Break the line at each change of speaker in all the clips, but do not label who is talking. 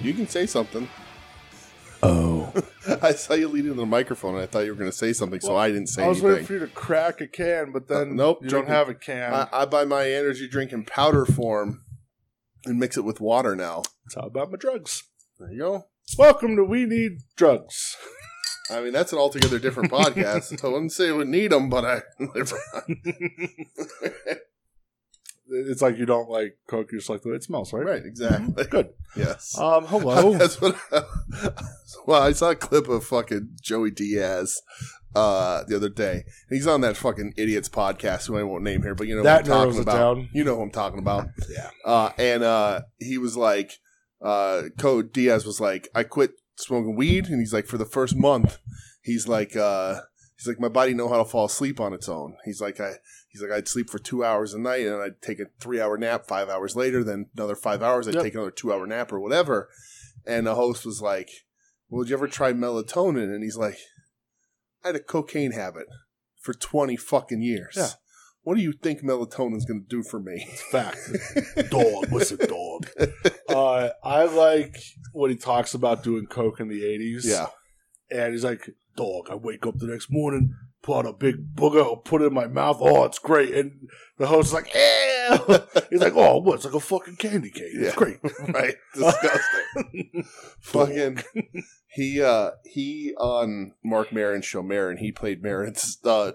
You can say something.
Oh.
I saw you leading the microphone, and I thought you were going to say something, so I didn't say
I was waiting
anything.
for you to crack a can, but then
nope,
you don't
drinking-
have a can.
I, I buy my energy drink in powder form and mix it with water now.
It's all about my drugs.
There you go.
Welcome to We Need Drugs.
I mean, that's an altogether different podcast. I wouldn't say we need them, but I.
It's like you don't like Coke, you just like the way it smells, right?
right, exactly.
Good.
Yes.
Um, hello.
That's what. well, I saw a clip of fucking Joey Diaz uh, the other day. He's on that fucking idiots podcast, who I won't name here, but you know
that
what I'm
narrows
talking
it
about.
down.
You know who I'm talking about.
Yeah.
Uh, and uh, he was like, uh, Code Diaz was like, I quit smoking weed, and he's like, for the first month, he's like, uh, he's like, my body know how to fall asleep on its own. He's like, I, he's like, I'd sleep for two hours a night, and I'd take a three hour nap five hours later, then another five hours, I'd
Yep.
take another two hour nap or whatever. And the host was like, Well, did you ever try melatonin? And he's like, I had a cocaine habit for twenty fucking years.
Yeah.
What do you think melatonin's gonna do for me?
It's fact. dog. What's a dog? Uh, I like when he talks about doing Coke in the 80s.
Yeah.
And he's like, dog, I wake up the next morning, pull out a big booger, I'll put it in my mouth. Oh, it's great. And the host is like, ew. He's like, oh, what? It's like a fucking candy cane.
Yeah.
It's great.
right? Disgusting. Fucking. He uh he on Mark Maron's show Maron. He played Maron's uh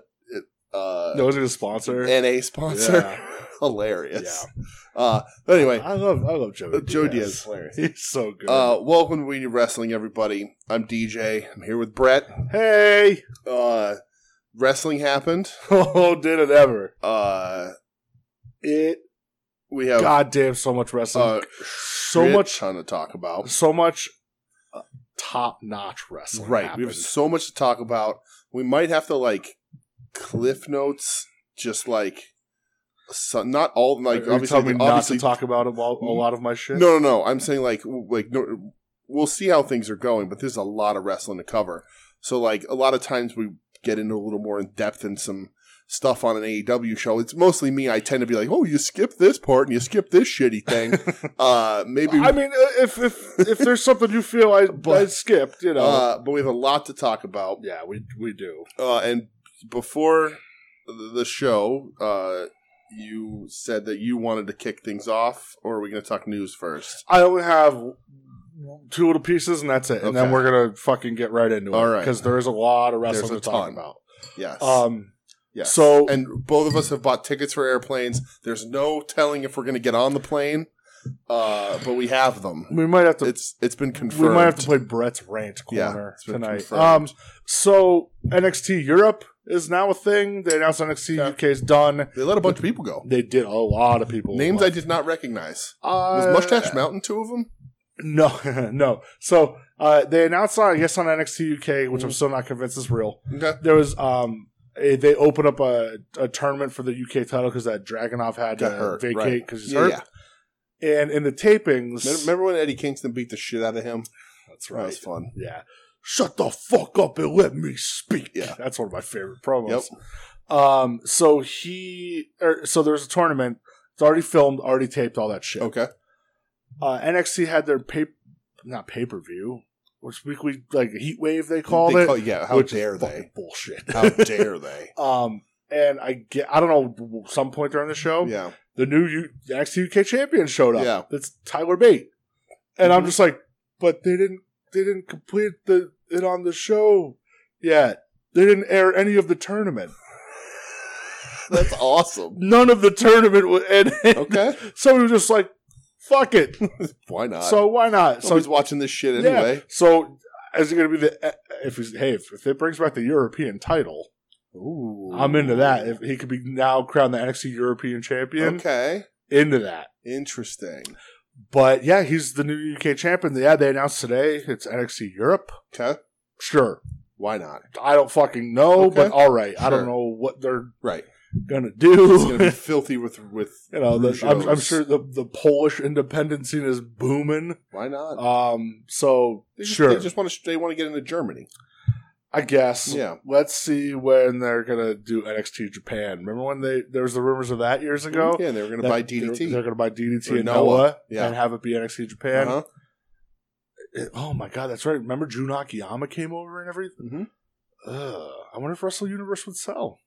uh
No, was it a sponsor?
NA sponsor.
Yeah.
Hilarious. Uh, but anyway,
I love, I love Joe.
uh, Joe Diaz. is
Diaz.
Hilarious.
He's so good.
Uh, welcome to We Need Wrestling, everybody. I'm DJ. I'm here with Brett.
hey,
Uh, wrestling happened.
oh, did it ever?
Uh,
It
we have
goddamn so much
uh,
wrestling, so
shit
much,
ton to talk about.
so much top notch wrestling.
Right. We
happened.
have so much to talk about. We might have to like cliff notes, just like so, not all like
Are you
obviously,
telling me
obviously Mm.
not to talk about a, lo- a lot of my shit.
no, no, no. I'm saying like w- like no, we'll see how things are going, but there's a lot of wrestling to cover. So like a lot of times we get into a little more in depth and some stuff on an AEW show. It's mostly me. I tend to be like, oh, you skip this part and you skip this shitty thing. uh, maybe
I mean, uh, if if if there's something you feel I
But-
I skipped, you know.
uh, but we have a lot to talk about.
yeah, we we do.
Uh, and before th- the show, uh, you said that you wanted to kick things off, or are we going to talk news first?
I only have two little pieces, and that's it. And
Okay.
then we're gonna fucking get right into it.
All right.
because there is a lot of wrestling
There's a
to talk
ton.
about.
Yes.
Um,
yes.
so-
and both of us have bought tickets for airplanes. There's no telling if we're going to get on the plane, uh, but we have them.
we might have to
It's it's been confirmed.
we might have to play Brett's rant
Yeah,
corner
it's been
tonight. Um,
confirmed.
so NXT Europe is now a thing. They announced NXT
Yeah.
UK is done.
They let a bunch of people go.
They did a lot of people
Names I did not recognize. Was
uh,
Mustache Mountain two of them?
No, no. So uh, they announced on I guess on NXT UK,
Mm-hmm.
which I'm still not convinced is real.
Okay.
There was um a, they opened up a, a tournament for the UK title because that Dragonov had
Got
to
hurt,
vacate
right.
because he's
Yeah,
hurt.
yeah.
And in the tapings,
Remember- Remember when Eddie Kingston beat the shit out of him?
that's
That was fun.
Yeah. Shut the fuck up and let me speak.
Yeah.
That's one of my favorite promos. Um, so he, er, so there's a tournament. It's already filmed, already taped, all that shit.
Okay.
Uh, NXT had their pay, not pay per view, which weekly, like heat wave, they called
They
it.
call- yeah. How
which is
dare
fucking
they?
Bullshit.
How dare they?
um, and I get, I don't know, some point during the show,
Yeah.
the new U- NXT UK champion showed up.
Yeah.
That's Tyler Bate. And I'm
Mhm.
just like, but they didn't they didn't complete the it on the show yet. They didn't air any of the tournament.
That's awesome.
None of the tournament was and
Okay.
so we were just like, fuck it.
Why not?
so why not?
so
So
he's watching this shit anyway.
so is it gonna be the if he's hey, if, if it brings back the European title,
Ooh.
I'm into that. If he could be now crowned the NXT European champion,
okay.
into that.
Interesting.
But yeah, he's the new UK champion. Yeah, they announced today it's NXT Europe.
Okay.
Sure.
Why not?
I don't fucking know,
Okay.
but all right. I don't
Sure.
know what they're
Right.
gonna
It's
do.
gonna be filthy with with.
you know, the, I'm, I'm
Rougeos.
sure the, the Polish independent scene is booming.
Why not?
Um, so
they just,
sure,
They just want to. They want to get into Germany.
I guess.
Yeah.
Let's see when they're gonna do NXT Japan. Remember when they there was the rumors of that years ago?
Yeah. They were gonna
That
buy
They're,
DDT.
they're gonna buy DDT
Or
and
Noah.
Noah
Yeah.
and have it be NXT Japan.
Uh-huh.
it- oh my god, that's right. Remember Jun Akiyama came over and everything?
Mhm.
Ugh, I wonder if Wrestle Universe would sell.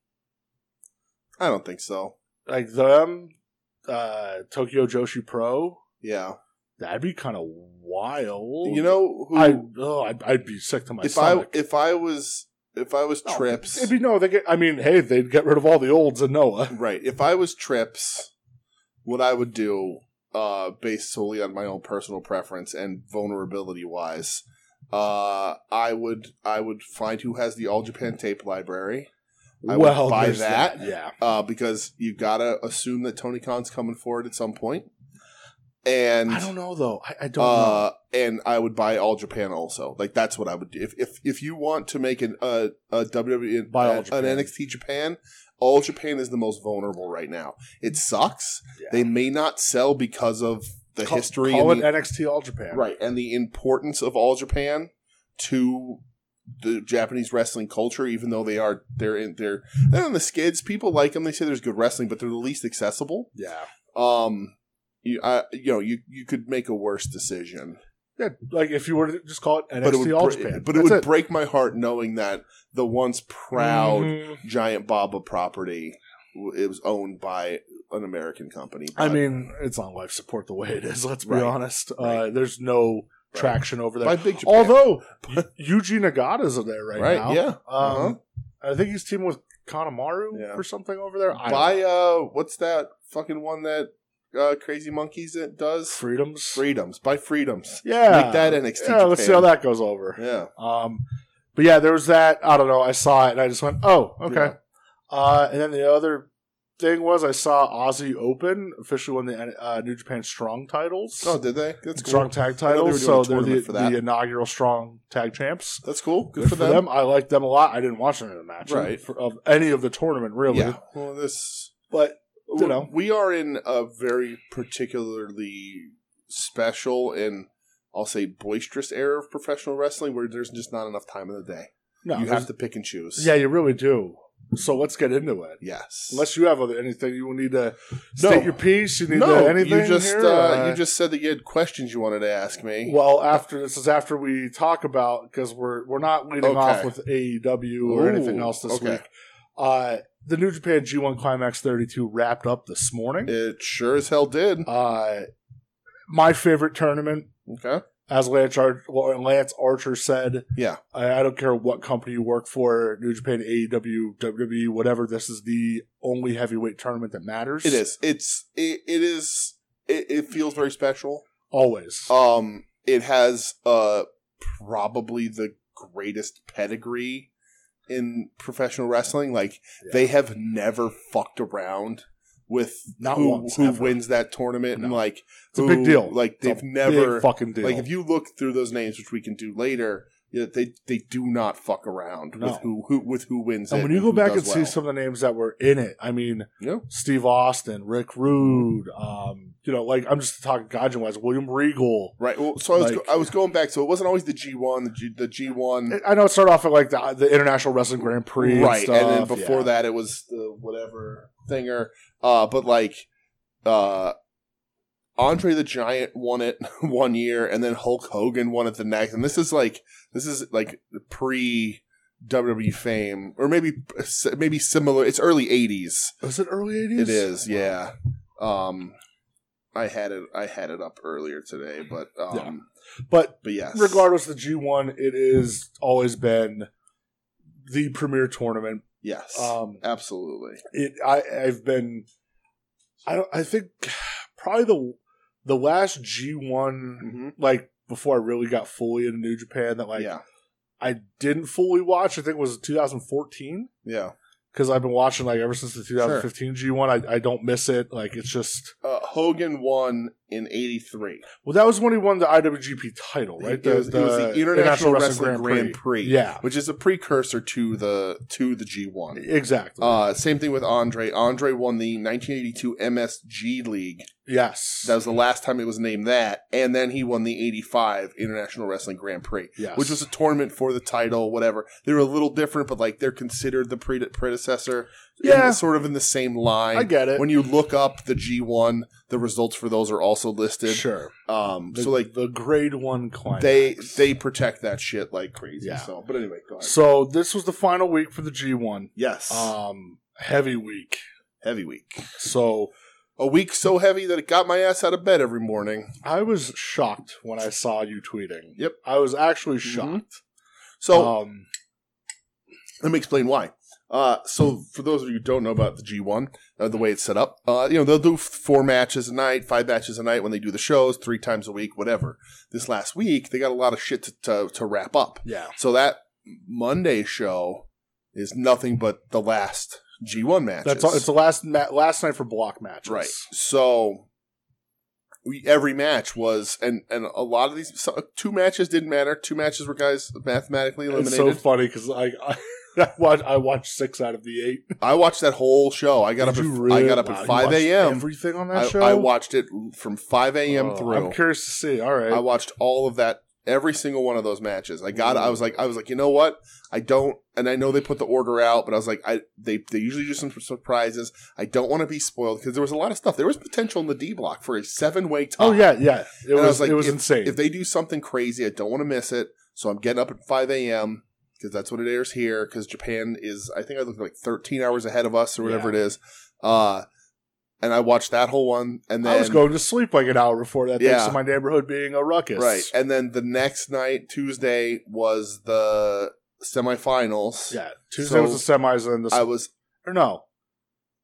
I don't think so.
Like them, uh, Tokyo Joshi Pro,
Yeah.
that'd be kind of wild.
You know who
I, oh, I'd, I'd be sick to my
if
stomach.
I if I was if I was
No,
Trips
It'd be no, they get, I mean, hey, they'd get rid of all the olds in Noah.
right. If I was Trips, what I would do, uh, based solely on my own personal preference and vulnerability wise, uh, I would I would find who has the All Japan tape library. I would buy
there's
that.
Yeah.
Uh, because you gotta assume that Tony Khan's coming forward at some point. And
I don't know, though. I, I don't know.
uh, and I would buy All Japan also. Like that's what I would do. If if, if you want to make an a, a WWE
Buy All
uh, an
Japan.
NXT Japan, All Japan is the most vulnerable right now. It sucks.
Yeah.
They may not sell because of the
Call-
history
Call
and
it
the,
NXT All Japan.
right and the importance of All Japan to the Japanese wrestling culture. Even though they are they're in they're they're on the skids. People like them. They say there's good wrestling, but they're the least accessible.
Yeah.
Um. You, I, you know, you, you could make a worse decision.
Yeah. Like if you were to just call it NXT
but it would,
All
br-
Japan.
but it
That's
would break my heart knowing that the once proud
Mhm.
giant Baba property w- it was owned by an American company.
I
But-
mean, it's on life support the way it is. Let's be
Right.
honest. Uh,
Right.
there's no
Right.
traction over there.
by Big Japan.
Although Yuji Nagata's there right,
right?
now.
Yeah. Uh-huh.
Um, I think he's teaming with Kanemaru
Yeah.
or something over there. I don't
by
know.
uh, what's that fucking one that uh, Crazy Monkeys it does?
Freedoms.
Freedoms by Freedoms.
Yeah.
Make that NXT.
yeah, let's see how
Japan.
that goes over.
Yeah.
Um, but yeah, there was that. I don't know. I saw it and I just went, oh, okay.
Yeah.
Uh, and then the other thing was I saw Aussie Open officially won the uh, New Japan Strong titles.
Oh, did they? That's cool.
strong tag
I know they were doing
titles. So
a
they're the,
tournament for that.
the inaugural strong tag champs.
That's cool. Good,
Good for them. I liked them a lot. I didn't watch them in the match
Right.
for, of any of the tournament really.
Yeah. Well, this
But
you
know.
we are in a very particularly special and I'll say boisterous era of professional wrestling where there's just not enough time in the day.
no,
you
there's-
have to pick and choose.
yeah, you really do. So let's get into it.
Yes.
Unless you have other, anything you will need to state your piece, you need
no,
to anything
you just
here?
uh,
Uh,
you just said that you had questions you wanted to ask me.
Well, after this is after we talk about because we're we're not leading
Okay.
off with AEW or
Ooh,
anything else this
okay.
week. Uh, the New Japan G1 Climax 32 wrapped up this morning.
It sure as hell did.
Uh, my favorite tournament,
Okay.
as Lance, Ar- well, Lance Archer said.
Yeah.
I, I don't care what company you work for, New Japan, E AEW, WWE, whatever. This is the only heavyweight tournament that matters.
It is. It's it, it is it, it feels very special.
always.
Um, it has uh probably the greatest pedigree in professional wrestling. Like
Yeah.
they have never fucked around with
Not
who,
once,
who
ever.
wins that tournament and
No.
like
It's a
who-
big deal.
Like
It's a
they've
Big
never
fucking deal.
like if you look through those names, which we can do later. you know, They they do not fuck around
No.
with who, who with who wins.
And
it
when you go
who
back and
does
see
well.
some of the names that were in it, I mean,
Yeah.
Steve Austin, Rick Rude, um, you know, like I'm just talking Gaijin wise, William Regal.
right, well, so I was
like-
go- I was going back. So it wasn't always the G one, the G the G one,
I know it started off at like the, the International Wrestling Grand Prix,
Mm. right?
stuff,
and then before
yeah.
that, it was the whatever thinger. Uh, but like, uh, Andre the Giant won it one year, and then Hulk Hogan won it the next. And this is like this is like pre WWE fame, or maybe maybe similar. It's early '80s.
was it early '80s?
It is, yeah. Um, I had it. I had it up earlier today, but um,
Yeah. But
but yes,
regardless, of the G1, it is always been the premier tournament.
yes,
Um,
absolutely.
it I I've been I don't I think probably the the last G1
Mm-hmm.
like before I really got fully into New Japan that like
yeah,
I didn't fully watch. I think it was 2014
yeah.
because I've been watching like ever since the 2015 G1. I, I don't miss it. Like it's just
Uh, Hogan won in '83.
well, that was when he won the IWGP title, right?
It, was, it was the International, Wrestling, Grand, Prix,
Yeah,
which is a precursor to the to the G1.
exactly.
Uh, same thing with Andre. Andre won the 1982 MSG League.
yes,
That was the last time it was named that, and then he won the '85 International Wrestling Grand Prix.
yes.
which was a tournament for the title, whatever. They were a little different, but like they're considered the pre- predecessor. in
Yeah.
the- sort of in the same line.
I get it.
When you look up the G1, The results for those are also listed.
Sure.
Um,
The-
so like
the grade one climax.
they they protect that shit like crazy.
Yeah.
So, but anyway, go ahead.
So this was the final week for the G one.
Yes,
Um, heavy week.
heavy week.
So
A week so heavy that it got my ass out of bed every morning.
I was shocked when I saw you tweeting.
Yep. Mm-hmm.
I was actually shocked.
So
um,
let me explain why. Uh, so for those of you who don't know about the G1, uh, the way it's set up, uh, you know, they'll do f- four matches a night, five matches a night when they do the shows, three times a week, whatever. This last week, they got a lot of shit to, to, to wrap up.
yeah.
So that Monday show is nothing but the last G1 matches.
That's all, it's the last ma- last night for block matches.
Right. So we, every match was, and and a lot of these so, two matches didn't matter. Two matches were guys mathematically
It's
eliminated.
so funny because I I, I, watched, I watched six out of the eight.
I watched that whole show. I got
Did
up.
you
At,
really-
I got up
wow,
at
you
five
watched
a.m.
Everything on that
I,
show.
I watched it from five a.m.
Oh,
through.
I'm curious to see. All right.
I watched all of that, every single one of those matches. I got,
Mm.
I was like, I was like, you know what? I don't, and I know they put the order out, but I was like, I they they usually do some surprises. I don't want to be spoiled because there was a lot of stuff. There was potential in the D block for a seven way tie.
oh yeah, yeah. It
And I was
was,
like,
it was insane.
If they do something crazy, I don't want to miss it. So I'm getting up at 5 a.m. because that's what it airs here. Because Japan is, I think I looked like 13 hours ahead of us or whatever it is. Uh, and I watched that whole one, and then
I was going to sleep like an hour before that, thanks
Yeah.
to my neighborhood being a ruckus.
right, and then the next night, Tuesday, was the semifinals.
Yeah. Tuesday
So-
was the semis, and then the
I was.
or no,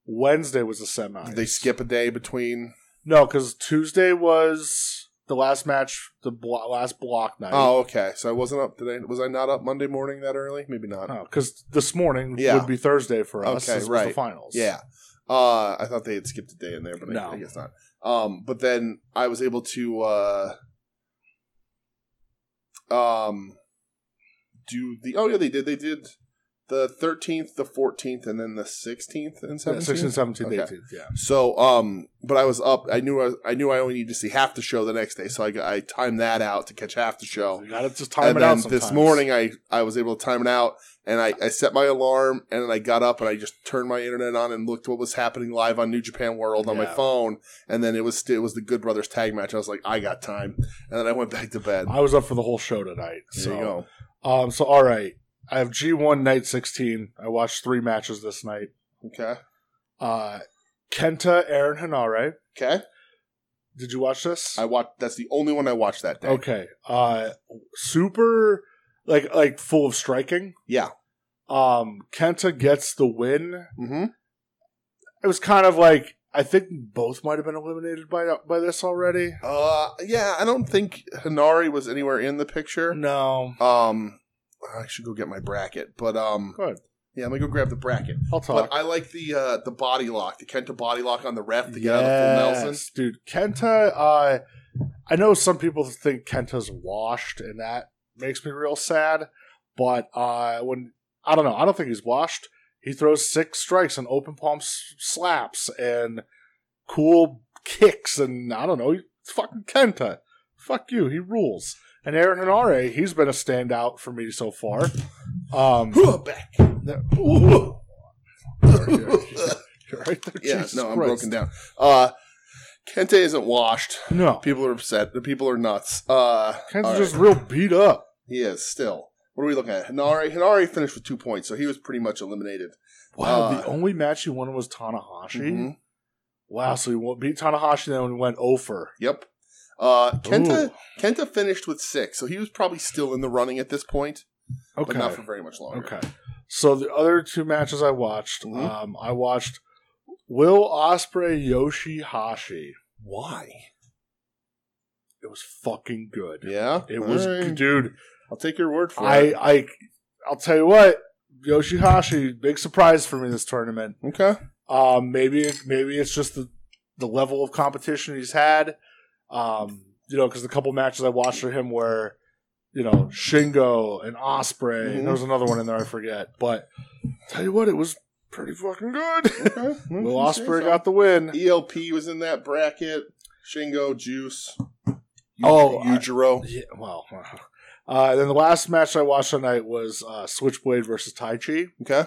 Wednesday was the semi.
Did they skip a day between?
No, because Tuesday was the last match, the blo- last block night.
Oh, okay. So I wasn't up today. Was I not up Monday morning that early? Maybe not.
because Oh, this morning
Yeah.
would be Thursday for us.
Okay,
this was the
right.
finals.
Yeah. Uh, I thought they had skipped a day in there, but I-
No.
I, guess not. Um, but then I was able to uh, um, do the. Oh yeah, they did. They did the thirteenth, the fourteenth, and then the sixteenth and
Yeah,
seventeenth.
16, 17,
Okay.
18, yeah.
So, um, but I was up. I knew I, was- I knew I only needed to see half the show the next day, so I, got- I timed that out to catch half the show
You gotta just time
and
it
then
out
this
sometimes.
morning I, I was able to time it out and I, I set my alarm and then I got up and I just turned my internet on and looked what was happening live on New Japan World on my
Yeah.
phone and then it was it was the Good Brothers tag match. I was like, I got time. And then I went back to bed.
I was up for the whole show tonight.
there
so.
you go.
Um, so, all right. I have G1 night 16. I watched three matches this night.
Okay.
Uh, Kenta, Aaron Hanare.
Okay.
Did you watch this?
I watched that's the only one I watched that day.
Okay. Uh super like like full of striking.
Yeah.
Um Kenta gets the win.
Mm-hmm.
It was kind of like I think both might have been eliminated by by this already.
Uh yeah, I don't think Hinari was anywhere in the picture.
No.
Um I should go get my bracket. But um
Good.
yeah, I'm gonna go grab the bracket.
I'll talk.
But I like the uh, the body lock, the Kenta body lock on the ref to get out of full Nelson.
Yes, Dude, Kenta uh I know some people think Kenta's washed and that makes me real sad, but uh when I don't know, I don't think he's washed. He throws six strikes and open palm s- slaps and cool kicks and I don't know, he's fucking Kenta. Fuck you, he rules. And Aaron Hanare, he's been a standout for me so far. Um
Hoo, back.
no- You're right there,
yeah,
Jesus
no, I'm
Christ.
broken down. Uh, Kenta isn't washed.
No,
People are upset. The people are nuts. Uh,
Kenta's
all
just real beat up.
He is still. What are we looking at? Hinari. Hinari finished with two points, so he was pretty much eliminated.
Wow,
Uh,
the only match he won was Tanahashi.
Mhm.
Wow, so he won- beat Tanahashi then and went over.
Yep. Uh, Kenta Kenta finished with six, so he was probably still in the running at this point, but not
Okay.
for very much longer.
Okay. So the other two matches I watched,
Mhm.
um, I watched Will Osprey Yoshihashi.
Why?
It was fucking good.
Yeah,
It
All
was,
right.
dude.
I'll take your word for
I,
it.
I, I'll tell you what, Yoshihashi, big surprise for me this tournament.
Okay.
Um, maybe maybe it's just the the level of competition he's had. Um, you know, because the couple matches I watched for him were, you know, Shingo and Osprey.
Mhm.
And there was another one in there I forget, but tell you what, it was pretty fucking good.
Okay.
Will Osprey got the win.
ELP E was in that bracket. Shingo, Juice.
Oh, I-
Yujiro.
Yeah, well, uh, then the last match I watched tonight was uh, Switchblade versus Tai Chi.
Okay.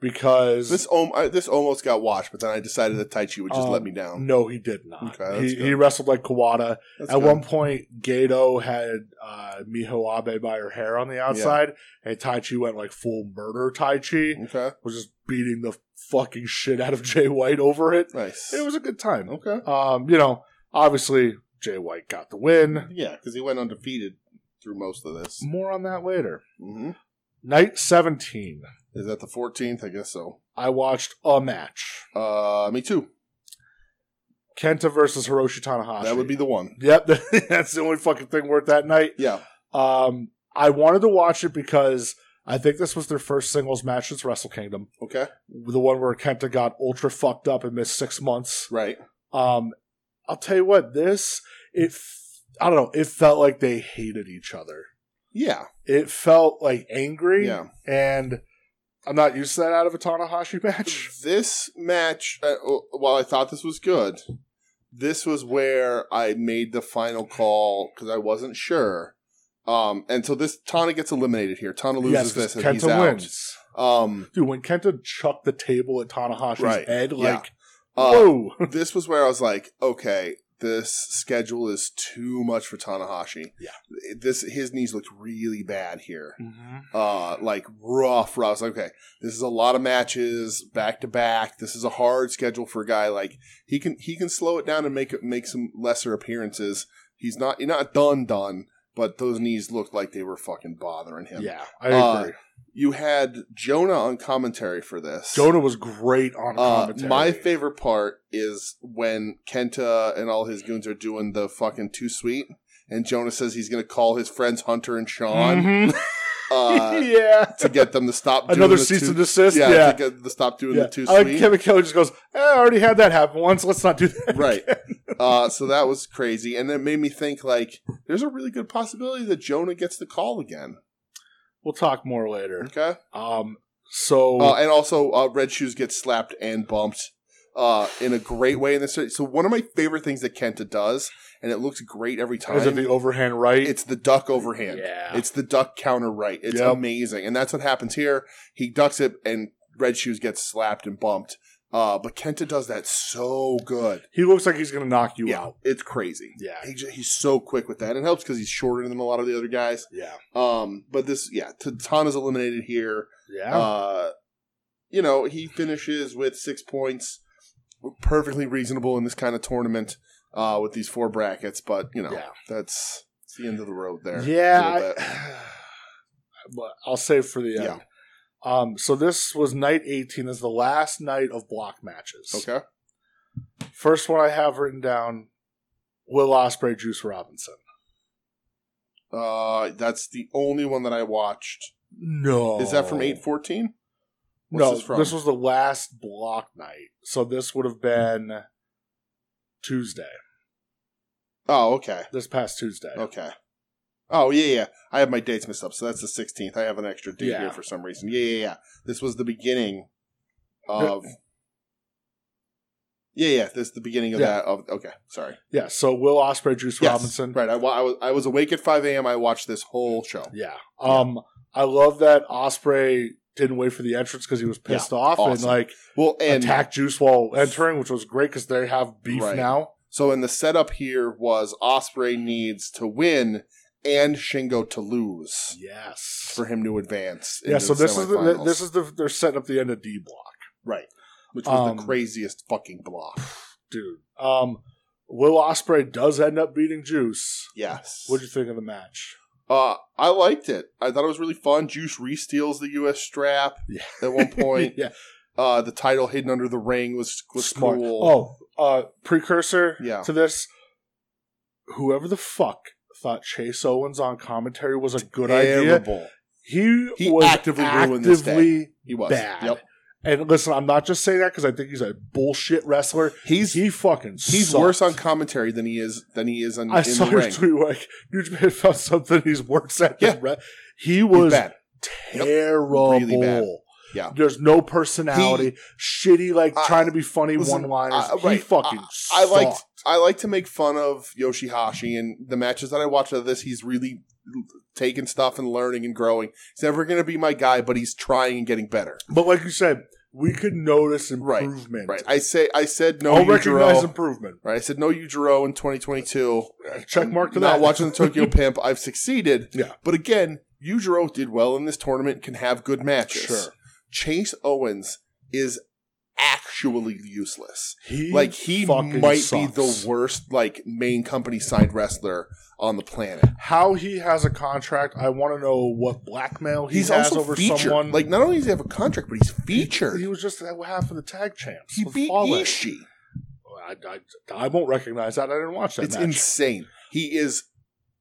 because
This om- I, this almost got washed, but then I decided that Tai Chi would just
Um,
let me down.
no, he did not.
Okay, that's
he,
good.
he wrestled like Kawada.
That's
At
good.
one point, Gato had uh, Miho Abe by her hair on the outside, and Tai Chi went like full murder Tai Chi,
okay,
was just beating the fucking shit out of Jay White over it.
nice.
It was a good time.
okay.
Um, you know, obviously, Jay White got the win.
Yeah, because he went undefeated through most of this.
More on that later.
hmm
Night 17,
Is that the 14th? I guess so.
I watched a match
Uh, me too.
Kenta versus Hiroshi Tanahashi.
That would be the one.
Yep, that's the only fucking thing worth that night.
Yeah.
Um, I wanted to watch it because I think this was their first singles match since Wrestle Kingdom,
Okay.
the one where Kenta got ultra fucked up and missed six months.
Right.
Um, I'll tell you what, this it f- I don't know, it felt like they hated each other.
Yeah.
It felt like angry,
Yeah.
and I'm not used to that out of a Tanahashi match.
This match, uh, while I thought this was good, this was where I made the final call because I wasn't sure. Um, and so this Tana gets eliminated here. Tana loses this, and he's
Kenta
out.
wins.
Um,
Dude, when Kenta chucked the table at Tanahashi's
Right,
head,
yeah.
like,
uh,
whoa.
this was where I was like, okay, this schedule is too much for Tanahashi.
Yeah.
This his knees looked really bad here. Uh like rough, rough. I was like, okay, this is a lot of matches back to back. This is a hard schedule for a guy like he can he can slow it down and make it make some lesser appearances. He's not you're not done done, but those knees looked like they were fucking bothering him.
Yeah, I
Uh,
agree.
You had Jonah on commentary for this.
Jonah was great on
Uh,
commentary.
my favorite part is when Kenta and all his goons are doing the fucking too sweet, and Jonah says he's going to call his friends Hunter and Sean
Mhm.
uh,
yeah.
to get them to stop doing
Another
the
cease and
too,
desist.
yeah,
Yeah. yeah.
to get them to stop doing the too
I
sweet.
like Kevin Kelly just goes, eh, I already had that happen once. Let's not do that.
Right.
again."
uh, so that was crazy, and it made me think like there's a really good possibility that Jonah gets the call again.
We'll talk more later.
Okay,
Um, so,
uh, and also uh, Red Shoes gets slapped and bumped. Uh, in a great way in this. So one of my favorite things that Kenta does, and it looks great every time.
is it the overhand right?
It's the duck overhand.
Yeah.
It's the duck counter right. It's
Yep.
amazing. And that's what happens here. He ducks it and Red Shoes gets slapped and bumped. Uh, but Kenta does that so good.
he looks like he's going to knock you
yeah,
out.
it's crazy.
Yeah.
He j- he's so quick with that. It helps because he's shorter than a lot of the other guys.
Yeah.
Um, but this, yeah, T- Tana's eliminated here.
Yeah.
Uh, you know, he finishes with six points, perfectly reasonable in this kind of tournament uh, with these four brackets. But you know,
Yeah.
that's it's the end of the road there. A little
Yeah,
bit.
I, but I'll save for the end.
Yeah.
Um, so this was night 18. This is the last night of block matches.
okay.
First one I have written down: Will Osprey, Juice Robinson.
Uh, that's the only one that I watched.
No,
Is that from eight fourteen?
Oh. No, this, was the last block night. So this would have been Tuesday,
Oh, okay,
this past Tuesday.
okay. Oh yeah, yeah. I have my dates mixed up, so that's the sixteenth. I have an extra date
Yeah.
here for some reason. Yeah, yeah, yeah. This was the beginning of. Yeah, yeah. This is the beginning of
Yeah.
that. Of okay, sorry.
Yeah. So Will Osprey, Juice
Yes,
Robinson.
Right. I, wa- I was I was awake at five a.m. I watched this whole show.
Yeah. Um, I love that Osprey didn't wait for the entrance because he was
Yeah.
pissed off and
Awesome.
like
Well, and
attack Juice while entering, which was great because they have beef
Right.
now.
So, in the setup here was Osprey needs to win and Shingo to lose
Yes.
for him to advance.
Yeah.
into
So
the
this is the,
semifinals.
this is the they're setting up the end of D block,
right, which was the
um,
craziest fucking block.
dude. Um, Will Osprey does end up beating Juice.
Yes,
What do you think of the match?
uh, I liked it. I thought it was really fun. Juice re-steals the U.S. strap
Yeah.
at one point.
yeah,
uh, the title hidden under the ring was was
smart.
cool.
Oh, uh, precursor
Yeah.
to this. Whoever the fuck thought Chase Owens on commentary was a good idea.
Terrible.
He,
He
was
actively
actively,
ruined this day. He was
bad.
Yep.
And listen, I'm not just saying that because I think he's a bullshit wrestler.
He's
He fucking
he's
sucked.
worse on commentary than he is than he is on,
I
in
saw
the
your
ring.
tweet like New Japan found something he's worse at.
Yeah.
Than re- he
He's
was
bad. Yep.
terrible.
Really bad. Yeah.
there's no personality. shitty, like
I-
trying to be funny
listen,
one liners.
I-
he
right.
fucking.
I like
sucked.
I like to make fun of Yoshihashi and the matches that I watch of this. He's really taking stuff and learning and growing. He's never going to be my guy, but he's trying and getting better.
But like you said, we could notice
Right,
improvement.
Right. I say I said no
I'll recognize
Yujiro.
improvement.
Right. I said no Yujiro in 2022.
Check mark to
Not
that.
watching the Tokyo Pimp. I've succeeded.
Yeah.
But again, Yujiro did well in this tournament. Can have good matches.
Sure.
Chase Owens is actually useless.
He
like he
fucking
might
sucks.
be the worst like main company signed wrestler on the planet.
How he has a contract, I want to know what blackmail he
He's
has
also
over
featured.
someone.
Like not only does he have a contract, but he's featured.
he was just at half of the tag champs.
He
with
beat
Fale.
Ishii.
I, I, I won't recognize that. I didn't watch that
It's
match.
insane. He is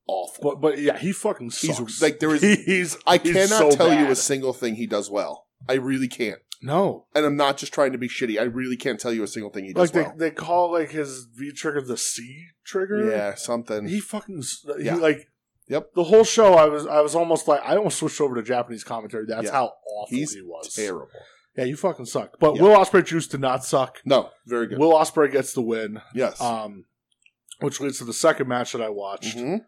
awful.
but but yeah, he fucking
He's
sucks.
like there is.
he's
I
he's
cannot
so
tell you
bad.
a single thing he does well. I really can't,
no.
and I'm not just trying to be shitty. I really can't tell you a single thing he does
Like they,
well.
they call like his V trigger the C trigger.
yeah, something.
he fucking s- he
Yeah.
like
Yep.
the whole show i was i was almost like i almost switched over to japanese commentary that's
Yeah.
how awful
He's
he was
Terrible.
yeah you fucking sucked but
Yeah.
will osprey choose to not suck
No, very good.
will osprey gets the win
yes.
um which leads to the second match that i watched
Mhm.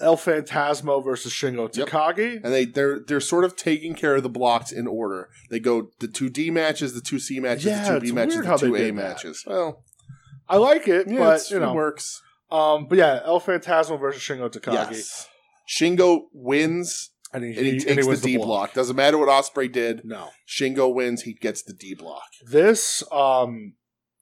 el phantasmo versus shingo
Yep.
takagi
And they they're they're sort of taking care of the blocks in order. They go the two D matches, the two C matches,
Yeah,
the two
it's
B matches,
weird
the
how they
two A
did that.
matches. Well,
i like it
yeah,
but
it's-
you
it
know
works.
um but yeah el phantasmo versus shingo takagi
Yes. Shingo wins
and, he,
and he,
and he
takes the
wins
D block. Doesn't matter what Osprey did.
no
Shingo wins. He gets the D block.
this um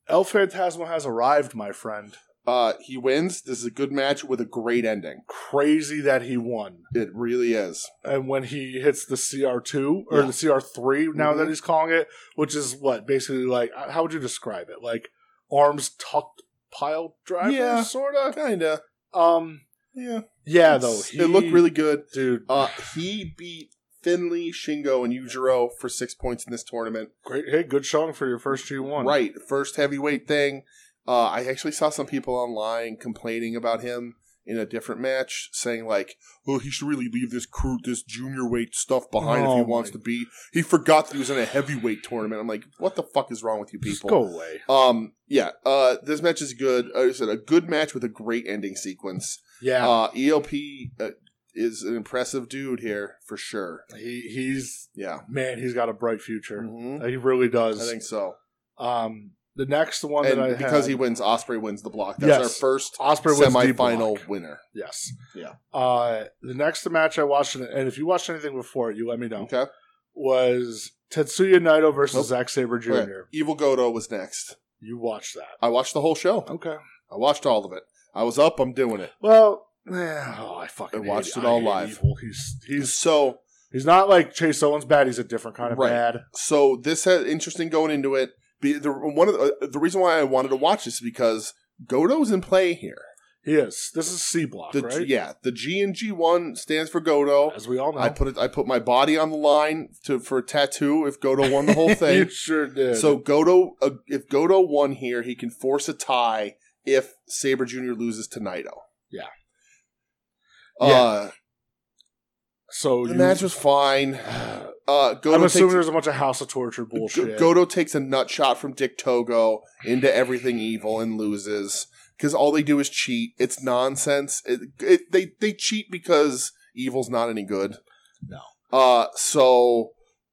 el phantasmo has arrived my friend
Uh, he wins. This is a good match with a great ending.
crazy that he won
It really is.
and when he hits the CR2 or
Yeah.
the CR3 now that
Mhm.
he's calling it, which is what basically like uh, how would you describe it? Like arms tucked pile driver
Yeah.
sort of.
Kinda.
Um
Yeah.
yeah though.
It's- it looked
he-
really good.
dude
Uh, he beat Finley, Shingo, and Yujiro for six points in this tournament.
great hey good showing for your first G1.
Right, first heavyweight thing. Uh, I actually saw some people online complaining about him in a different match, saying like, "Oh, he should really leave this crew, this junior weight stuff behind if
Oh
he
my-
wants to be." He forgot that he was in a heavyweight tournament. I'm like, what the fuck is wrong with you
Just
people?
go away.
Um, yeah, uh, this match is good. Like I said a good match with a great ending sequence.
Yeah.
Uh, ELP uh, is an impressive dude here for sure.
he he's
Yeah,
man, he's got a bright future.
Mhm.
He really
I
does.
think so.
um the next one that I
And because he
had,
wins, Osprey wins the block. That's
Yes.
our first
Osprey wins D block.
semifinal winner.
Yes.
Yeah.
Uh, the next match I watched, and if you watched anything before, it, you let me know.
Okay.
Was Tetsuya Naito versus
Nope.
Zack Saber Jr.
Okay. Evil Godo was next.
You watched that.
I watched the whole show.
Okay.
I watched all of it. I was up. I'm doing it.
Well, eh, oh, I fucking
I watched
hate-
it all
hate
live.
Evil. He's he's
So
he's not like Chase Owens bad. He's a different kind of
Right.
bad.
so this had interesting going into it. Be- The one of the, uh, the reason why I wanted to watch this is because Godo's in play here.
He is. This is C block,
The,
right?
Yeah, the G and G one stands for Godo.
As we all know,
I put it. I put my body on the line to for a tattoo if Godo won the whole thing.
you sure did.
So Godo, uh, if Godo won here, he can force a tie if Saber Junior loses to Naito.
Yeah.
Uh,
so
the
you,
match was fine. Uh, Godo
I'm assuming
takes,
there's a bunch of House of Torture bullshit.
Go- Godo takes a nut shot from Dick Togo into everything evil and loses because all they do is cheat. It's nonsense. It, it, they they cheat because evil's not any good.
No.
Uh, so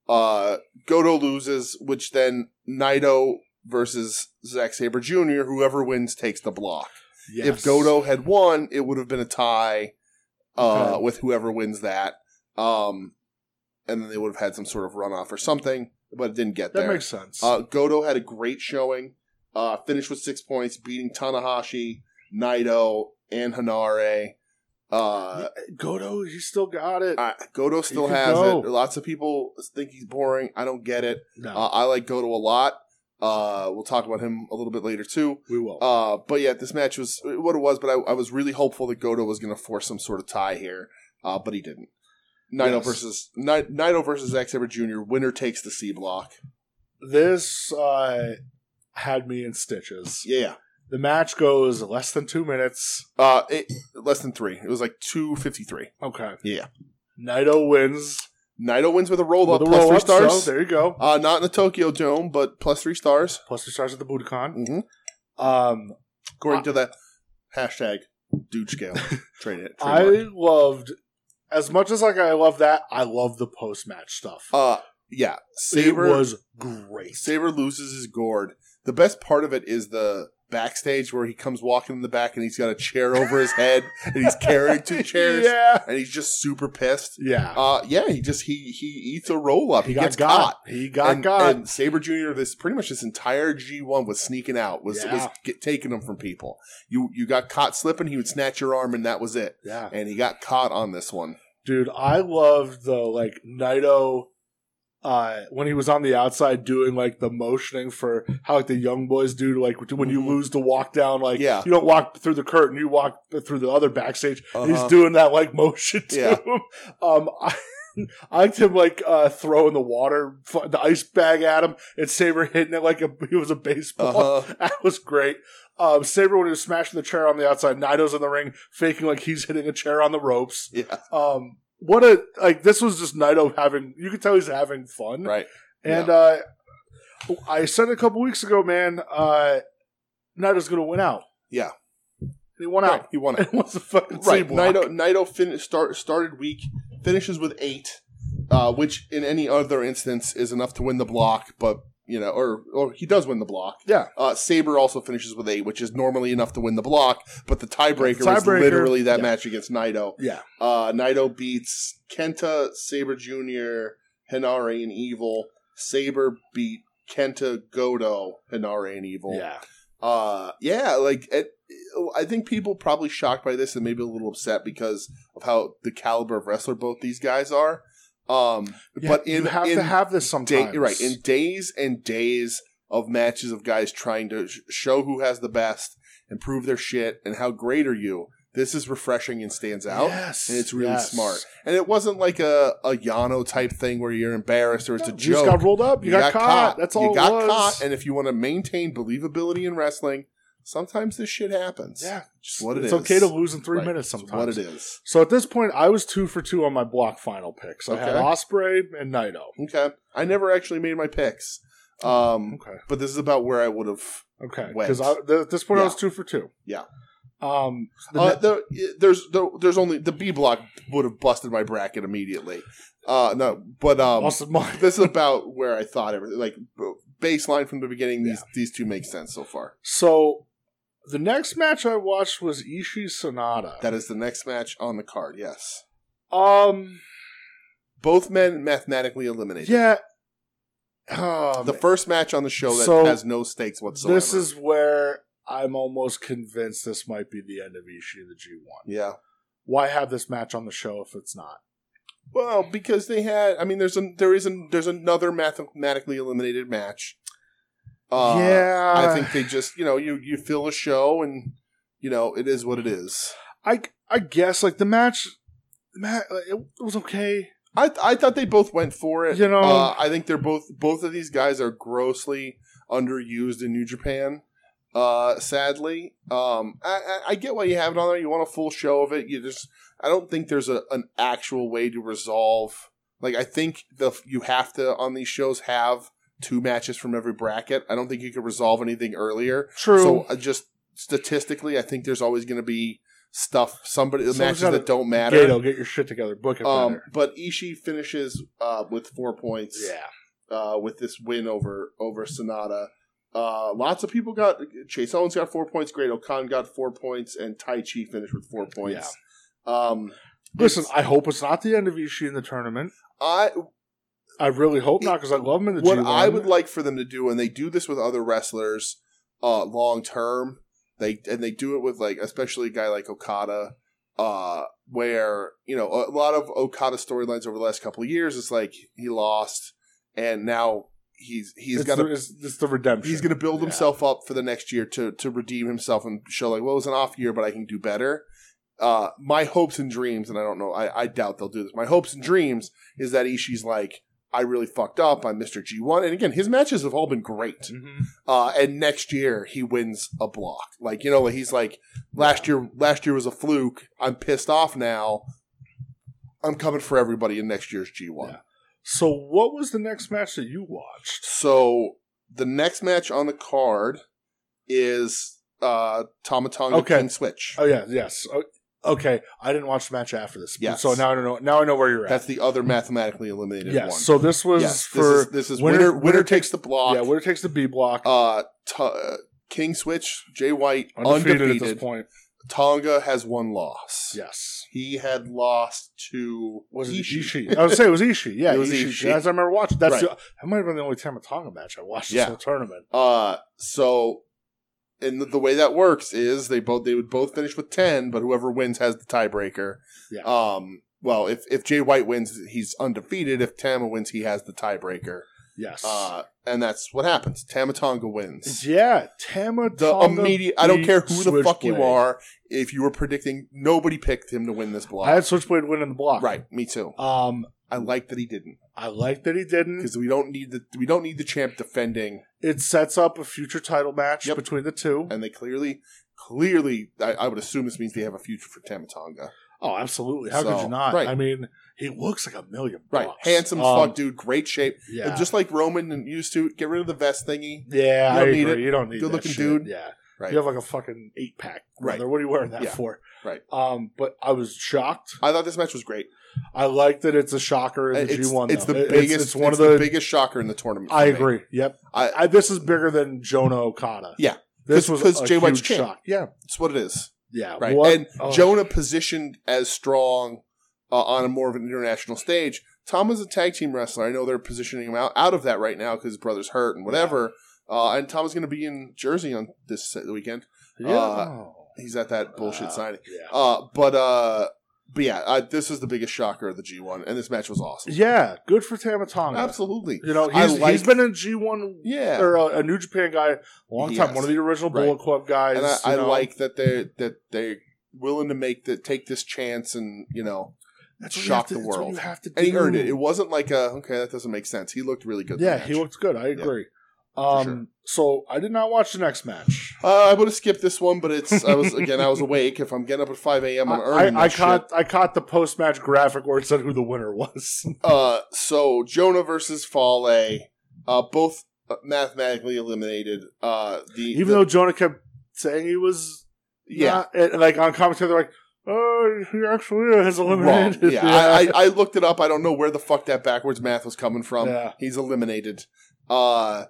uh, Godo loses, which then Naito versus Zack Saber Jr. Whoever wins takes the block.
Yes.
If Godo had won, it would have been a tie uh,
Okay.
with whoever wins that, um, and then they would have had some sort of runoff or something. But it didn't get
that
there.
makes sense.
Uh, Godo had a great showing, uh, finished with six points, beating Tanahashi, Naito, and Hanare. Uh,
Godo, he still got it.
I, Godo still
can
has
go.
it. Lots of people think he's boring. I don't get it.
no,
Uh, I like Godo a lot. Uh, we'll talk about him a little bit later too.
we will.
Uh, but yeah, this match was uh, what it was. But I, I was really hopeful that Godo was going to force some sort of tie here, uh, but he didn't. Naito
Yes.
versus Ni- Naito versus Zack Sabre Jr. Winner takes the C block.
this uh, had me in stitches.
Yeah.
The match goes less than two minutes.
Uh, it, less than three. It was like two fifty three.
Okay.
Yeah.
Naito wins.
Naito wins with a roll up
with a
plus three
roll-up,
stars.
so there you go.
uh, not in the Tokyo Dome, but plus three stars
Plus three stars at the Budokan.
Mhm.
Um,
according to the hashtag dude scale. Trade it.
I
trademark.
loved as much as like I love that, I love the post match stuff.
Uh yeah. Saber
it was great.
Saber loses his gourd. The best part of it is the backstage where he comes walking in the back and he's got a chair over his head and he's carrying two chairs
Yeah,
and he's just super pissed.
yeah.
Uh yeah, he just he he eats a roll up. He,
got
gets
got.
caught.
He got
and,
got.
and Saber Junior, this pretty much this entire G one was sneaking out, was
Yeah.
was get, taking them from people. You you got caught slipping, he would snatch your arm, and that was it.
yeah,
And he got caught on this one.
dude. I love the like Naito. Uh, when he was on the outside doing like the motioning for how like the young boys do like when you
Mhm.
lose the walk down like
Yeah.
you don't walk through the curtain you walk through the other backstage he's
Uh-huh.
doing that like motion to
Yeah.
him um I, I liked him like uh throwing the water fu- the ice bag at him and Saber hitting it like a, he was a baseball
Uh-huh.
That was great. Um, Saber when he was smashing the chair on the outside, Naito's in the ring, faking like he's hitting a chair on the ropes.
Yeah.
Um, what a like this was just Naito having you can tell he's having fun.
Right.
And uh, I said a couple weeks ago, man, uh, Naito's gonna win out.
Yeah.
And he won
Right,
out.
he won it.
It was a fucking
Right.
C-block.
Naito Naito fin- start, started weak, finishes with eight, uh, which in any other instance is enough to win the block, but you know, or or he does win the block.
Yeah.
Uh, Saber also finishes with eight, which is normally enough to win the block, but the tiebreaker, is
Tiebreaker,
literally that
yeah.
match against Naito.
Yeah.
Uh, Naito beats Kenta, Saber Junior, Hinare, and Evil. Saber beat Kenta, Goto, Hinare, and Evil
Yeah.
uh yeah like it, i think people probably shocked by this and maybe a little upset because of how the caliber of wrestler both these guys are um but
Yeah,
in,
you have
in
to have this
day-
sometimes.
right in days and days of matches of guys trying to sh- show who has the best and prove their shit and how great are you this is refreshing and stands out
Yes.
and it's really
yes.
smart and it wasn't like a a yano type thing where you're embarrassed or it's a
You just
joke
got rolled up. You, got, caught. That's all.
you
it
got
was.
caught, and if you want to maintain believability in wrestling, sometimes this shit happens.
Yeah,
just what it
it's
is.
okay to lose in three
Right.
minutes
It's
sometimes.
what it is.
So at this point, I was two for two on my block final picks. I had
Okay.
Osprey and Naito.
Okay, I never actually made my picks, um,
Okay,
but this is about where I would have.
okay.
Wet.
Because th- at this point, I was two for two.
Yeah.
Um. the
Uh,
ne-
the, there's there, there's only the B block would have busted my bracket immediately. Uh, no, but um,
also mine.
this is about where I thought everything like b- baseline from the beginning. These these two make sense so far.
So the next match I watched was Ishii Sonata.
That is the next match on the card. Yes,
um.
both men mathematically eliminated.
Yeah. Oh,
the
man.
first match on the show that
So,
has no stakes whatsoever.
this is where I'm almost convinced this might be the end of Ishii in the G1.
yeah.
Why have this match on the show if it's not?
Well, because they had, I mean, there's a there is a there's another mathematically eliminated match. Uh,
yeah.
I think they just you know you you fill a show and you know it is what it is.
I I guess like the match, ma- it was okay.
I I thought they both went for it.
You know-
uh, I think they're both both of these guys are grossly underused in New Japan. Uh, sadly, um, I, I, I get why you have it on there. You want a full show of it. You just, I don't think there's a, an actual way to resolve. Like, I think the you have to on these shows have two matches from every bracket. I don't think you could resolve anything earlier.
True.
So, uh, just statistically, I think there's always going to be stuff. Somebody
Someone's
matches
gotta-
that don't matter.
Gato, get your shit together. Book it
Um,
better.
but Ishii finishes uh, with four points
Yeah.
uh, with this win over over Sonata. Uh, lots of people got Chase Owens got four points, Great O'Con got four points, and Tai Chi finished with four points. Um,
Listen,
it's-
I hope it's not the end of Ishii in the tournament.
I
I really hope not because I love him in the
what
G1.
I would like for them to do, and they do this with other wrestlers uh, long term. They and they do it with like especially a guy like Okada, uh, where you know a lot of Okada storylines over the last couple of years. It's like he lost, and now he's he's
it's,
got
the,
to
it's, it's the redemption.
he's going to build
Yeah.
himself up for the next year to to redeem himself and show like well it was an off year, but I can do better. Uh, my hopes and dreams, and I don't know, I, I doubt they'll do this. My hopes and dreams is that Ishii's like, I really fucked up. I'm Mr. G1. And again, his matches have all been great.
Mhm.
Uh, and next year he wins a block. Like, you know, like he's like, last year, last year was a fluke. I'm pissed off now. I'm coming for everybody in next year's G1.
Yeah. So, what was the next match that you watched?
So the next match on the card is uh Tomatonga
Okay.
King Switch.
Uh, Oh yeah, yes. Oh, Okay, I didn't watch the match after this.
Yes.
So now I don't know. Now I know where you're at.
That's the other mathematically eliminated
yes.
one.
So this was
yes,
for
this is, this is winner,
winner-
winner.
winner
takes the block.
yeah. Winner takes the B block.
uh, t- uh, King Switch, Jay White
undefeated,
undefeated.
at this point.
Tonga has one loss.
Yes.
He had lost to
Was it
Ishii.
Ishii? I would say it was Ishii. Yeah,
It was
Ishii.
Ishii.
As I remember watching, that's
Right.
the, that might have been the only time a Tonga match I watched this
Yeah.
whole tournament.
Uh so and the, the way that works is they both they would both finish with 10, but whoever wins has the tiebreaker.
Yeah.
Um well, if if Jay White wins, he's undefeated. If Tama wins, he has the tiebreaker.
Yes.
Uh and that's what happens. Tama Tonga wins.
yeah, Tama
The
Tonga
immediate I don't
beat
care who the fuck you
Switchblade.
are. If you were predicting nobody picked him to win this block.
I had Switchblade winning the block.
right, me too.
Um,
I like that he didn't
I like that he didn't.
because we don't need the we don't need the champ defending
It sets up a future title match
Yep.
between the two.
and they clearly clearly I, I would assume this means they have a future for Tamatonga.
Oh, absolutely. How could
So,
you not?
right.
I mean, he looks like a million bucks.
Right. Handsome as
Um,
fuck dude, great shape.
Yeah.
Just like Roman used to, get rid of the vest thingy.
yeah,
you don't
I
need
agree. You don't need
Good-looking
that shit.
dude.
Yeah.
Right.
You have like a fucking eight pack.
Right.
brother. What are you wearing that
Yeah.
for?
Right.
Um, but I was shocked
I thought this match was great.
I like that it's a shocker in the
Uh, It's,
G one.
it's the biggest
It's,
it's,
one of
the,
the.
biggest shocker in the tournament. for
I
me.
agree. Yep.
I-
I, this is bigger than Jonah Okada.
Yeah.
This
'Cause-
was
'cause
a
Jay White's
huge
champ.
shock. Yeah.
It's what it is.
Yeah.
Right.
What-
And
oh,
Jonah positioned as strong uh, on a more of an international stage. Tom is a tag team wrestler. I know they're positioning him out, out of that right now because his brother's hurt and whatever. Uh, and Tom is going to be in Jersey on this weekend.
Yeah.
uh, He's at that bullshit
Uh,
signing.
yeah.
Uh, but uh, but yeah, I, this is the biggest shocker of the G1, and this match was awesome.
yeah. Good for Tamatonga.
Absolutely.
You know,
I
he's,
like-
he's been a G one
Yeah.
or a, a New Japan guy a long time.
Yes.
One of the original
Right.
Bullet Club guys.
and I,
you
I
know.
like that they are that they're willing to make the take this chance and you know
That's what you
shock
have to-
the
that's what
world.
you have to
and he
do.
earned it. It wasn't like a okay that doesn't make sense. He looked really good. in the
Yeah, he
match.
looked good. I
Yeah.
agree.
For
Um, so I did not watch the next match.
Uh, I would have skipped this one, but it's I was again I was awake. If I'm getting up at five a.m., I'm
I,
earning.
I, I
that shit.
caught I caught the post match graphic where it said who the winner was.
Uh, so Jonah versus Fale, uh, both mathematically eliminated. Uh, the
Even
the-
though Jonah kept saying he was,
yeah,
not- and, like on commentary, they're like, "Oh, he actually is
wrong.
eliminated."
Yeah, I, um, I, I looked it up. I don't know where the fuck that backwards math was coming from.
Yeah.
He's eliminated. Uh,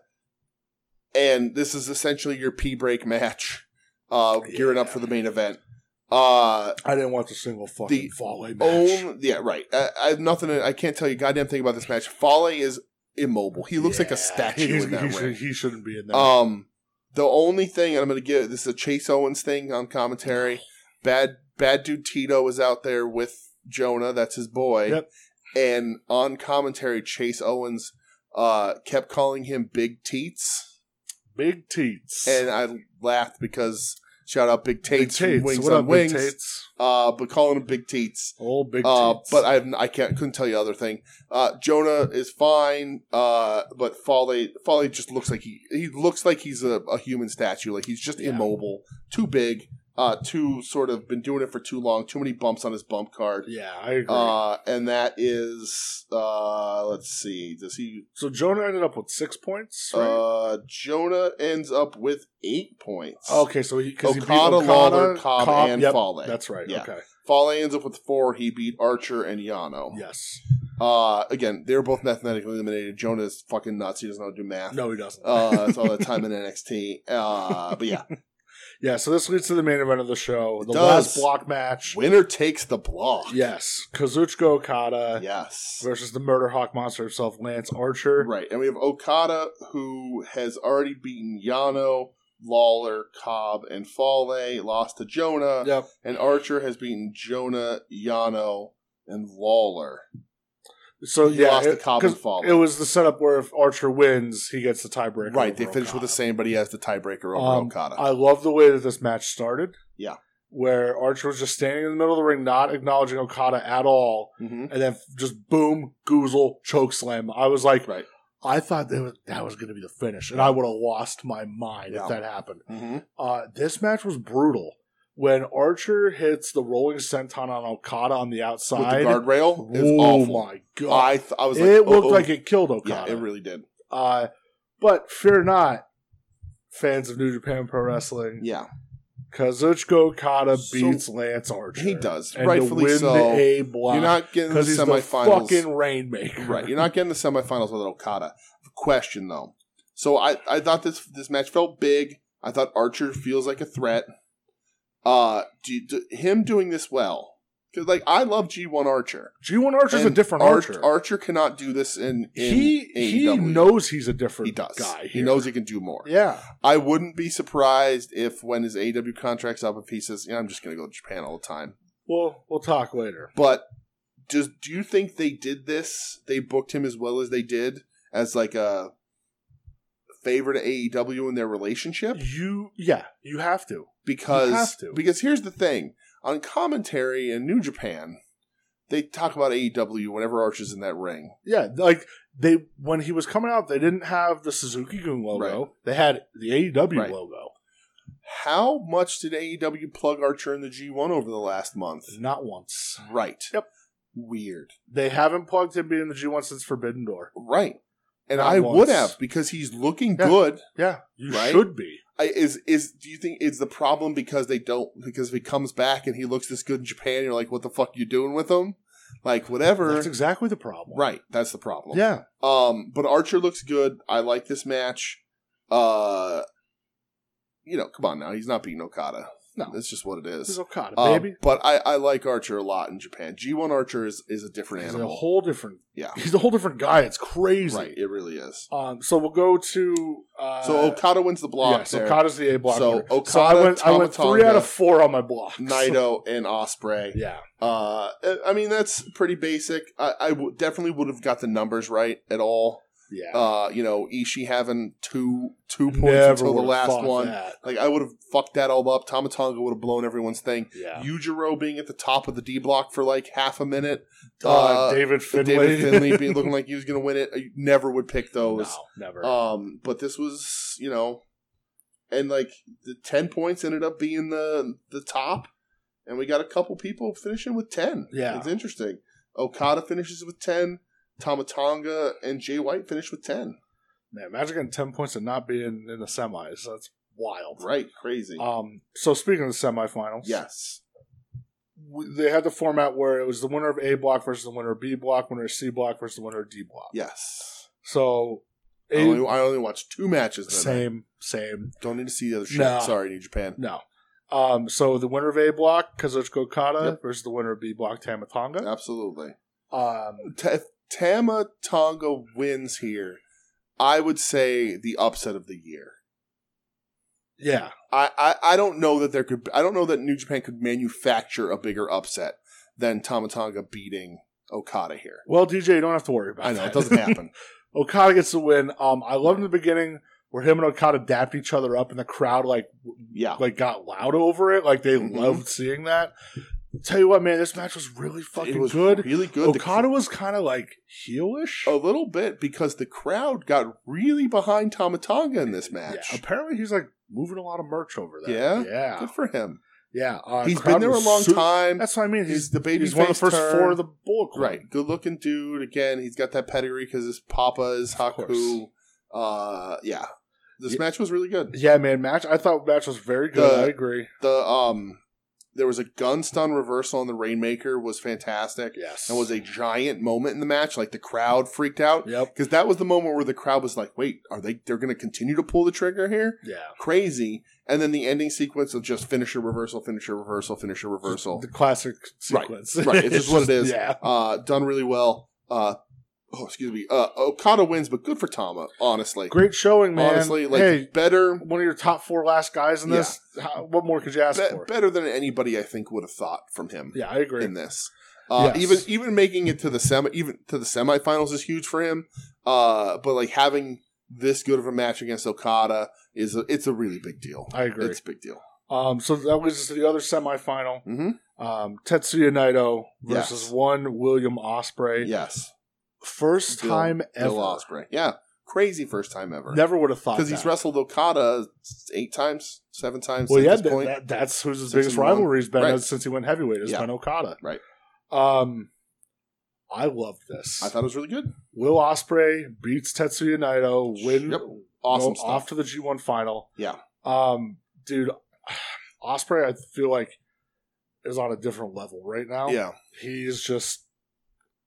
and this is essentially your pee break match, uh, gearing up
Yeah.
for the main event. Uh,
I didn't watch a single fucking
The
volley match.
own, yeah, right. I, I have nothing. I can't tell you a goddamn thing about this match. Fale is immobile. He looks like
Yeah,
a statue
he's-
in that
he,
ring.
should, he shouldn't be in there.
Um, the only thing, and I'm going to give this is a Chase Owens thing on commentary. Bad bad dude Tito was out there with Jonah, that's his boy.
Yep.
And on commentary, Chase Owens uh, kept calling him Big Teats,
Big teats.
and I laughed because shout out Big
Big
Tates, from
teats.
Wings
What
on
up,
Wings,
Big teats?
uh, but calling him Big Teats.
Old big
Uh,
teats.
but I've, I can't couldn't tell you other thing. Uh, Jonah is fine, uh, but Foley Foley just looks like he he looks like he's a, a human statue. Like he's just
Yeah.
immobile, too big, uh, too sort of been doing it for too long. Too many bumps on his bump card.
yeah, I agree.
Uh, and that is uh, let's see, does he?
so Jonah ended up with six points. Right?
Uh, Jonah ends up with eight points.
okay, so he because Oh, he beat
Okada,
Okada,
Lawler, Cobb, and
yep,
Foley.
That's right.
Yeah.
Okay.
Foley ends up with four. He beat Archer and Yano.
Yes.
Uh, again, they were both mathematically eliminated. Jonah is fucking nuts. He doesn't know how to do math.
No, he doesn't.
Uh, that's all that time in NXT. Uh, but yeah,
Yeah, so this leads to the main event of the show, the
does.
last block match.
winner takes the block.
Yes, Kazuchika Okada
Yes.
versus the Murder Hawk Monster himself, Lance Archer.
Right. And we have Okada, who has already beaten Yano, Lawler, Cobb, and Fale, lost to Jonah,
Yep.
and Archer has beaten Jonah, Yano, and Lawler.
So
He
yeah,
lost
it,
to Cobb
'cause
and Fale.
it was the setup where if Archer wins, he gets the tiebreaker.
right. They
over
finished
Okada.
with the same, but he has the tiebreaker over
Um,
Okada.
I love the way that this match started.
Yeah.
Where Archer was just standing in the middle of the ring, not acknowledging Okada at all,
hmm
and then just boom, goozle, choke slam. I was like,
Right.
I thought that was, that was going to be the finish, and I would have lost my mind
Yeah.
if that happened.
hmm
Uh, this match was brutal. When Archer hits the rolling senton on Okada on the
With the
outside,
guardrail, it's
oh
awful.
my god!
I, th- I was like,
it
oh,
looked
oh.
like it killed
yeah,
Okada.
it really did.
uh, but fear not, fans of New Japan Pro Wrestling.
Yeah,
Kazuchika Okada
So-
beats Lance Archer.
He does,
And
rightfully
to win
so.
The A block
You're not getting the
because he's the
semifinals.
fucking rainmaker.
Right. You're not getting the semifinals without Okada. Question though. So I, I thought this this match felt big. I thought Archer feels like a threat. Uh, do you, do, him doing this well. 'Cause, like I love G one Archer.
G1 Archer's a
And
different
Ar-
Archer.
Archer cannot do this in, in
he he
AEW.
knows he's a different
he does.
guy.
He
here.
knows he can do more.
Yeah.
I wouldn't be surprised if when his AEW contract's up, if he says, "Yeah, I'm just going to go to Japan all the time."
Well, we'll talk later.
But does do you think they did this? They booked him as well as they did as like a favor to AEW in their relationship
You yeah, you have to.
because
You have to.
because here's the thing on commentary in New Japan. They talk about E AEW whenever Archer's in that ring.
Yeah, like they when he was coming out, they didn't have the Suzuki Goon logo. They had the AEW
Right.
logo.
How much did AEW plug Archer in the G1 over the last month?
Not once.
Right.
Yep.
Weird.
They haven't plugged him being the G1 since Forbidden Door.
Right. And
Not
I would
once.
have because he's looking
Yeah.
good.
Yeah, you
Right?
should be.
I, is is do you think is the problem because they don't because if he comes back and he looks this good in Japan, you're like, what the fuck you doing with him? Like whatever.
That's exactly the problem.
right, that's the problem.
Yeah.
Um, but Archer looks good. I like this match. Uh, you know, come on now, he's not beating Okada.
No.
that's just what it
This is
is.
Okada,
Um,
baby.
but I, I like Archer a lot in Japan. G1 Archer is, is a different
He's a
animal.
whole different.
Yeah.
He's a whole different guy. It's crazy.
right, it really is.
Um. So we'll go to. Uh,
So Okada wins the block.
yeah, so
there.
Okada's the A block.
So
winner. so I
Okada,
went. I went three
Tamatanga,
out of four on my blocks.
Naito and Osprey.
Yeah.
Uh, I mean that's pretty basic. I, I w- definitely would have got the numbers right at all.
Yeah.
Uh, you know, Ishii having two two points
Never
until the
would've
last
thought
one.
that.
Like I would have fucked that all up. Tomatonga would have blown everyone's thing.
Yeah.
Yujiro being at the top of the D block for like half a minute.
Uh,
Uh,
David Finlay.
David Finley being looking like he was going to win it. I never would pick those.
No, never.
Um, but this was, you know, and like the ten points ended up being the the top, and we got a couple people finishing with ten.
Yeah.
it's interesting. Okada finishes with ten. Tomatonga and Jay White finish with ten.
Man, imagine getting ten points and not being in the semis. That's wild.
Right, crazy.
Um. So speaking of the semifinals,
yes,
w- they had the format where it was the winner of A block versus the winner of B block, winner of C block versus the winner of D block.
yes.
So,
I
A-
only, I only watched two matches. Then.
same, same.
Don't need to see the other shit.
No.
Sorry, New Japan.
No. Um, so the winner of A block, Kazuchika Okada,
Yep.
versus the winner of B block, Tamatonga.
Absolutely.
Um,
Ta- if Tama Tonga wins here, I would say the upset of the year.
yeah,
I, I, I don't know that there could I don't know that New Japan could manufacture a bigger upset than Tamatanga beating Okada here.
Well, DJ, you don't have to worry about
I know
that.
it doesn't happen.
Okada gets the win. Um, I love in the beginning where him and Okada dapped each other up, and the crowd like w-
Yeah,
like got loud over it. Like they
Mhm.
loved seeing that. Tell you what, man, this match was really fucking
it was
good.
really good. Oh, The
Okada was kind of like heelish.
cr- a little bit because the crowd got really behind Tamatanga in this
yeah,
match.
apparently he's like moving a lot of merch over there.
Yeah?
yeah,
Good for him.
yeah. Uh,
He's
crowd
been there a
was
long
su-
time.
That's what I mean.
He's,
He's
the baby.
he's one of the first four of the Bullet Club.
right. Good looking dude. Again, he's got that pedigree because his papa is Haku.
course.
Uh, yeah. This
Yeah.
match was really good.
Yeah, man. Match. I thought match was very good.
The-
I agree.
The um, there was a gun stun reversal on the Rainmaker was fantastic.
Yes.
and was a giant moment in the match. Like the crowd freaked out
Yep.
because that was the moment where the crowd was like, "Wait, are they? They're going to continue to pull the trigger here?
Yeah.
Crazy!" And then the ending sequence of just finisher reversal, finisher reversal, finisher reversal.
The classic
Right,
sequence.
right, it's just what it is.
Yeah.
Uh, done really well. Uh, oh, excuse me. Uh, Okada wins, but good for Tama. Honestly,
Great showing, man.
honestly, like
hey,
better,
one of your top four last guys in
Yeah.
this. How, what more could you ask
be-
for?
better than anybody I think would have thought from him
yeah, I agree.
in this. Uh,
Yes.
Even even making it to the semi even to the semifinals is huge for him. Uh, but like having this good of a match against Okada is a, it's a really big deal.
I agree.
It's a big deal.
Um, so that leads us to the other semifinal.
hmm
Um, Tetsuya Naito versus
Yes.
one William Osprey.
Yes,
First
Bill-
time ever.
Bill Osprey. Yeah, crazy first time ever.
Never would have thought
Because he's
that.
wrestled Okada eight times, seven times.
Well,
at
yeah,
this
that-
point.
that- that's who's his
Six
biggest
and one.
rivalry has been
Right.
as- since he went heavyweight. It's
Yeah.
been Okada.
Right.
Um, I loved this.
I thought it was really good.
Will Osprey beats Tetsuya Naito, win
Yep. Awesome
go
stuff.
off to the G1 final.
Yeah.
Um, dude, Osprey, I feel like, is on a different level right now.
Yeah.
he's just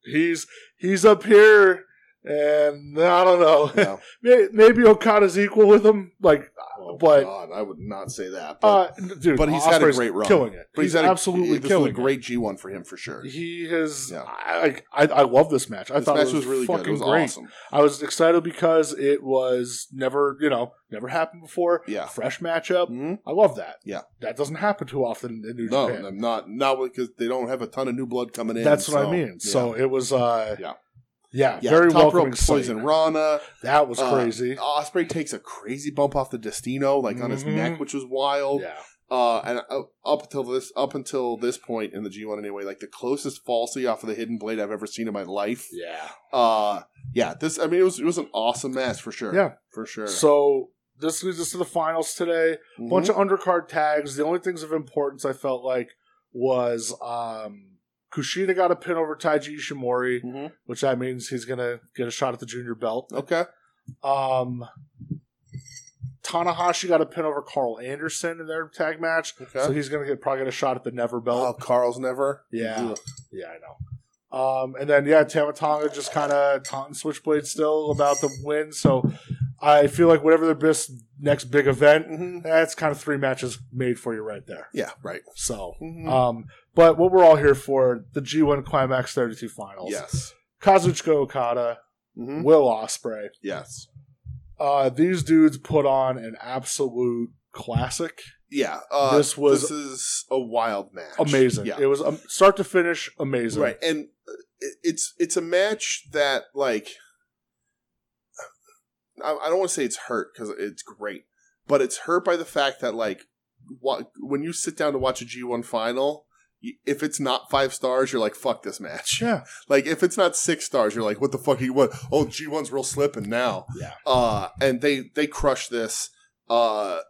he's he's up here, and I don't know.
yeah.
May- Maybe Okada's equal with him, like,
Oh,
But-
God, I would not say that. But,
uh, dude.
but he's
Osprey's
had a great run.
killing it.
But he's, had a-
absolutely
this was
killing
a great G one for him for sure.
It. He has.
Yeah.
I, I I love this match. I
this
thought
match
it was, really fucking
good. It was
great.
awesome.
I was excited because it was never, you know, never happened before.
Yeah.
Fresh matchup.
Mhm.
I love that.
Yeah.
That doesn't happen too often in New
No,
Japan.
I'm not not because they don't have a ton of new blood coming in.
That's what
so,
I mean.
yeah.
So it was, uh,
Yeah.
yeah,
Yeah,
very
top
welcoming.
rope poison
sight.
Rana.
That was
Uh,
crazy.
Osprey takes a crazy bump off the Destino, like on his
Mhm.
neck, which was wild.
yeah.
Uh, and uh, up until this, up until this point in the G1, anyway, like the closest falsy off of the Hidden Blade I've ever seen in my life.
Yeah.
Uh, yeah, this. I mean, it was it was an awesome match for sure.
Yeah.
for sure.
So this leads us to the finals today.
Mhm.
bunch of undercard tags. The only things of importance I felt like was um Kushida got a pin over Taiji Ishimori,
Mhm.
which that means he's gonna get a shot at the junior belt.
okay,
Um Tanahashi got a pin over Carl Anderson in their tag match,
okay.
so he's gonna get probably get a shot at the Never
oh,
belt.
Carl's never.
Yeah, yeah, I know. Um, and then yeah, Tamatanga just kind of taunting Switchblade still about the win. So I feel like whatever their best next big event,
Mhm.
that's kind of three matches made for you right there.
Yeah, right.
So,
Mhm.
um, but what we're all here for the G1 Climax 32 Finals.
yes.
Kazuchika Okada,
Mhm.
Will Ospreay.
Yes.
Uh, these dudes put on an absolute classic.
Yeah. Uh,
This was-
this is a wild match.
Amazing.
Yeah.
It was um, start to finish amazing.
Right, and uh, it- it's it's a match that like I, I don't want to say it's hurt because it's great, but it's hurt by the fact that like wa- when you sit down to watch a G one final, y- if it's not five stars, you're like fuck this match.
Yeah.
Like if it's not six stars, you're like what the fuck? Are you what? Oh, G one's real slipping now.
Yeah.
Uh, and they they crush this. Uh,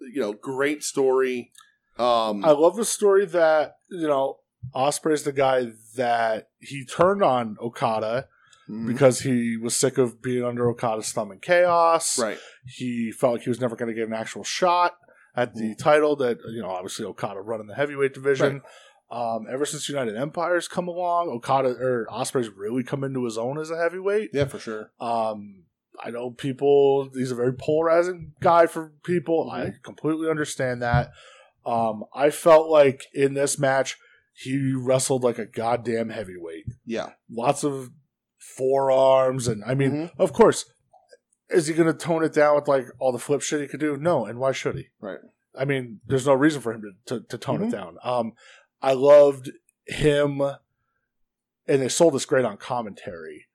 you know, great story. Um,
I love the story that, you know, Osprey's the guy that he turned on Okada
mm,
because he was sick of being under Okada's thumb in chaos.
right.
he felt like he was never going to get an actual shot at the title that you know obviously okada running the heavyweight division um, ever since united empire's come along okada or osprey's really come into his own as a heavyweight
Yeah, for sure.
um, i know people he's a very polarizing guy for people i completely understand that um, i felt like in this match he wrestled like a goddamn heavyweight
Yeah.
lots of forearms and i mean
Mhm.
of course. Is he going to tone it down with like all the flip shit he could do? No, and why should he?
Right.
I mean, there's no reason for him to to, to tone
Mhm.
it down. Um, I loved him, and they sold this great on commentary.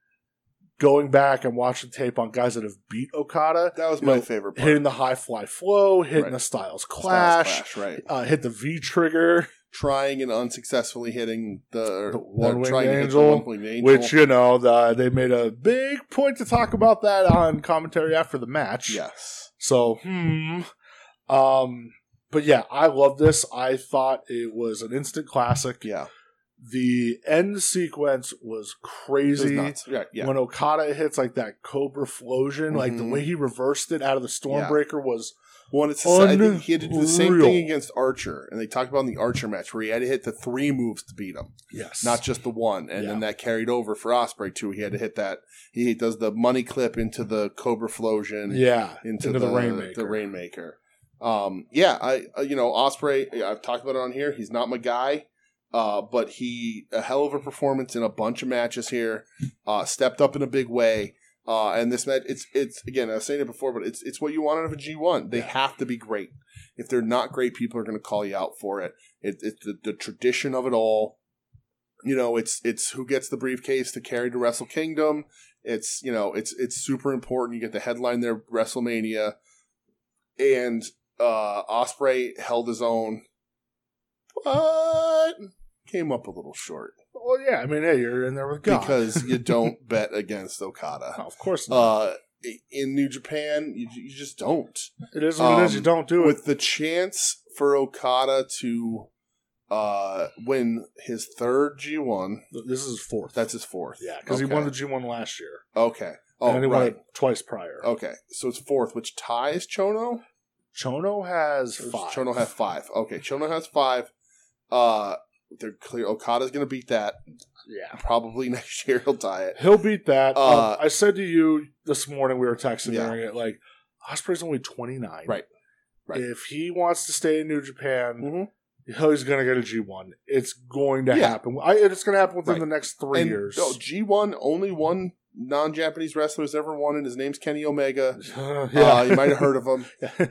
Going back and watching tape on guys that have beat Okada,
That was
You
my
know,
favorite part.
hitting the high fly flow, hitting
Right.
the Styles
Styles
Clash,
Clash, right?
Uh, hit the V trigger,
Trying and unsuccessfully hitting the,
The
the
one-winged
trying to hit the
angel,
one-winged angel,
which you know the, they made a big point to talk about that on commentary after the match.
yes,
So, hmm. Um, but yeah, I love this. I thought it was an instant classic.
yeah,
The end sequence was
It was
crazy.
nuts. Right, yeah,
When Okada hits like that Cobra Flosion, like the
Mhm.
way he reversed it out of the Stormbreaker was
One, it's the, sa- I think he had to do the same thing
Unreal.
against Archer, and they talked about in the Archer match where he had to hit the three moves to beat him,
yes,
not just the one, and then that carried over for Osprey too. He had to hit that. He does the money clip into the Cobra Flosion,
yeah
into, the, rainmaker. The rainmaker. Um, yeah, I uh, you know Osprey. I've talked about it on here. He's not my guy, uh, but he a hell of a performance in a bunch of matches here. Uh, stepped up in a big way. Uh, and this match, it's it's again. I was saying it before, but it's it's what you want out of a G one. They
Yeah.
have to be great. If they're not great, people are going to call you out for it. it it's the, the tradition of it all. You know, it's it's who gets the briefcase to carry to Wrestle Kingdom. It's you know, it's it's super important. You get the headline there, WrestleMania, and uh Osprey held his own, but came up a little short
Well, yeah, I mean, hey, you're in there with God.
because you don't bet against Okada.
No, of course not.
Uh, in New Japan, you, you just don't
it is what it is.
um,
You don't do it.
with the chance for Okada to uh win his third G one.
This is fourth.
That's his fourth.
yeah, because
Okay.
he won the G one last year.
Okay. Oh
Oh, and then he won
right. Oh.
it twice prior.
Okay. So it's fourth, which ties Chono.
Chono has
Or does
five.
Chono has five. Okay, Chono has five. Uh, they're clear. Okada's gonna beat that.
yeah.
Probably next year he'll tie it.
He'll beat that.
Uh,
um, I said to you this morning we were texting
Yeah.
during it, like Osprey's only twenty nine.
Right. Right.
If he wants to stay in New Japan,
Mhm.
he's going to get a G one. It's going to
Yeah.
happen. I, it's going to happen within
Right.
the next three
And, oh,
years.
No, G one only one non-Japanese wrestler's ever won, and his name's Kenny Omega.
yeah.
Uh, you might have heard of him.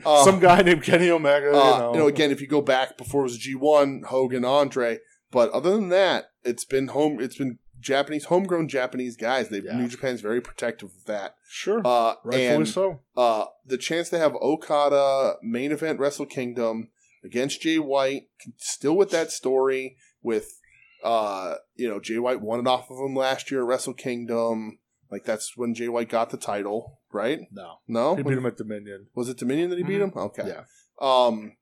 uh,
Some guy named Kenny
Uh,
Omega. you know.
you know, again, if you go back before it was G one, Hogan, Andre. But other than that, it's been home. It's been Japanese, homegrown Japanese guys. They
Yeah.
New Japan's very protective of that.
sure,
Uh,
rightfully
and
so.
uh, the chance to have Okada main event Wrestle Kingdom against Jay White, still with that story with uh, you know Jay White won it off of him last year at Wrestle Kingdom. Like that's when Jay White got the title, right?
No,
No,
he beat him at Dominion.
was it Dominion that he beat him? Okay.
Yeah.
Um,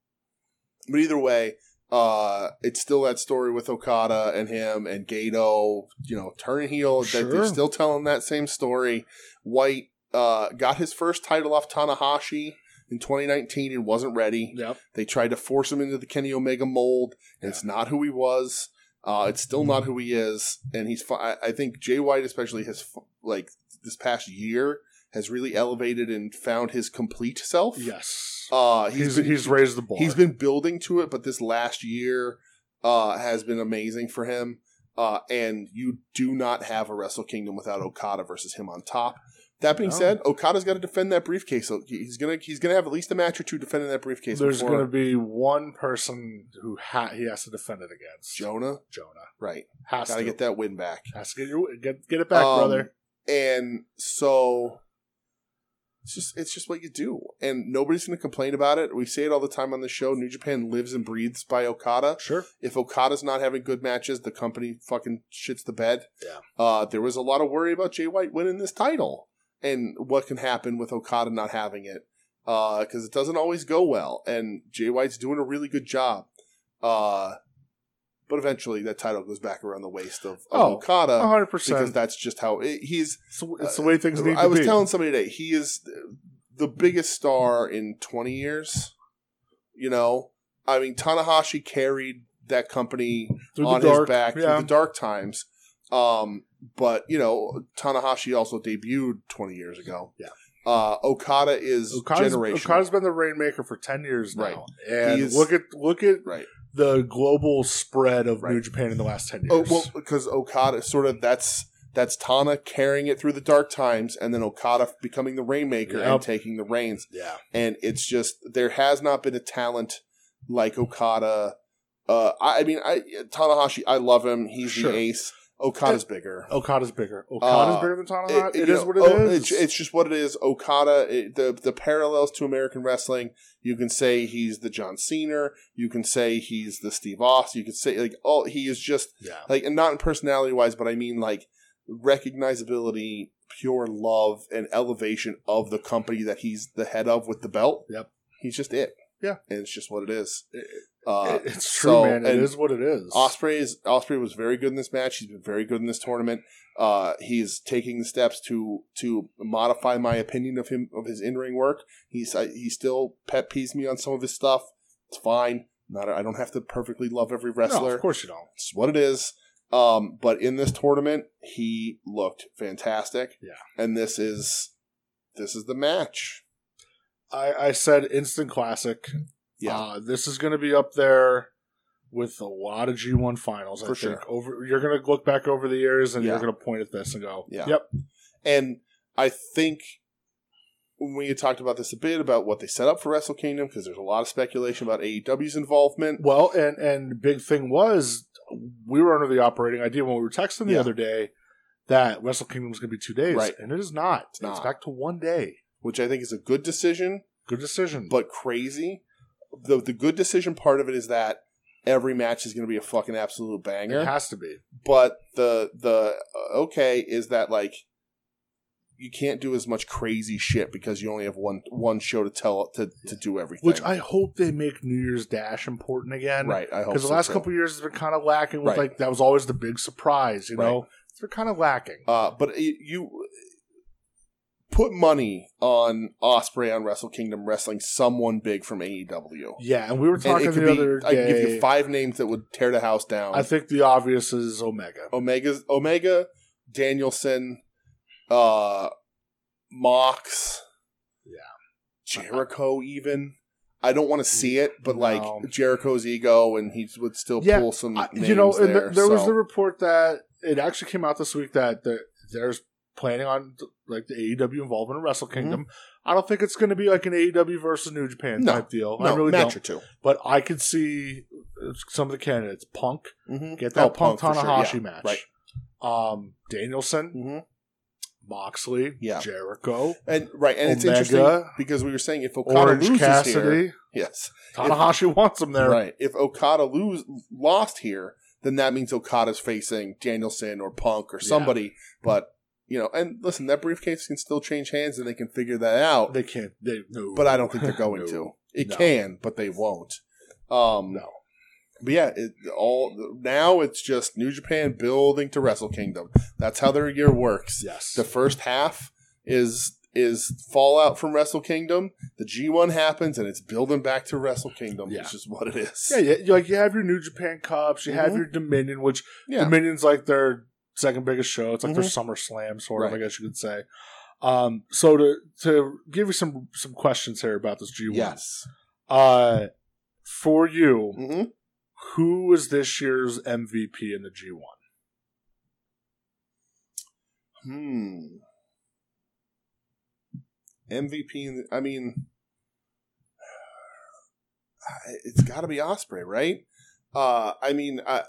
but either way, uh, it's still that story with Okada and him and Gato, you know, turn heel. that They're
Sure.
still telling that same story. White uh, got his first title off Tanahashi in 2019 and wasn't ready.
Yep.
They tried to force him into the Kenny Omega mold, and it's not who he was. Uh, it's still not who he is, and he's. Fi- I I think Jay White, especially, has f- like this past year has really elevated and found his complete self.
Yes.
Uh,
he's
been-
he's raised the bar.
He's been building to it, but this last year uh, has been amazing for him. Uh, and you do not have a Wrestle Kingdom without Okada versus him on top. That being
No.
said, Okada's got to defend that briefcase. So he- he's gonna he's gonna have at least a match or two defending that briefcase.
There's
before
going to be one person who ha- he has to defend it against.
Jonah,
Jonah
right?
has
Got to
to
get that win back.
Has to get your get get it back,
Um,
brother.
And so it's just it's just what you do, and nobody's gonna complain about it. We say it all the time on the show. New Japan lives and breathes by Okada.
Sure.
if Okada's not having good matches, the company fucking shits the bed.
Yeah.
Uh, there was a lot of worry about Jay White winning this title and what can happen with Okada not having it because it doesn't always go well. And Jay White's doing a really good job. Uh, but eventually that title goes back around the waist of, of
Oh,
Okada
hundred
because
percent.
that's just how it, he's
It's, the- it's the way things need
I
to
was
be.
telling somebody today he is the biggest star in 20 years. You know, I mean Tanahashi carried that company
Through
on
the
his
dark,
back
yeah.
through the dark times. Um, but you know Tanahashi also debuted 20 years ago.
Yeah.
Uh, Okada is
Okada's,
generational.
Okada's been the rainmaker for ten years now,
Right.
and
He is-
look at look at
right.
the global spread of New
Right.
Japan in the last ten years.
Oh well, because Okada sort of that's that's Tana carrying it through the dark times, and then Okada becoming the rainmaker
Yep.
and taking the reins.
yeah,
and it's just there has not been a talent like Okada. Uh, I, I mean, I Tanahashi, I love him. He's
Sure.
the ace. Okada's bigger.
Okada's bigger. Okada's
Uh,
bigger than Tanahashi.
It-
it
you
is
know,
what it is.
oh, It's, it's just what it is. Okada, it, the the parallels to American wrestling. You can say he's the John Cena. You can say he's the Steve Austin. You can say like, oh, he is just
yeah,
like, and not in personality wise, but I mean like recognizability, pure love, and elevation of the company that he's the head of with the belt.
Yep.
he's just it.
Yeah.
and it's just what it is.
It-
Uh,
It- it's true,
so-
man. It
and
is what it is.
Osprey is Osprey was very good in this match. He's been very good in this tournament. Uh, he's taking the steps to to modify my opinion of him of his in ring work. He's I, he still pet peeves me on some of his stuff. It's fine. Not I don't have to perfectly love every
no,
wrestler.
of course you don't.
It's what it is. Um, but in this tournament, he looked fantastic.
Yeah.
and this is this is the match.
I, I said instant classic.
Yeah.
Uh, this is going to be up there with a lot of G1 finals. I
For
think.
sure.
Over, you're going to look back over the years and you're
Yeah.
going to point at this and go,
Yeah.
"Yep,
And I think we had talked about this a bit about what they set up for Wrestle Kingdom because there's a lot of speculation about AEW's involvement.
Well, and and big thing was we were under the operating idea when we were texting the
Yeah.
other day that Wrestle Kingdom was going to be two days,
Right.
and it is not. It's,
not.
back to one day.
Which I think is a good decision,
Good decision,
but crazy. The the good decision part of it is that every match is going to be a fucking absolute banger.
it has to be.
but the the uh, okay is that like you can't do as much crazy shit because you only have one one show to tell to to do everything.
Which I hope they make New Year's Dash important again,
right, I hope
Because the
so,
last
too.
couple of years has been kind of lacking. With
Right.
like that was always the big surprise, you
Right.
know. It's been kind of lacking.
Uh, but it, you put money on Osprey on Wrestle Kingdom wrestling someone big from AEW.
Yeah, and we were
And
talking
it could
the
be,
other
I can
day.
give you five names that would tear the house down.
I think the obvious is
Oh,
Omega.
Omega's Omega, Danielson, uh Mox.
Yeah. Mm,
Jericho even. I don't want to see it, but
No.
like Jericho's ego and he would still
Yeah,
pull some
I-
names
you know, and
there.
th- there was
so-
the report that it actually came out this week that the, there's planning on like the AEW involvement in Wrestle
Mm-hmm.
Kingdom. I don't think it's going to be like an AEW versus New Japan
No,
type deal.
no,
I really
match
don't.
or 2
But I could see uh, some of the candidates: Punk,
Mm-hmm.
get that Punk, Tanahashi match, um, Danielson,
hmm
Moxley,
Yeah.
Jericho,
And right, and it's
Omega.
interesting because we were saying if Okada
Orange
loses here,
Cassidy.
yes,
Tanahashi wants him there.
right. If Okada lose lost here, then that means Okada's facing Danielson or Punk or
Yeah.
somebody. But you know, and listen, that briefcase can still change hands, and they can figure that out.
They can't. They no.
but I don't think they're going
No.
to. It
No.
can, but they won't. Um,
No.
But yeah, it, all now it's just New Japan building to Wrestle Kingdom. That's how their year works.
Yes.
The first half is is fallout from Wrestle Kingdom. The G one happens, and it's building back to Wrestle Kingdom,
Yeah.
which is what it is.
yeah, yeah, you- like you have your New Japan Cups, you have
Mhm.
your Dominion, which
Yeah. Mm-hmm.
Dominion's like their second biggest show. It's like their Summer Slam, sort of,
Right.
I guess you could say. Um, so to to give you some some questions here about this G one,
Yes.
uh, for you,
hmm
who is this year's MVP in the G one?
Hmm. MVP. in the- I mean, it's got to be Osprey, right? Uh, I mean, I,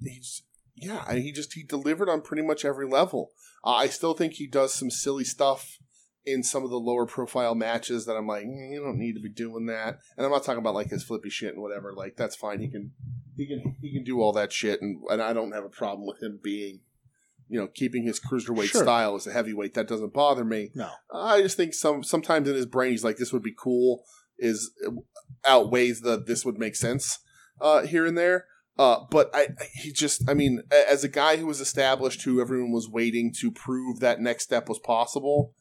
he's yeah. I, he just he delivered on pretty much every level. Uh, I still think he does some silly stuff in some of the lower profile matches that I'm like, "Mm, you don't need to be doing that. And I'm not talking about like his flippy shit and whatever. Like that's fine. He can he can he can do all that shit, and and I don't have a problem with him being you know, keeping his cruiserweight
Sure.
style as a heavyweight. That doesn't bother me.
No.
I just think some sometimes in his brain he's like, this would be cool. Is outweighs the this would make sense uh, here and there. Uh, but I, I- he just, I mean, a- as a guy who was established, who everyone was waiting to prove that next step was possible,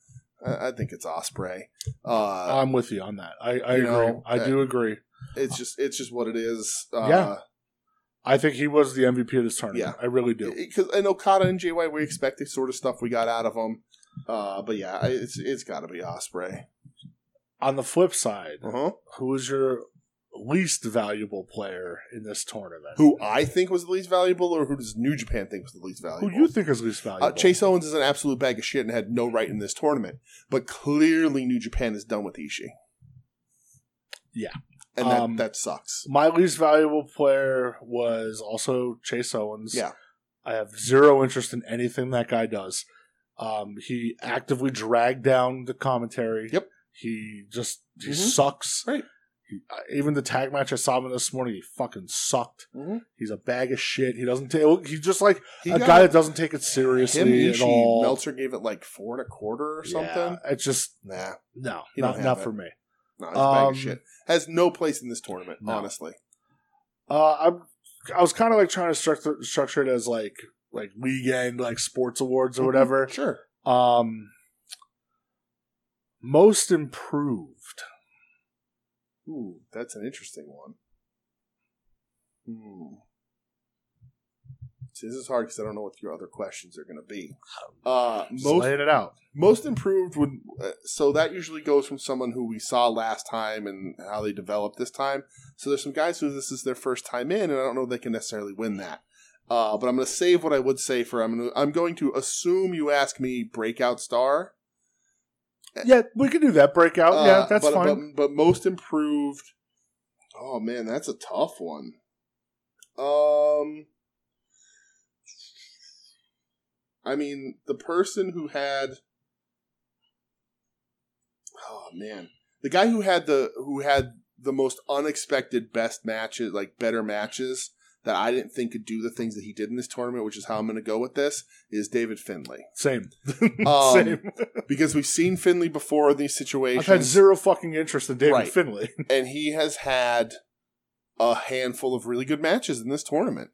I, I think it's Osprey. Uh,
I'm with you on that. I, I
you
agree.
know, uh,
I do agree.
it's just, it's just what it is. Uh,
Yeah. I think he was the MVP of this tournament. I really do.
because and Okada and JY, we expect the sort of stuff we got out of them. Uh, but yeah, I- it's it's got to be Osprey.
On the flip side,
Uh-huh.
who is your least valuable player in this tournament?
Who I think was the least valuable, or who does New Japan think was the least valuable?
Who you think is least valuable?
Uh, Chase Owens is an absolute bag of shit and had no right in this tournament, but clearly New Japan is done with Ishii.
Yeah.
and that,
Um,
that sucks.
My least valuable player was also Chase Owens.
Yeah.
I have zero interest in anything that guy does. Um, he actively dragged down the commentary.
Yep.
He just he
Mhm.
sucks.
Right.
He, uh, even the tag match I saw him in this morning, he fucking sucked.
Mhm.
He's a bag of shit. He doesn't take. He's just like
He
a
got
guy that doesn't take it
him
seriously at
Ishii.
all.
Meltzer gave it like four and a quarter or something.
Yeah, it's just
Nah,
no,
He don't
not,
have
not
it.
for me.
no, it's a bag
Um,
of shit. Has no place in this tournament,
No.
honestly.
Uh, I'm, I was kind of like trying to structure, structure it as like like weekend like sports awards
Mm-hmm.
or whatever.
Sure.
um, most improved.
Ooh, that's an interesting one. Hmm. See, this is hard because I don't know what your other questions are going to be. Uh,
Just
most
laying it out.
most improved would uh, so that usually goes from someone who we saw last time and how they developed this time. So there's some guys who this is their first time in, and I don't know if they can necessarily win that. Uh, but I'm going to save what I would say for I'm gonna, I'm going to assume you ask me breakout star.
Yeah, we can do that breakout.
Uh,
Oh, yeah, that's
but,
fine.
But, but most improved. Oh man, that's a tough one. Um, I mean, the person who had. Oh man, the guy who had the who had the most unexpected best matches, like better matches that I didn't think could do the things that he did in this tournament, which is how I'm going to go with this, is David Finley
Same.
Um,
Same.
because we've seen Finley before in these situations
I've had zero fucking interest in David
Right.
Finley.
and he has had a handful of really good matches in this tournament.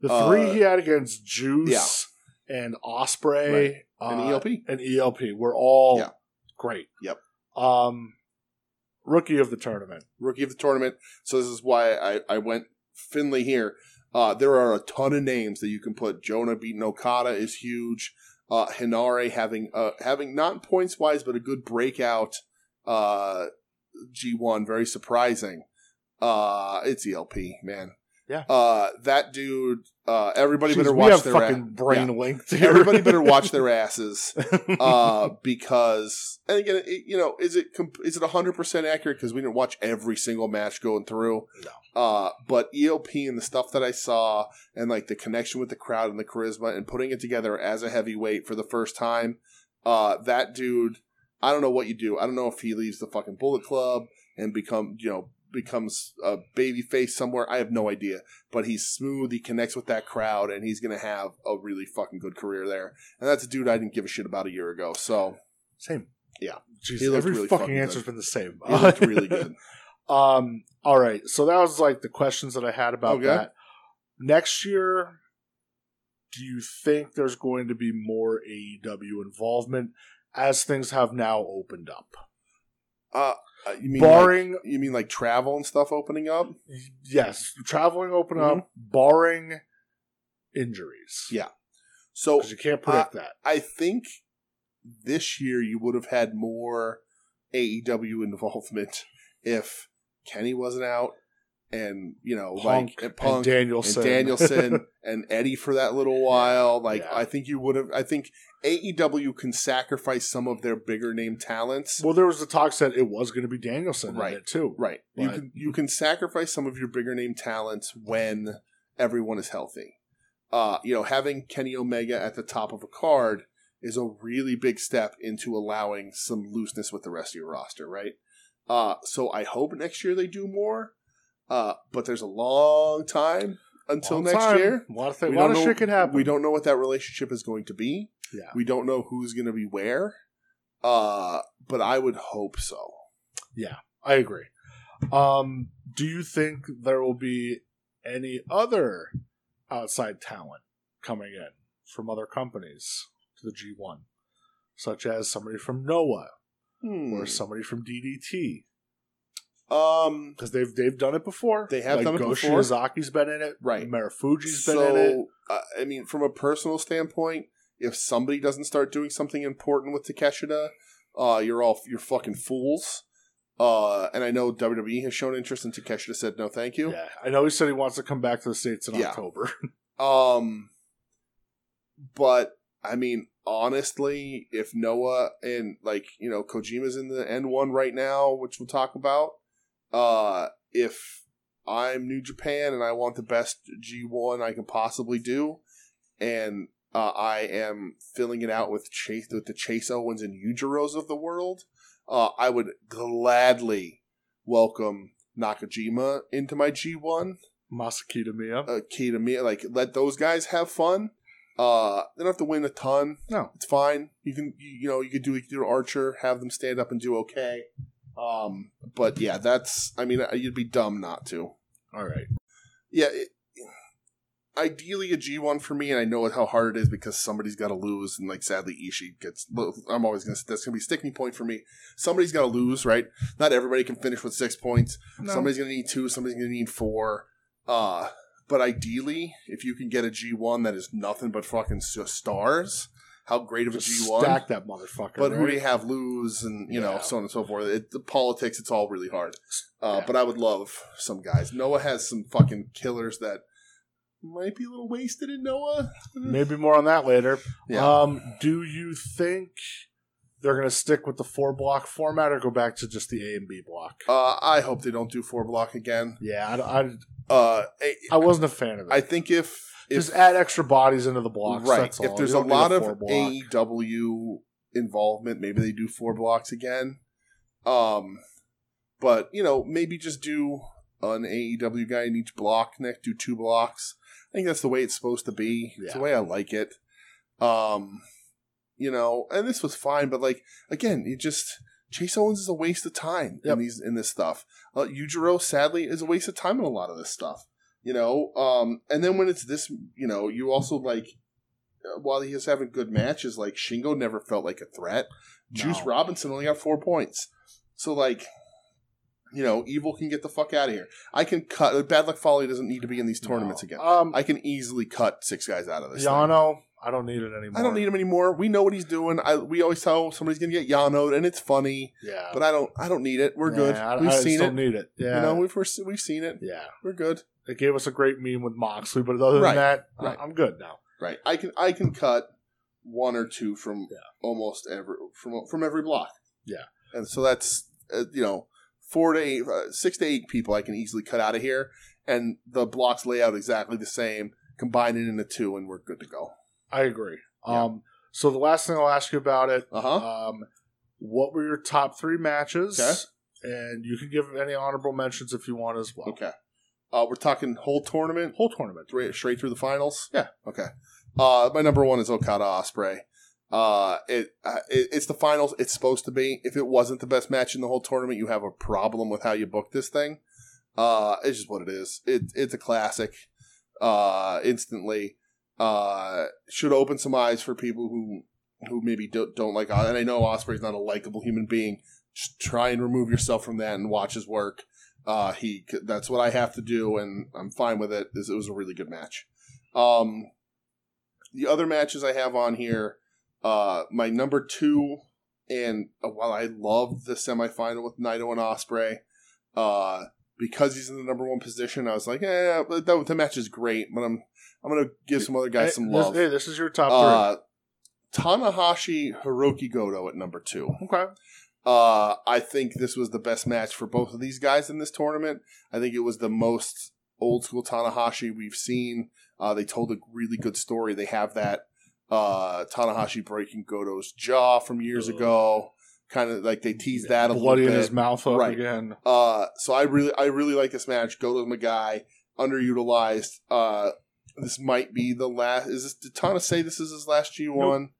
The
Uh,
three he had against Juice and Osprey
And
uh,
ELP.
and ELP were all
Yeah.
great.
Yep.
Um, rookie of the tournament.
rookie of the tournament. So this is why I, I went Finley here. Uh, there are a ton of names that you can put. Jonah beating Okada is huge. Uh, Hinare having uh, having not points wise, but a good breakout uh, G one, very surprising. Uh, it's ELP man.
Yeah.
Uh, that dude. Uh, everybody better
Jeez,
watch
we have
their
fucking
ass.
brain linked.
Yeah.
Here.
Everybody better watch their asses uh, because and again, it, you know, is it comp- is it hundred percent accurate? Because we didn't watch every single match going through. No. Uh, but ELP and the stuff that I saw, and like the connection with the crowd and the charisma, and putting it together as a heavyweight for the first time, uh, that dude. I don't know what you do. I don't know if he leaves the fucking Bullet Club and become you know becomes a baby face somewhere. I have no idea. But he's smooth. He connects with that crowd, and he's gonna have a really fucking good career there. And that's a dude I didn't give a shit about a year ago. So
same.
Yeah.
Jeez,
He looked
every
really
fucking,
fucking
answer's
good.
been the same.
he looked really good.
Um. All right. So that was like the questions that I had about
Okay.
that. Next year, do you think there's going to be more AEW involvement as things have now opened up?
Uh, you mean like,
barring
you mean like travel and stuff opening up?
yes, traveling open up, barring injuries.
Mm-hmm. Yeah. Uh, So
because you can't predict that.
I think this year you would have had more AEW involvement if Kenny wasn't out, and you know,
Punk
like and
And
Punk and
Danielson.
Danielson and Eddie for that little while. Like
Yeah.
I think you would have. I think AEW can sacrifice some of their bigger name talents.
well, there was the talk that it was going to be Danielson
Right.
in it too.
Right. you
But-
can you can sacrifice some of your bigger name talents when everyone is healthy. Uh, you know, having Kenny Omega at the top of a card is a really big step into allowing some looseness with the rest of your roster, right? Uh, so I hope next year they do more. Uh, but there's a long time until
Long
next
time.
year.
a lot of, thing,
We
lot
don't
of
know-
shit can happen.
We don't know what that relationship is going to be.
Yeah.
We don't know who's going to be where. Uh, but I would hope so.
I agree. Um, do you think there will be any other outside talent coming in from other companies to the G1, such as somebody from Noah
Hmm.
or somebody from DDT?
Um,
Because they've they've done it before.
They have
like
done it
Go
before.
Shirazaki's been in it.
Right.
Marufuji's been
so,
in it.
uh, I mean, from a personal standpoint, if somebody doesn't start doing something important with Takeshita, uh, you're all you're fucking fools. Uh, and I know WWE has shown interest, and Takeshita said no, thank you.
Yeah, I know he said he wants to come back to the states in
Yeah.
October.
Um, but I mean, honestly, if Noah and like you know Kojima's in the N one right now, which we'll talk about, uh, if I'm New Japan and I want the best G one I can possibly do, and uh, I am filling it out with Chase with the Chase Owens and Yujiros of the world, uh, I would gladly welcome Nakajima into my G one
Masakita Mia.
uh, key to me. Like, let those guys have fun. Uh, they don't have to win a ton.
No.
it's fine. You can, you, you know, you could do you could do Archer, have them stand up and do okay. Um, but yeah, that's. I mean, uh, you'd be dumb not to.
All right.
Yeah. It, Ideally, a G one for me, and I know how hard it is because somebody's got to lose, and like sadly, Ishii gets. I'm always gonna that's gonna be a sticking point for me. Somebody's got to lose, right? Not everybody can finish with six points. Somebody's going to need two. Somebody's going to need four. Uh, but ideally, if you can get a G1 that is nothing but fucking s- stars, how great of a
Just
G1.
stack that motherfucker.
but who
right?
do you have lose and, you
Yeah.
know, so on and so forth. It, the politics, it's all really hard. Uh,
Yeah.
But I would love some guys. Noah has some fucking killers that might be a little wasted in Noah.
Maybe more on that later.
Yeah.
Um, do you think they're going to stick with the four block format or go back to just the A and B block?
Uh, I hope they don't do four block again.
yeah, I, I,
Uh, I,
I wasn't a fan of it.
I think if. if
just add extra bodies into the blocks.
Right.
That's all.
If there's
You
a
don't need
lot of
four block.
AEW involvement, maybe they do four blocks again. Um, but you know, maybe just do an AEW guy in each block. Next, do two blocks. I think that's the way it's supposed to be. It's the
Yeah.
way I like it. Um, you know, and this was fine, but like again, it just Chase Owens is a waste of time
Yep.
in these in this stuff. Uh, Yujiro sadly is a waste of time in a lot of this stuff. You know, um, and then when it's this, you know, you also like while he is having good matches, like Shingo never felt like a threat. Juice
No.
Robinson only got four points. So like, you know, evil can get the fuck out of here. I can cut. uh, Bad Luck Folly doesn't need to be in these tournaments again.
Um,
I can easily cut six guys out of this. thing.
Yano, I don't need it anymore.
I don't need him anymore. We know what he's doing. I, we always tell somebody's gonna get Yanoed, and it's funny.
Yeah,
But I don't. I don't need it. We're
Nah,
good.
I,
we've
I just
seen it.
Don't need it. Yeah,
You know, we've we're, we've seen it.
yeah.
We're good.
It gave us a great meme with Moxley, but other than
Right,
that, I-
right.
I'm good now.
Right. I can I can cut one or two from
Yeah.
almost every from from every block.
Yeah.
And so that's uh, you know four to eight, uh, six to eight people I can easily cut out of here, and the blocks lay out exactly the same. Combine it into two, and we're good to go.
I agree.
Yeah.
Um, so the last thing I'll ask you about it,
Uh huh.
um, what were your top three matches?
Okay.
And you can give any honorable mentions if you want as well.
Okay. Uh, we're talking whole tournament.
Whole tournament.
straight, straight through the finals.
Yeah.
Okay. Uh, my number one is Okada Osprey. Uh, it, uh, it it's the finals. It's supposed to be. If it wasn't the best match in the whole tournament, you have a problem with how you booked this thing. Uh, it's just what it is. It it's a classic. Uh, instantly. Uh, should open some eyes for people who who maybe don't, don't like. And I know Osprey's not a likable human being. Just try and remove yourself from that and watch his work uh, he c- that's what I have to do, and I'm fine with it. This- It was a really good match. Um, the other matches I have on here, uh, my number two, and uh, while I love the semifinal with Naito and Osprey, uh, because he's in the number one position, I was like, yeah, but that, that match is great, but I'm I'm gonna give some other guys some
Hey,
love.
This, hey, this is your top
Uh, Tanahashi Hiroki Goto at number two.
three. Okay.
Uh, I think this was the best match for both of these guys in this tournament. I think it was the most old school Tanahashi we've seen. Uh, they told a really good story. They have that uh, Tanahashi breaking Goto's jaw from years
Ugh.
ago. Kind of like they teased that a
Bloody in
little
his
bit.
mouth up
Right.
again.
Uh, so I really, I really like this match. Goto's my guy. Underutilized. Uh, this might be the last. Is this, did Tana say this is his last G one?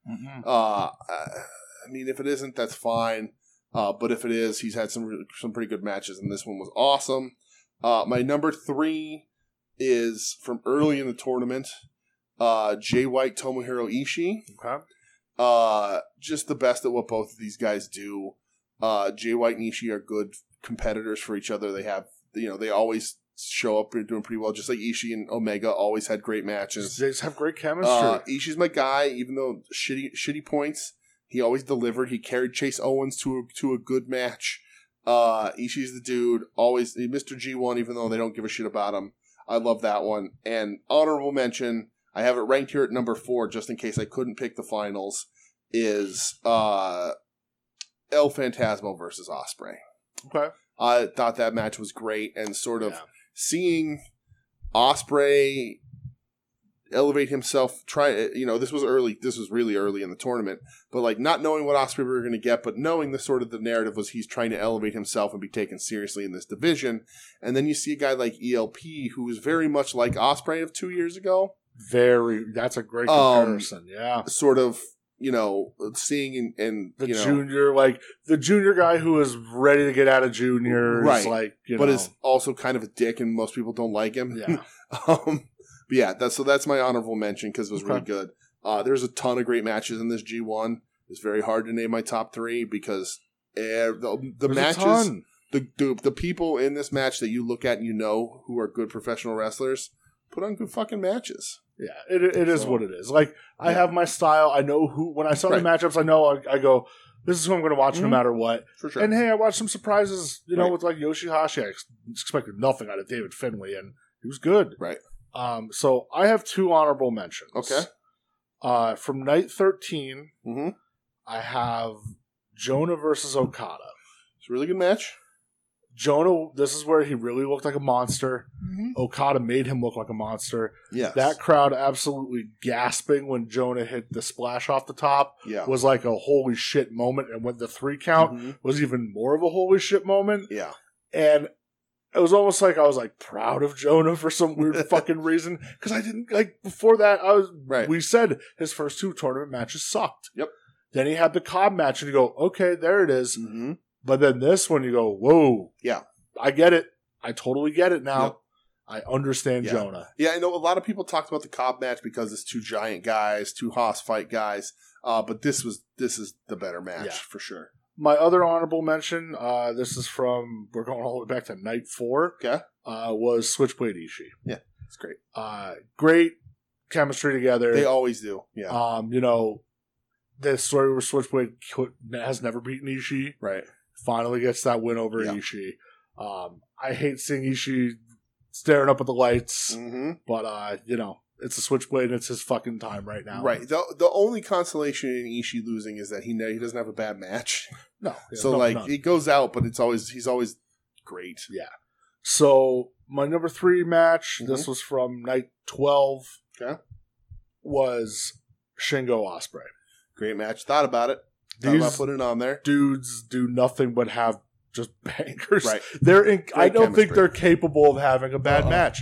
Uh, I mean, if it isn't, that's fine. Uh, but if it is, he's had some really, some pretty good matches, and this one was awesome. Uh, my number three is from early in the tournament. Uh, Jay White, Tomohiro Ishii
Okay.
uh, just the best at what both of these guys do. Uh, Jay White and Ishii are good competitors for each other. They have, you know, they always show up and doing pretty well. Just like Ishii and Omega always had great matches.
They just have great chemistry.
Uh, Ishii's my guy, even though shitty shitty points. He always delivered. He carried Chase Owens to a, to a good match. Uh, Ishii's the dude. Always Mr. G1, even though they don't give a shit about him. I love that one. And honorable mention, I have it ranked here at number four, just in case I couldn't pick the finals, is uh, El Fantasmo versus Osprey.
okay.
I thought that match was great and sort of
Yeah.
seeing Osprey elevate himself. Try you know this was early. This was really early in the tournament, but like not knowing what Osprey we were going to get, but knowing the sort of the narrative was he's trying to elevate himself and be taken seriously in this division. And then you see a guy like ELP who is very much like Osprey of two years ago,
Very. That's a great
Um,
comparison. yeah.
sort of you know seeing and, and
The
you know.
junior, like the junior guy who is ready to get out of junior,
Right.
is like you
but
know,
is also kind of a dick, and most people don't like him.
yeah,
Um, but yeah, that's so that's my honorable mention because it was really
Okay.
good. Uh, there's a ton of great matches in this G1. It's very hard to name my top three because eh, the, the
There's a
matches,
ton.
the, the the people in this match that you look at and you know who are good professional wrestlers put on good fucking matches.
Yeah, it, it is
So-
what it is. Like I
Yeah.
have my style. I know who. When I saw the matchups, I know I, I go. This is who I'm going to watch no
Mhm.
matter what.
for sure.
And hey, I watched some surprises. You know,
Right.
with like Yoshihashi, I ex- expected nothing out of David Finley, and he was good.
Right.
Um. So I have two honorable mentions.
Okay.
Uh, from night thirteen,
hmm
I have Jonah versus Okada.
It's a really good match.
Jonah, this is where he really looked like a monster.
Mm-hmm.
Okada made him look like a monster.
Yes.
That crowd absolutely gasping when Jonah hit the splash off the top
yeah.
was like a holy shit moment. And when the three count
Mhm.
was even more of a holy shit moment.
Yeah.
And it was almost like I was like proud of Jonah for some weird fucking reason. Cause I didn't like before that, I was,
Right.
we said his first two tournament matches sucked.
Yep.
Then he had the Cobb match and you go, okay, there it is.
hmm
But then this one, you go, whoa.
Yeah.
I get it. I totally get it now.
Yep.
I understand
Yeah.
Jonah.
Yeah, I know a lot of people talked about the Cobb match because it's two giant guys, two Haas fight guys. Uh, but this was this is the better match
Yeah.
for sure.
My other honorable mention, uh, this is from we're going all the way back to night four.
Okay.
Uh, was Switchblade Ishii.
It's great.
Uh, great chemistry together.
They always do. Yeah.
Um, you know, the story where Switchblade could- has never beaten Ishii
right.
finally gets that win over
Yeah.
Ishii. Um, I hate seeing Ishii staring up at the lights,
hmm
but uh, you know, it's a Switchblade and it's his fucking time right now.
Right. The the only consolation in Ishii losing is that he ne- he doesn't have a bad match.
No. yeah,
so
no,
like
none.
it goes out, but it's always he's always great.
So my number three match,
Mhm.
this was from night twelve.
Okay.
Was Shingo Osprey.
Great match. Thought about it. Thought about
These
putting it on there.
dudes do nothing but have just bangers.
Right.
They're in, I don't think
chemistry.
they're capable of having a bad
Uh-uh.
match.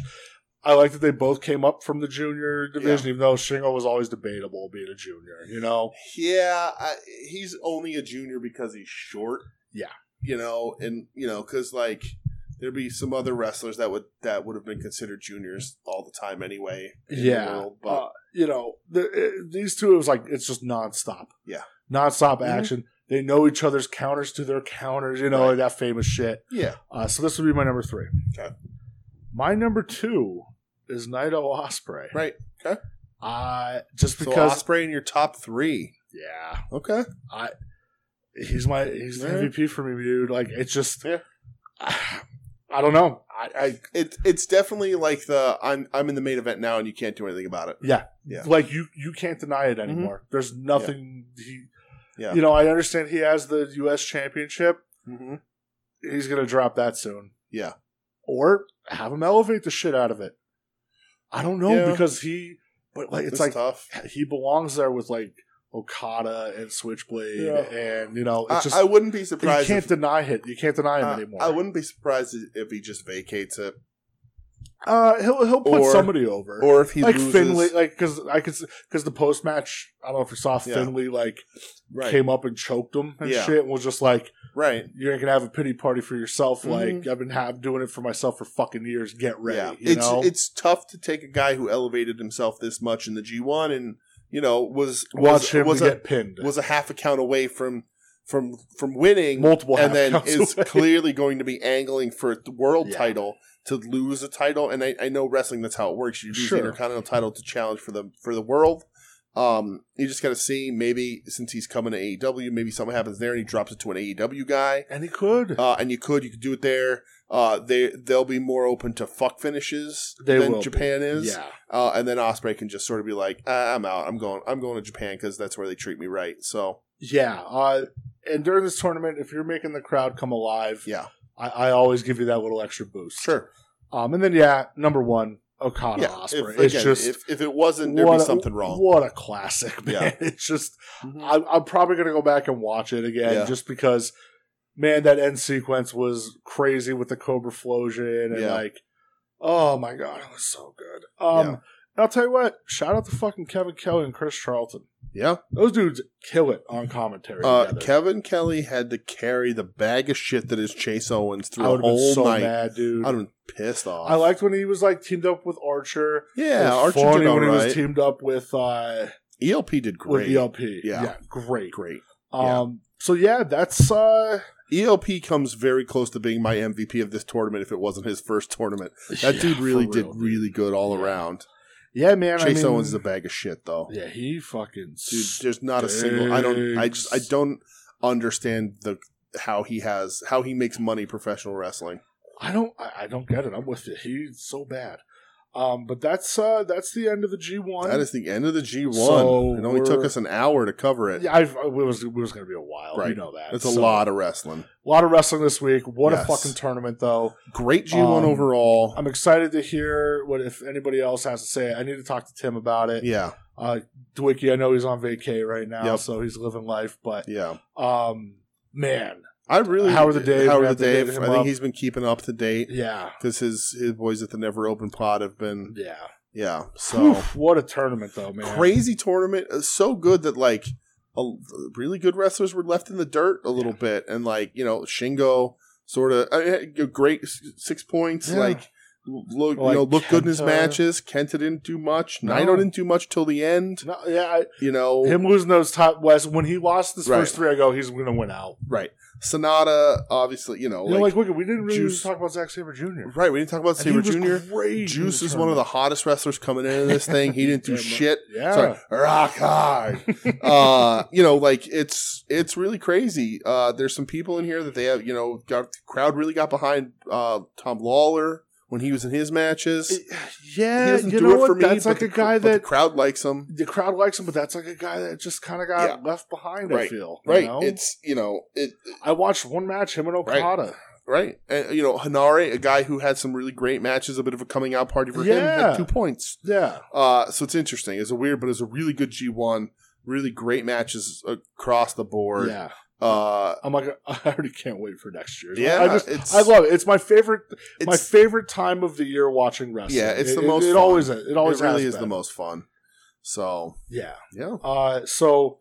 I like that they both came up from the junior division, even though Shingo was always debatable being a junior. You know,
Yeah, I, he's only a junior because he's short.
Yeah.
you know, and you know, because like there'd be some other wrestlers that would that would have been considered juniors all the time anyway. in the
Yeah.
world, but
uh, you know the, it, these two. It was like it's just nonstop.
Yeah.
nonstop
Mhm.
action. They know each other's counters to their counters. You know
Right.
that famous shit.
yeah,
Uh, so this would be my number three.
Okay.
My number two is Naito Osprey.
right.
Uh, just
So
because,
Osprey in your top three.
yeah,
Okay,
he's my he's the
Yeah.
MVP for me, dude. Like it's just,
Yeah.
I don't know. I, I
it it's definitely like the I'm I'm in the main event now and you can't do anything about it. Yeah.
like you you can't deny it anymore. There's nothing he.
Mm-hmm. Yeah.
You know, I understand he has the U.S. Championship.
Mm-hmm.
He's gonna drop that soon.
Yeah.
Or have him elevate the shit out of it. I don't know
Yeah.
because he, but like it's
It's
like
tough.
he belongs there with like Okada and Switchblade,
Yeah.
and you know
I,
it's just
I wouldn't be
you
surprised.
can't
if,
deny it. You can't deny him
uh,
anymore.
I wouldn't be surprised if he just vacates it,
Uh, he'll he'll put
Or-
somebody over.
or if he
like
loses.
Finley, like because I could because the post match, I don't know if you saw
Yeah.
Finley like
right,
came up and choked him and
Yeah.
shit. And was just like,
right.
you ain't gonna have a pity party for yourself. Like
Mhm.
I've been have, doing it for myself for fucking years. Get ready, you
it's
know.
it's tough to take a guy who elevated himself this much in the G1 and you know was
Watch
was,
him
was
to
a
get pinned.
was a half a count away from from from winning
Multiple
and
half
then
counts
is
away.
clearly going to be angling for the world
Yeah.
title to lose a title and I, I know wrestling that's how it works you lose
Sure.
the intercontinental title to challenge for the for the world um you just got to see maybe since he's coming to AEW maybe something happens there and he drops it to an AEW guy
and he could.
uh, and you could you could do it there. Uh, they they'll be more open to fuck finishes
They will
than
be.
Japan is,
yeah,
uh, and then Osprey can just sort of be like, ah, I'm out, I'm going, I'm going to Japan because that's where they treat me right. So
yeah. Uh, and during this tournament, if you're making the crowd come alive,
Yeah.
I, I always give you that little extra boost.
sure,
Um, and then yeah, number one, Okada
yeah.
Osprey.
If,
it's
again,
just
if, if it wasn't, there'd be
a-
something wrong.
What a classic, man!
Yeah.
It's just
Mhm.
I, I'm probably gonna go back and watch it again
Yeah.
just because, man, that end sequence was crazy with the Cobra Flosion and
Yeah.
like, oh my god, it was so good. Um,
Yeah.
and I'll tell you what, shout out to fucking Kevin Kelly and Chris Charlton.
yeah,
Those dudes kill it on commentary.
uh,
together.
Kevin Kelly had to carry the bag of shit that is Chase Owens
I
through the
would have been
whole
so
night.
mad, dude.
I'd have been pissed off.
I liked when he was like teamed up with Archer. It
yeah,
was
Archer
funny
did all
when he was
right.
teamed up with uh,
ELP did
with E
great.
ELP.
Yeah.
great.
Great. Yeah.
Um, so yeah, that's uh,
ELP E comes very close to being my MVP of this tournament if it wasn't his first tournament. That
yeah,
dude
for
really
real,
did
dude.
really good all around.
Yeah, man.
Chase
I mean,
Owens is a bag of shit though.
yeah, he fucking
Dude, there's not a single I don't I just I
stinks.
don't understand the how he has how he makes money professional wrestling.
I don't. I, I don't get it. I'm with you. He's so bad. Um, but that's uh, that's the end of the G one.
That is the end of the G1.
So
it only took
we're-
us an hour to cover it.
Yeah, I've, it was it was going to be a while. You
Right.
know that.
It's a
So,
lot of wrestling.
a lot of wrestling this week. What a
Yes.
fucking tournament, though.
Great G1
Um,
overall.
I'm excited to hear what if anybody else has to say. I need to talk to Tim about it.
yeah,
Dwicky, I know he's on vacay right now,
Yep.
so he's living life. But
yeah.
um, man,
I really
Howard the Dave, we have
Howard the
to hit
Dave.
him
I think
up.
he's been keeping up to date
yeah,
because his his boys at the Never Open Pod have been
yeah.
Yeah. So
So what a tournament, though, man.
crazy tournament. uh, So good that like a, really good wrestlers were left in the dirt a little bit, and like you know Shingo sort of uh, great s- six points.
Yeah.
Like look
Like
you know look good in his
Kenta.
matches. Kenta didn't do much.
No.
Naito didn't do much till the end.
No, yeah,
You know,
I, him losing those top West when he lost this
Right.
first three, I go he's going to win out.
right? Sonata, obviously, you know,
You know,
like,
like, we, we didn't really
Juice-
talk about Zack Saber Jr.
right. We didn't talk about
And he
Saber
was
Junior.
great in
Juice is one of the
tournament.
hottest wrestlers coming into this thing. He didn't do
Yeah, but-
shit.
yeah.
Sorry, rock hard. uh, you know, like it's it's really crazy. Uh, there's some people in here that they have. You know, got crowd really got behind uh, Tom Lawler when he was in his matches. he
Yeah,
doesn't
Eh, you
do
know
it for
what?
me.
that's
but
like
the-
a guy
but
that
the crowd likes him.
the crowd likes him, but that's like a guy that just kind of got left behind. I
Right.
feel you
Right.
know?
It's you know it
I watched one match him and
Right.
Okada.
right. And, you know Hanare, a guy who had some really great matches, a bit of a coming out party for him,
Yeah.
had two points.
Yeah,
Uh, so it's interesting. It's a weird, but it's a really good G one. Really great matches across the board.
yeah.
Uh,
I'm like, I already can't wait for next year.
yeah.
I just,
it's,
I love it. It's my favorite,
it's,
my favorite time of the year watching wrestling.
Yeah, it's
It-
the
it-
most
It,
fun.
always, is. it always
it really
has
is the
been.
most fun. So
Yeah.
yeah.
Uh, so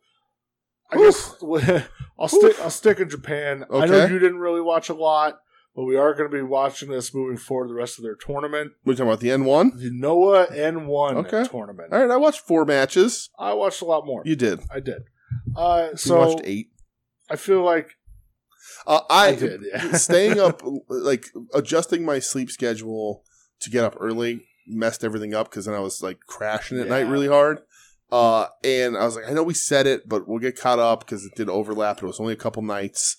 I
Oof.
guess I'll stick. I'll stick in Japan. I know
Okay.
you didn't really watch a lot, but we are going to be watching this moving forward the rest of their tournament,
We're talking about the N one.
the Noah N one
Okay.
tournament.
All right, I watched four matches.
I watched a lot more.
You did.
I did. Uh,
you
so
watched eight.
I feel like
Uh,
I,
I,
did. Yeah.
staying up like adjusting my sleep schedule to get up early messed everything up because then i was like crashing at night
Yeah.
really hard uh and i was like i know we said it but we'll get caught up because it did overlap it was only a couple nights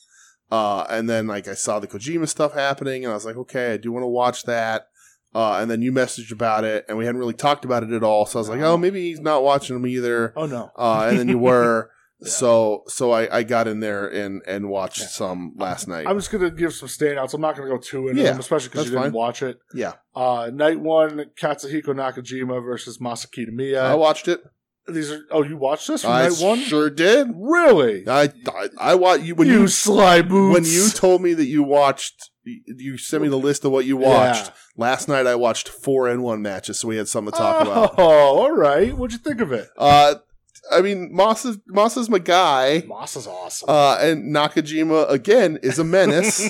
uh and then like i saw the kojima stuff happening and i was like okay i do want to watch that uh, and then you messaged about it, and we hadn't really talked about it at all. So I was like,
No.
"Oh, maybe he's not watching them either."
oh no.
Uh, and then you were,
Yeah.
so so I, I got in there and and watched
Yeah.
some last night.
I'm just gonna give some standouts. I'm not gonna go too into
Yeah,
them, especially because
that's
you didn't
fine.
watch it.
Yeah.
Uh, night one, Katsuhiko Nakajima versus Masakita
I
Miya.
watched it.
These are oh, you watched this from
Oh, I
night one?
sure did.
Really?
I I, I watched you when you,
sly boots.
when you told me that you watched. You sent me the list of what you watched last night. I watched four and one matches, so we had something to talk
oh,
about.
all right. What'd you think of it?
Uh, I mean, Moss is Moss is my guy,
Moss is awesome.
uh, and Nakajima again is a menace.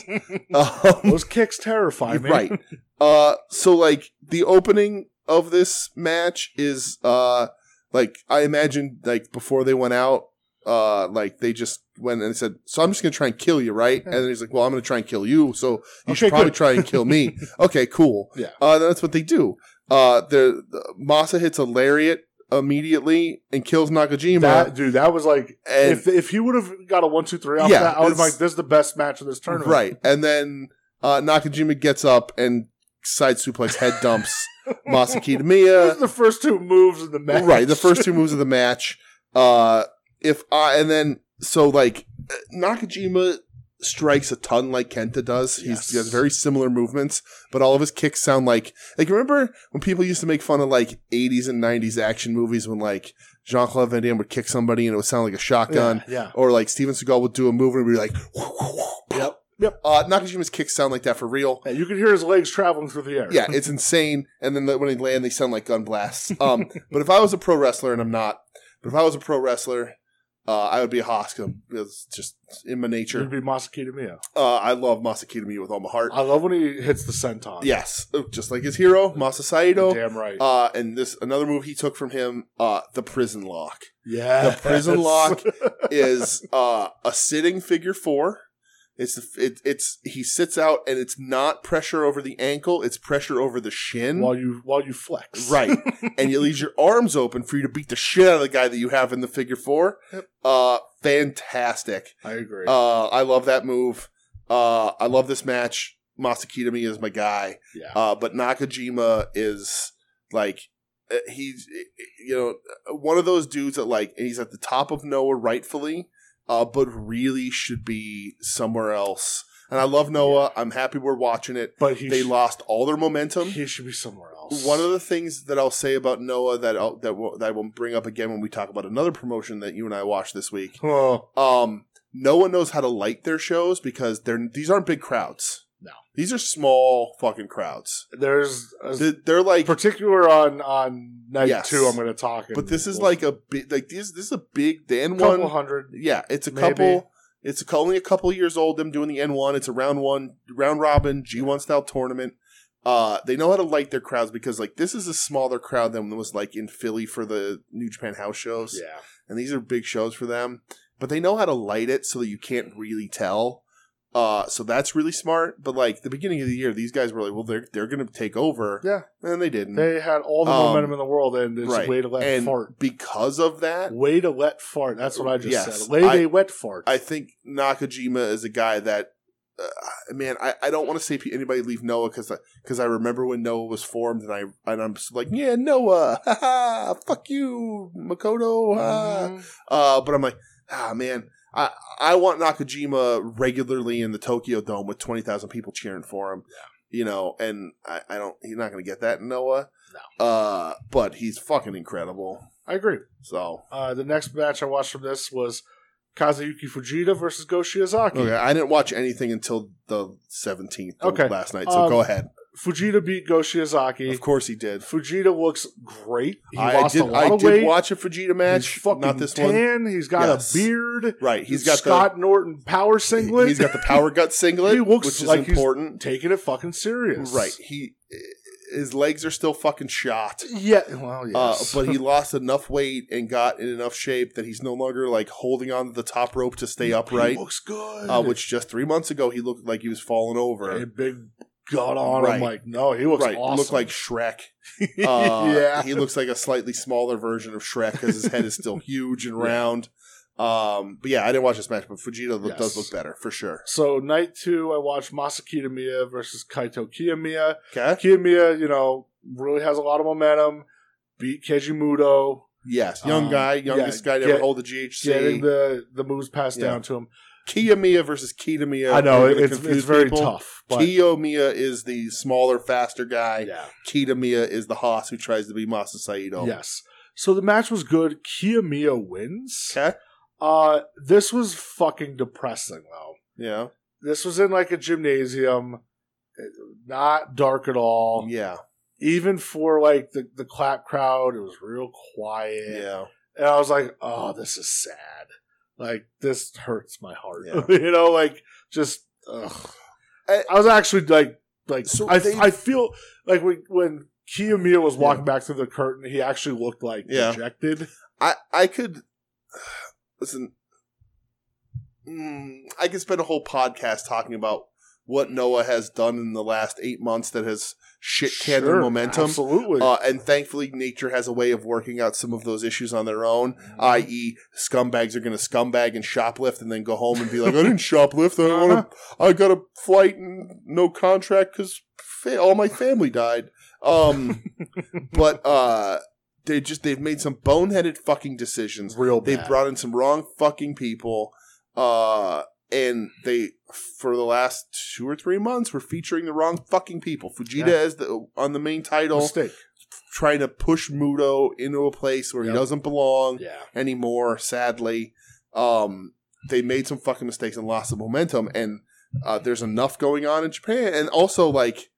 um,
Those kicks terrify me.
right. Uh, so like the opening of this match is uh like I imagine like before they went out, uh like they just went and said, So I'm just gonna try and kill you, right? And then he's like, Well, I'm gonna try and kill you, so you
Okay,
should probably
good.
try and kill me. okay, cool.
Yeah.
Uh that's what they do. Uh the, the Masa hits a lariat immediately and kills Nakajima
That dude, that was like
and
if if he would have got a one two three off
Yeah,
that, I would have
that's-
like this is the best match of this tournament.
Right. And then uh, Nakajima gets up and side suplex head dumps Masaki Tamiya.
These are the first two moves of the match.
Right, the first two moves of the match. Uh if I and then so like Nakajima strikes a ton like Kenta does.
Yes.
He's, he has very similar movements, but all of his kicks sound like like remember when people used to make fun of like 80s and 90s action movies when like Jean-Claude Van Damme would kick somebody and it would sound like a shotgun
Yeah, yeah.
or like Steven Seagal would do a move and it'd be like
Yep. Yep.
Uh Nakajima's kicks sound like that for real.
Yeah, You could hear his legs traveling through the air.
Yeah, it's insane. And then when they land, they sound like gun blasts. Um, but if I was a pro wrestler, and I'm not, but if I was a pro wrestler, uh, I would be a Hoskam. It's just in my
It'd
nature.
be Masakita Miya.
Uh, I love Masakita Miyu with all my heart.
I love when he hits the senton.
Yes, Oh, just like his hero, Masa Saito.
Damn right.
Uh, and this another move he took from him, uh, the prison lock
yeah.
the prison lock is uh, a sitting figure four. It's the- it, it's he sits out and it's not pressure over the ankle; it's pressure over the shin.
while you while you flex.
Right. and you leaves your arms open for you to beat the shit out of the guy that you have in the figure four.
Yep.
Uh, fantastic.
I agree.
Uh, I love that move. Uh, I love this match. Masakitami is my guy.
yeah.
Uh, but Nakajima is like, uh, he's, uh, you know, one of those dudes that like, he's at the top of Noah rightfully, uh, but really should be somewhere else. And I love Noah. I'm happy we're watching it.
but he
They
sh-
lost all their momentum.
He should be somewhere else.
One of the things that I'll say about Noah that I'll, that will, that I will bring up again when we talk about another promotion that you and I watched this week.
oh,
Um, Noah knows how to light their shows because they're these aren't big crowds.
No.
these are small fucking crowds.
there's a
They're, they're like,
particular on on night
Yes.
two. I'm going to talk.
but
and
this is
we'll-
like a big like this this is a big the N
couple
one.
hundred.
Yeah, it's a
maybe.
couple. It's a, cou- only a couple years old. Them doing the N one. It's a round one, round robin G one style tournament. Uh, they know how to light their crowds because like this is a smaller crowd than was like in Philly for the New Japan House shows,
Yeah.
and these are big shows for them. But they know how to light it so that you can't really tell. Uh, so that's really smart. But like the beginning of the year, these guys were like, "Well, they're they're going to take over,"
Yeah.
and they didn't.
They had all the
Um,
momentum in the world, and it's
right.
way to let
and
fart.
because of that,
Way to let fart. That's what I just
Yes.
said. Lay
I-
they wet fart.
I think Nakajima is a guy that, uh, man, I, I don't want to say pe- anybody leave Noah because because I, remember when Noah was formed and I and I'm just like yeah Noah ha ha fuck you Makoto ha."
Mhm.
uh but I'm like ah man I I want Nakajima regularly in the Tokyo Dome with twenty thousand people cheering for him you know and I, I don't he's not gonna get that in Noah no uh but he's fucking incredible
I agree.
so
Uh, the next match I watched from this was Kazuyuki Fujita versus Go Shiozaki.
Okay, I didn't watch anything until the seventeenth
Okay.
last night. So
Um,
go ahead.
Fujita beat Go Shiozaki.
Of course he did.
Fujita looks great. He
I
lost
did.
a lot
I
of
did
weight.
watch a Fujita match.
He's fucking
not this one.
tan. He's got
Yes.
a beard.
Right. He's got
Scott Norton power
the.
singlet.
He's got the power gut singlet,
He looks
which is
like he's-
important.
taking it fucking serious.
Right. He his legs are still fucking shot.
Yeah. Well, yes.
Uh, but he lost enough weight and got in enough shape that he's no longer like holding on to the top rope to stay upright.
He looks good.
Uh, which just three months ago he looked like he was falling over.
a big gut on
Right.
him. Like, no, he looks
right,
awesome.
looked like Shrek. Uh,
Yeah.
he looks like a slightly smaller version of Shrek because his head is still huge and round. Um, but yeah, I didn't watch this match, but Fujita lo-
Yes.
does look better for sure.
so night two, I watched Masakita Mia versus Kaito Kiyomiya.
Okay,
Kiyomiya, you know, really has a lot of momentum. Beat Keiji Muto,
yes, young
Um,
guy, youngest
yeah,
guy to ever
get-
hold the GHC.
getting the the moves passed
Yeah.
down to him.
Kiyomiya versus Kitamiya.
I know
We're
it,
gonna
it's,
confuse
it's very
people.
tough, but
Kiyomiya is the smaller, faster guy.
yeah,
Kitamiya is the hoss who tries to be Masa Saito.
yes. So the match was good. Kiyomiya wins.
Okay.
Uh, this was fucking depressing though.
Yeah.
This was in like a gymnasium, not dark at all.
Yeah.
Even for like the the clap crowd, it was real quiet.
Yeah.
and I was like, "Oh, this is sad. Like this hurts my heart.
Yeah.
you know, like just ugh.
I-
I, was actually like, like
So
I,
they-
I feel like when when Kiyomiya was walking back through the curtain, he actually looked like
Yeah.
dejected.
I I could listen. Mm, I could spend a whole podcast talking about what Noah has done in the last eight months that has shit canned their
Sure,
momentum.
absolutely.
Uh, and thankfully, nature has a way of working out some of those issues on their own.
Mm-hmm.
I.e., E scumbags are going to scumbag and shoplift, and then go home and be like, "I didn't shoplift. I want to. I got a flight and no contract because fa- all my family died." Um, but uh, they just they've made some boneheaded fucking decisions.
real
They
bad.
brought in some wrong fucking people. Uh, and they, for the last two or three months, were featuring the wrong fucking people. Fujita
Yeah.
is the, on the main title,
mistake.
trying to push Muto into a place where
Yep.
he doesn't belong
Yeah,
anymore, sadly. Um, they made some fucking mistakes and lost some momentum. And uh, there's enough going on in Japan. And also, like,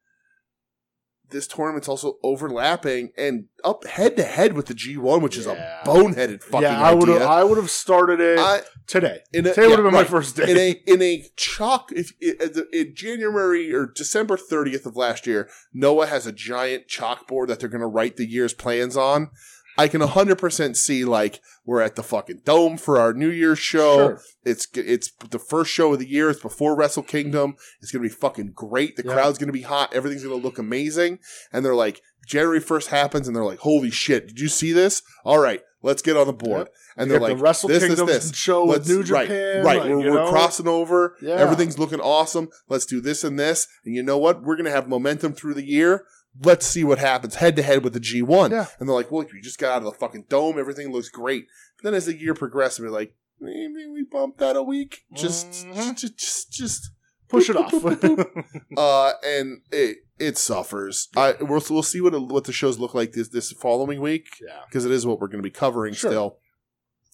this tournament's also overlapping and up head to head with the G1, which is a
Yeah.
boneheaded fucking
yeah. I would
idea.
I would have started it
I-
today.
in a,
Today would have
yeah,
been my
right.
first day.
in a in a chalk if in, in January or December 30th of last year, Noah has a giant chalkboard that they're going to write the year's plans on. I can 100% see like we're at the fucking dome for our New Year's show.
Sure.
It's it's the first show of the year. It's before Wrestle Kingdom. It's going to be fucking great. The
Yeah.
crowd's going to be hot. Everything's going to look amazing. And they're like January 1st happens and they're like, "Holy shit, did you see this? All right, let's get on the board." And
You
they're
got
like,
the Wrestle
"This
Kingdom
is this
show with New
right,
Japan.
Right,
like,
we're,
you
we're
know?
crossing over.
Yeah.
Everything's looking awesome. Let's do this and this. And you know what? We're gonna have momentum through the year. Let's see what happens head to head with the G1.
Yeah.
And they're like, well, you just got out of the fucking dome. Everything looks great. But then as the year progressed, we're like, maybe we bumped that a week. Just,
Mhm.
just, just, just.
Push it
boop,
off.
boop, boop, boop, uh, and it it suffers. I we'll, we'll see what what the shows look like this this following week
yeah,
because it is what we're going to be covering
Sure.
still.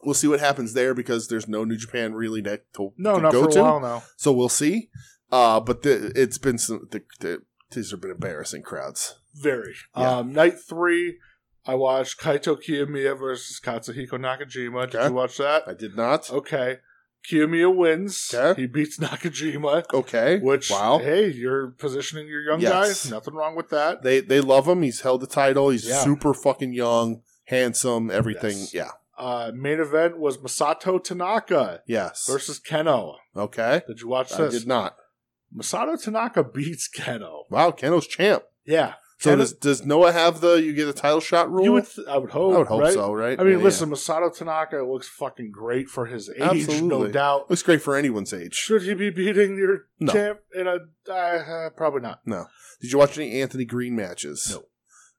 We'll see what happens there because there's no New Japan really to, to,
no,
to
not
go
for a
to.
while now.
So we'll see. Uh, but the, it's been some. The, the, these have been embarrassing crowds.
Very.
Yeah.
Um, night three, I watched Kaito Kiyomiya versus Katsuhiko Nakajima. Did
Okay.
you watch that?
I did not.
Okay. Kiyomiya wins.
Okay.
He beats Nakajima,
Okay.
which
Wow.
hey, you're positioning your young
Yes.
guy. Nothing wrong with that.
They they love him. He's held the title. He's
Yeah.
super fucking young, handsome, everything.
Yes.
Yeah.
Uh, main event was Masato Tanaka
Yes.
versus Keno.
okay.
Did you watch
I
this?
did not.
Masato Tanaka beats Keno.
Wow, Keno's champ.
Yeah,
So
Keno-
does does Noah have the you get a title shot rule?
you would. Th- I would hope.
I would hope
right?
so, right?
I mean,
Yeah,
listen, Masato Tanaka looks fucking great for his age, no
Absolutely. yeah.
doubt.
looks great for anyone's age.
Should he be beating your
No.
champ in a uh, uh, probably not.
Did you watch any Anthony Green matches?
No.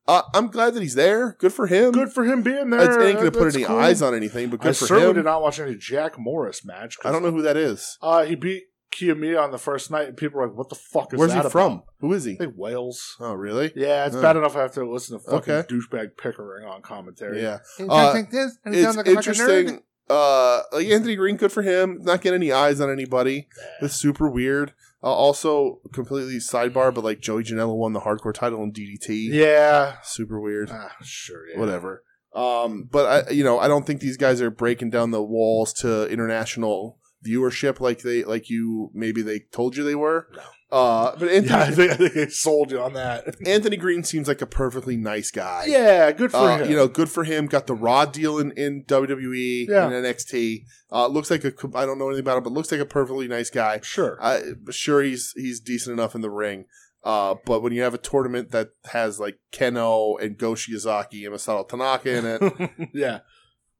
Uh, I'm glad that he's there. Good for him.
Good for him being there.
I ain't gonna put
That's
any
cool.
eyes on anything, but good
I
for
certainly
him.
did not watch any Jack Morris match. 'cause,
I don't know who that is.
Uh, he beat Kiyomiya on the first night, and people were like, "What the fuck is
Where's
that
he from?
about?"
Who is he?
I think Wales.
Oh, really?
Yeah, it's
Huh.
bad enough I have to listen to fucking
Okay.
douchebag Pickering on commentary.
Yeah.
I
Uh,
think this. and he
It's
sounds like a fucking nerd.
interesting. Uh, like Anthony Green, good for him. Not getting any eyes on anybody. It's super weird. Uh, also, completely sidebar, but like Joey Janela won the hardcore title in DDT.
Yeah.
Super weird.
Ah, sure. Yeah.
Whatever. Um, but I, you know, I don't think these guys are breaking down the walls to international viewership like they, like you, maybe they told you they were. Uh, but Anthony,
Yeah, I think, I think they sold you on that.
Anthony Green seems like a perfectly nice guy.
yeah, good for
Uh,
him.
you know, good for him. Got the Raw deal in, in WWE
Yeah.
and NXT. Uh, looks like a co- I don't know anything about him, but looks like a perfectly nice guy.
sure.
I sure he's he's decent enough in the ring. Uh, but when you have a tournament that has like Keno and Go Shiozaki and Masato Tanaka in it,
yeah,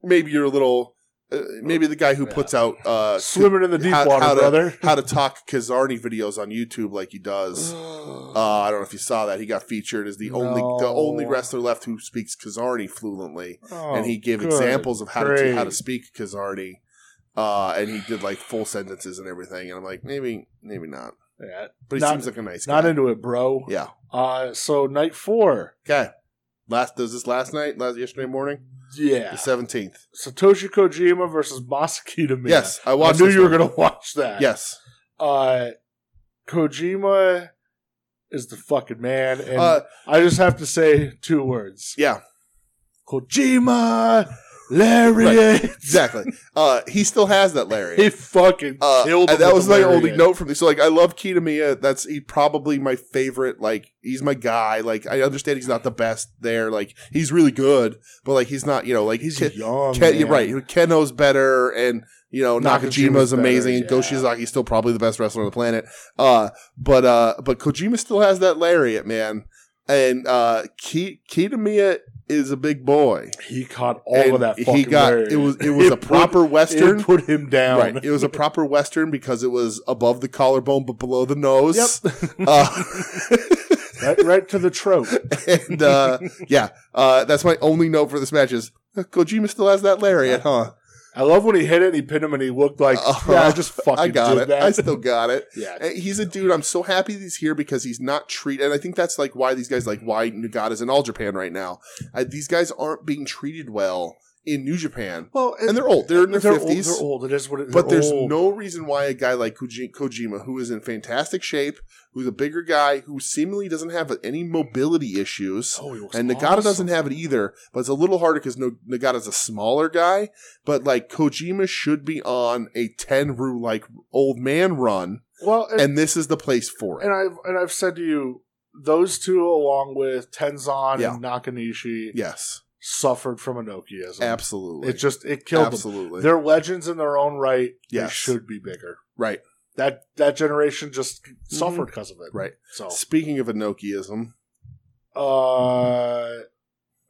maybe you're a little, uh, maybe the guy who
Yeah.
puts out uh,
swimming in the deep
how-
water,
how to-
brother.
how to talk Kazarni videos on YouTube like he does. Uh, I don't know if you saw that. He got featured as the only the
No.
only wrestler left who speaks Kazarni fluently,
Oh,
and he gave
good
examples of how to,
grief.
how to speak Kazarni. Uh, and he did like full sentences and everything, and I'm like, maybe, maybe not.
Yeah,
But he
Not-
seems like a nice
not
guy.
into it, bro.
yeah.
Uh, so night four.
Okay. Last was this last night? Last yesterday morning,
Yeah,
the seventeenth.
Satoshi Kojima versus Masaki to me.
Yes, I
I
watched.
knew
this
you were
one.
gonna watch that.
Yes.
uh, Kojima is the fucking man, and
Uh,
I just have to say two words:
yeah.
Kojima, lariat.
Exactly. uh, he still has that Larry.
He fucking
Uh,
killed.
and
him
that
with
was
the
my
lariat.
only note from this. So like, I love Kitamiya. That's he probably my favorite. Like, he's my guy. Like, I understand he's not the best there. Like, he's really good, but like, he's not. You know, like
He's
Ken,
young.
Ken- you're
man.
right. Keno's better, and you know Nakajima's
Nakajima's better,
amazing, and Go
yeah.
Shizaki's still probably the best wrestler on the planet. Uh, but uh, but Kojima still has that lariat, man. And uh, Ki- Kitamiya is a big boy.
He caught all
And
of that. Fucking
he got
lariat.
it was it was a
put-
proper western.
It put him down.
Right. It was a proper Western because it was above the collarbone but below the nose.
Yep.
Uh,
right, right to the trope.
and uh, yeah, uh, that's my only note for this match is uh, Kojima still has that lariat, huh?
I love when he hit it. and He pinned him, and he looked like
Uh,
yeah, I just fucking
I got
did
it.
that.
I still got it.
yeah,
Uh, He's a dude. I'm so happy that he's here because he's not treated. And I think that's like why these guys like why Nagata's in All Japan right now. Uh, these guys aren't being treated well in New Japan,
well,
and they're old. They're in their
old,
fifties.
they're old. It is what it is.
But there's no reason why a guy like Koji- Kojima, who is in fantastic shape, who's a bigger guy, who seemingly doesn't have any mobility issues,
Oh, he looks
and Nagata
awesome.
doesn't have it e- either, but it's a little harder because no- Nagata's a smaller guy. But like Kojima should be on a 10 Ru like old man run,
Well, and, and,
and this is the place for it.
I've and I've said to you, those two along with Tenzan
Yeah.
and Nakanishi
Yes,
suffered from Enochism.
absolutely.
It just it killed them.
absolutely.
They're legends in their own right. They
Yes.
should be bigger.
Right.
That that generation just suffered because of it.
Mm-hmm. Right.
So,
Speaking of Enochism,
uh,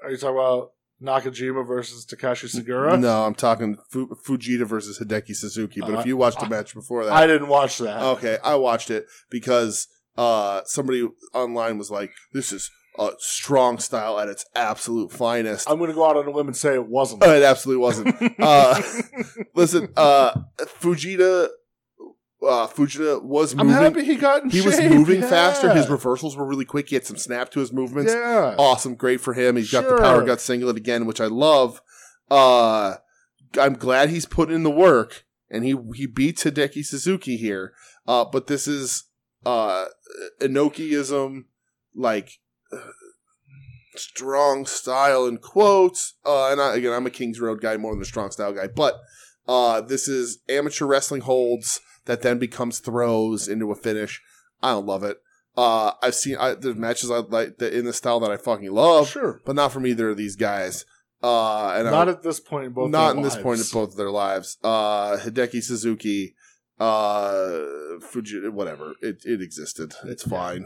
are you talking about Nakajima versus Takashi Segura?
no, I'm talking Fu- Fujita versus Hideki Suzuki. But
Uh,
if you watched
I-
the match before that,
I didn't watch that.
Okay, I watched it because uh, somebody online was like, "This is uh, strong style at its absolute finest."
I'm going to go out on a limb and say it wasn't.
Uh, it absolutely wasn't. uh, Listen, uh, Fujita, uh, Fujita was
I'm
moving.
happy he got. In
he was
shape,
moving
yeah.
faster. His reversals were really quick. He had some snap to his movements.
yeah.
Awesome, great for him. He's got the
Sure.
power gut singlet again, which I love. Uh, I'm glad he's put in the work and he he beats Hideki Suzuki here. Uh, but this is uh Inokiism, like uh, strong style in quotes. Uh, and I, again, I'm a Kings Road guy more than a strong style guy, but Uh, this is amateur wrestling holds that then becomes throws into a finish. I don't love it. Uh, I've seen I, there's matches I like that in the style that I fucking love,
sure.
but not from either of these guys. Uh, and
not
I,
at this point in both.
not
their
in this point in
lives.
both of their lives. Uh, Hideki Suzuki, uh, Fuji, whatever. It it existed. It's fine.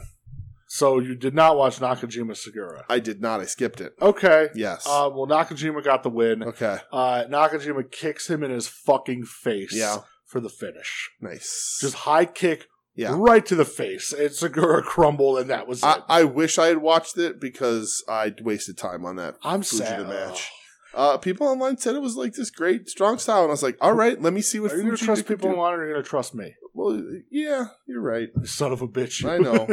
So you did not watch Nakajima Segura.
I did not. I skipped it.
Okay.
Yes.
Uh, well, Nakajima got the win.
okay.
Uh, Nakajima kicks him in his fucking face.
Yeah.
For the finish,
Nice.
just high kick
Yeah.
right to the face, and Segura crumbled, and that was
I,
it.
I wish I had watched it because I wasted time on that.
I'm
Fuji
sad.
the match. Uh, people online said it was like this great strong style, and I was like, "All right, let me see what
Are you gonna
Fuji
trust
could
people
do."
online, or are you gonna trust me?
Well, yeah, you're right.
You son of a bitch!
I know.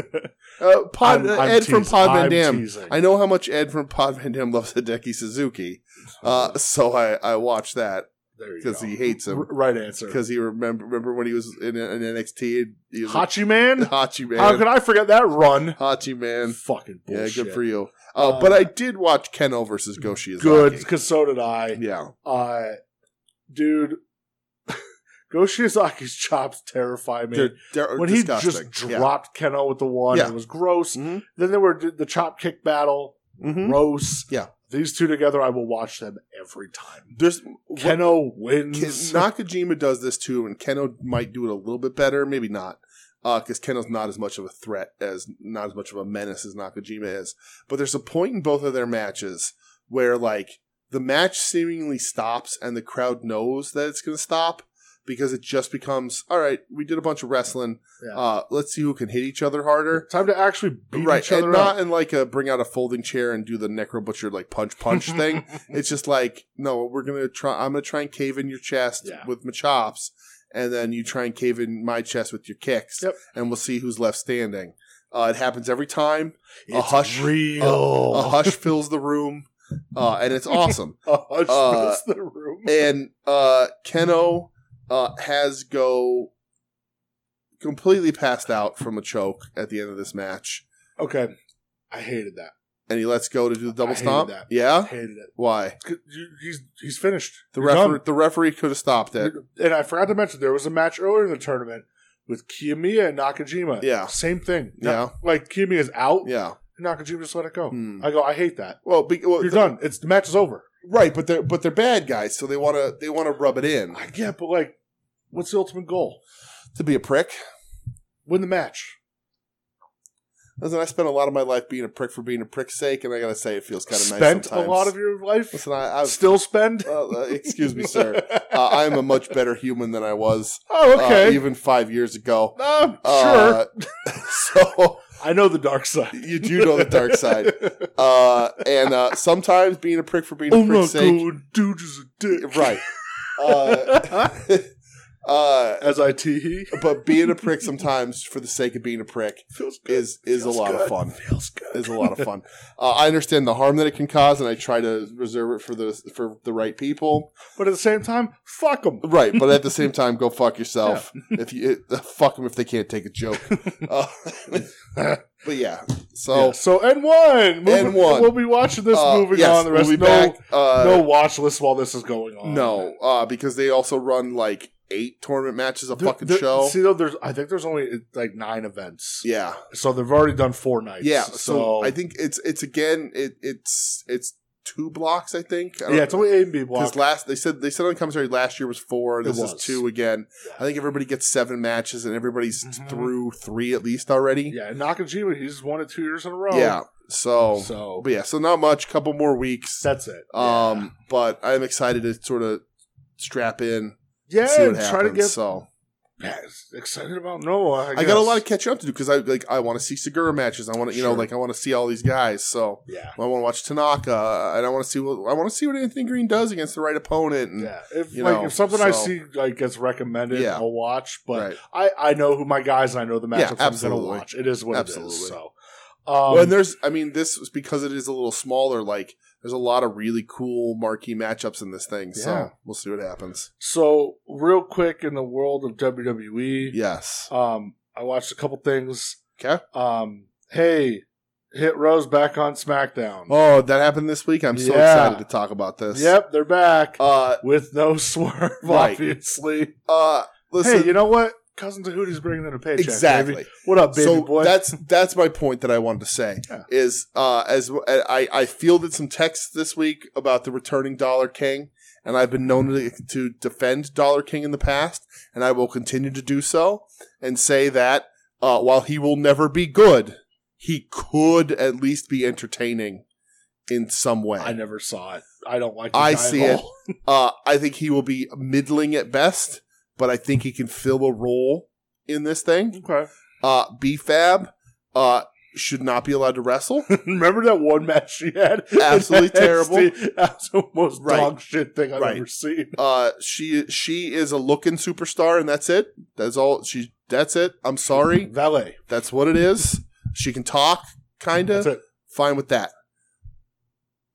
Uh, Pod,
I'm-
uh,
I'm
Ed from
teasing.
Pod Van
I'm
Dam.
teasing.
I know how much Ed from Pod Van Dam loves Hideki Suzuki, uh,
Uh-huh.
so I, I watched that
There you
because
go.
he hates
R-
him
right answer.
because he remember remember when he was in, in NXT. And he was
Hachi man?
like, Hachi man,
How could I forget that run?
Hachi man.
Fucking
Yeah,
bullshit.
good for you. Uh,
Uh,
but I did watch Keno versus Goshi. Izaki.
Good, because so did I.
Yeah.
Uh, dude, Go Shizaki's chops terrify me.
They're, they're
when
disgusting. Mm-hmm.
he just dropped Keno with the one,
Yeah.
it was gross.
Yeah.
Then there were d- the chop kick battle,
hmm hmm
gross.
Yeah.
These two together, I will watch them every time.
There's what-
Keno
Ken-
wins.
Nakajima does this too, and Keno might do it a little bit better, maybe not, because Keno's not as much of a threat as not as much of a menace as Nakajima is. But there's a point in both of their matches where like the match seemingly stops, and the crowd knows that it's going to stop because it just becomes all right. We did a bunch of wrestling.
Yeah.
Uh, let's see who can hit each other harder.
Time to actually beat
right,
each other
and
up.
not in like a bring out a folding chair and do the necro butcher like punch punch thing. It's just like no, we're gonna try. I'm gonna try and cave in your chest
Yeah.
with my chops, and then you try and cave in my chest with your kicks,
Yep.
and we'll see who's left standing. Uh, it happens every time.
It's
hush-
real.
A
Oh.
hush fills the room, uh, and it's awesome.
A hush
Uh,
fills the room.
and uh, Keno uh, has go completely passed out from a choke at the end of this match,
Okay, I hated that.
and he lets go to do the double
I hated
stomp.
that. I
Yeah,
hated it.
why?
'Cause you- He's he's finished.
The
You're
referee, the referee could have stopped it.
done. And I forgot to mention there was a match earlier in the tournament with Kiyomiya and Nakajima.
Yeah.
same thing.
Yeah.
like Kiyomiya's out.
Yeah.
Nakajima just let it go.
Hmm.
I go. I hate that.
Well, be, well
You're
the-
done. It's the match is over.
right, but they're but they're bad guys, so they want to they want to rub it in
I get, but like, what's the ultimate goal?
to be a prick.
Win the match.
Listen, I spent a lot of my life being a prick for being a prick's sake, and I gotta say, it feels kind of nice.
Spent
sometimes.
a lot of your life.
Listen, I, I've,
Still spend.
well, uh, excuse me, sir. Uh, I am a much better human than I was
oh,
uh,
okay.
even five years ago.
Uh, sure.
Uh, so
I know the dark side.
you do know the dark side, uh, and uh, sometimes being a prick for being a
Oh my
prick's sake,
god, dude is a dick.
right? Uh, uh,
As I tee
but being a prick sometimes for the sake of being a prick
feels good.
is is a
Feels
lot
good.
of fun.
Feels good.
Is a lot of fun. Uh, I understand the harm that it can cause, and I try to reserve it for the for the right people.
But at the same time, fuck them.
Right, but at the same time, go fuck yourself. If you uh, fuck them if they can't take a joke. Uh, but yeah, so
Yeah, so N one,
N1.
We'll be watching this
uh,
moving
yes,
on. The rest
we'll be
no,
back. Uh,
no watch list while this is going on.
no, uh, because they also run like eight tournament matches a
There-
fucking
there-
show.
See though, there's I think there's only like nine events.
yeah,
So they've already done four nights.
Yeah,
So,
so, I think it's it's again it it's it's two blocks I think. I
yeah, it's only A and B block.
because uh, last they said they said on commentary last year was four.
It
This is
was.
two again. I think everybody gets seven matches and everybody's
Mhm.
through three at least already.
yeah, and Nakajima, he's won it two years in a row.
Yeah, So,
So
but yeah, so not much. Couple more weeks.
that's it.
Um, but I'm excited to sort of strap in.
yeah,
see what
and
happens.
try to get
so
yeah, excited about Noah. I,
I, got a
guess.
lot of catching up to do because I like I want to see Segura matches. I want to you know
Sure.
like I want to see all these guys. So
yeah.
I want to watch Tanaka, and I want to see what I want to see what Anthony Green does against the right opponent. And,
Yeah, if
Mm, you
like
know,
if something I
so-
see like gets recommended,
Yeah.
I'll watch. But
right.
I I know who my guys and I know the
Yeah,
matchups I'm going to
absolutely.
watch. It is what it is.
Absolutely.
So, um,
well, and there's, I mean, this is because it is a little smaller. Like, there's a lot of really cool marquee matchups in this thing.
Yeah.
So we'll see what happens.
so real quick in the world of E, WWE,
Yes.
um, I watched a couple things.
'Kay.
Um, hey, hit Rose back on SmackDown.
Oh, that happened this week. I'm so
Yeah.
excited to talk about this.
Yep, they're back
Uh,
with no swerve,
Right.
obviously.
uh, listen.
hey, you know what? Cousin Tahuti's bringing in a paycheck. baby.
exactly.
What up, baby
so
boy?
that's that's my point that I wanted to say
Yeah.
is uh, as I I fielded some texts this week about the returning Dollar King, and I've been known to, to defend Dollar King in the past, and I will continue to do so, and say that uh, while he will never be good, he could at least be entertaining in some way.
I never saw it. I don't like. the
I
guy at
see it.
all.
Uh, I think he will be middling at best, but I think he can fill a role in this thing.
Okay.
Uh, BFAB uh, should not be allowed to wrestle.
Remember that one match she had?
Absolutely terrible.
That's the most
Right.
dog shit thing I've
Right.
ever seen.
Uh, she she is a looking superstar, and that's it. That's all. She that's it. I'm sorry.
Valet.
That's what it is. She can talk,
That's
kinda.
it.
Fine with that.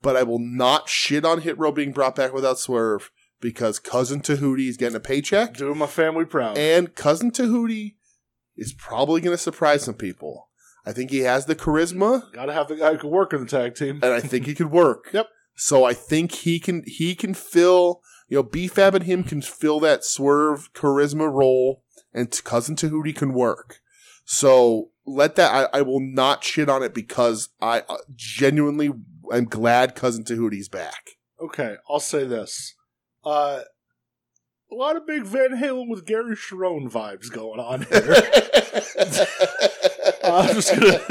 But I will not shit on Hit Row being brought back without swerve because cousin Tahuti is getting a paycheck.
Doing my family proud.
And cousin Tahuti is probably going to surprise some people. I think he has the charisma,
Gotta have the guy who can work in the tag team.
and I think he could work.
Yep.
So I think he can he can fill you know BFAB and him can fill that swerve charisma role, and t- cousin Tahuti can work. So let that I, I will not shit on it because I uh, genuinely am glad cousin Tahuti's back.
Okay, I'll say this. Uh, a lot of big Van Halen with Gary Sharon vibes going on here. I'm just gonna-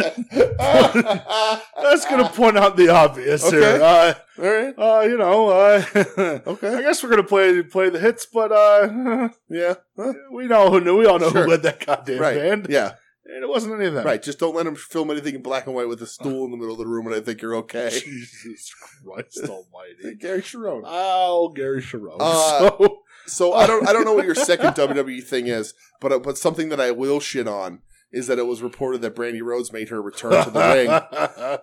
That's going to point out the obvious
Okay.
here. Uh,
All right.
uh, you know, uh,
Okay.
I guess we're going to play play the hits, but uh,
Yeah. Huh?
we know who knew. We all know
Sure.
who led that goddamn
Right.
band.
Yeah.
And it wasn't any of them.
Right. Just don't let him film anything in black and white with a stool in the middle of the room, and I think you're okay.
Jesus Christ almighty.
Gary Sharon.
Oh, Gary Sharon.
Uh,
so,
So I don't, I don't know what your second WWE thing is, but uh, but something that I will shit on is that it was reported that Brandy Rhodes made her return to the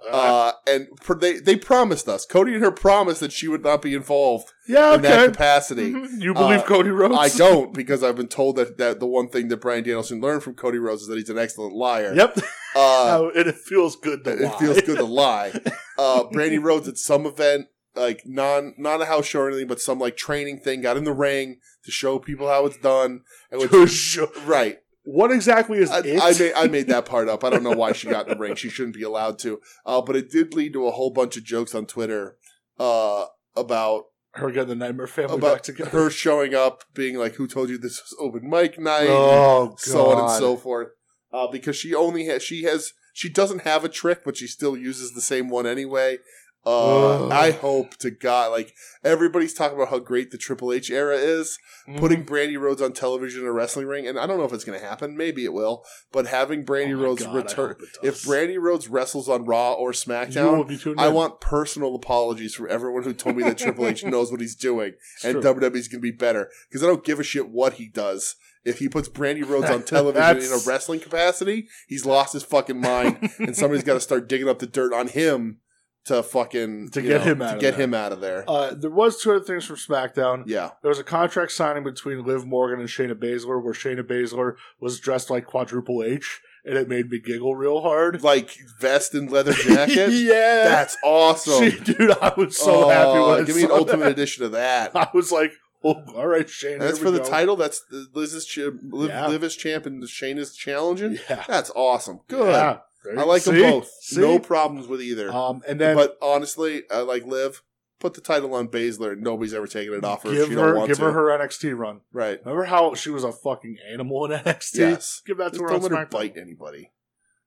ring, uh, and pr- they they promised us Cody and her promised that she would not be involved
yeah,
in that
okay.
capacity.
Mhm. You believe
Uh,
Cody Rhodes?
I don't because I've been told that, that the one thing that Brian Danielson learned from Cody Rhodes is that he's an excellent liar.
Yep.
Uh,
Oh, and it feels good to
it
lie.
feels good to lie. Uh, Brandy Rhodes at some event, like non not a house show or anything, but some like training thing, got in the ring to show people how it's done. And was-
To show-
right,
What exactly is
I,
it?
I made I made that part up. I don't know why she got in the ring. She shouldn't be allowed to. Uh, but it did lead to a whole bunch of jokes on Twitter uh, about
her getting the Nightmare
Oh,
Family back
about
together.
her showing up, being like, "Who told you this was open mic night?"
oh, God.
so on and so forth. Uh, because she only has she has she doesn't have a trick, but she still uses the same one anyway. Uh,
Ugh.
I hope to God, like everybody's talking about how great the Triple H era is,
Mhm.
putting Brandy Rhodes on television in a wrestling ring, and I don't know if it's going to happen. Maybe it will, but having Brandy
Oh my
Rhodes
God, I
return,
hope it does.
if Brandy Rhodes wrestles on Raw or
You will
SmackDown,
be tuned
I
in.
want personal apologies from everyone who told me that Triple H knows what he's doing
It's
and
true.
WWE's gonna be better because I don't give a shit what he does. If he puts Brandy Rhodes on television in a
That's-
wrestling capacity, he's lost his fucking mind, and somebody's got to start digging up the dirt on him to fucking
To
you
get
know,
him out
to
of
get
there.
him out of there.
Uh, there was two other things from SmackDown.
yeah,
There was a contract signing between Liv Morgan and Shayna Baszler, where Shayna Baszler was dressed like Quadruple H, and it made me giggle real hard.
like vest and leather jacket.
yeah,
That's awesome.
She- dude. I was so
Oh,
happy when I
give me an
saw
ultimate
that.
edition of that.
I was like, oh, all right, Shayna.
And that's
here
for
we
the
go.
title. That's Liz is ch- Liv,
Yeah.
Liv is champ and Shane is challenging.
Yeah,
That's awesome. Good.
Yeah. There
I
you-
like
see?
them both.
See?
No problems with either.
Um, and then
but honestly, I like Liv. Put the title on Baszler, and nobody's ever taken it off her. if
give
she don't
her
want
give
to.
her her NXT run.
right.
Remember how she was a fucking animal in NXT?
Yes.
Give that
Just
to her
don't
on
let her
SmackDown.
bite anybody.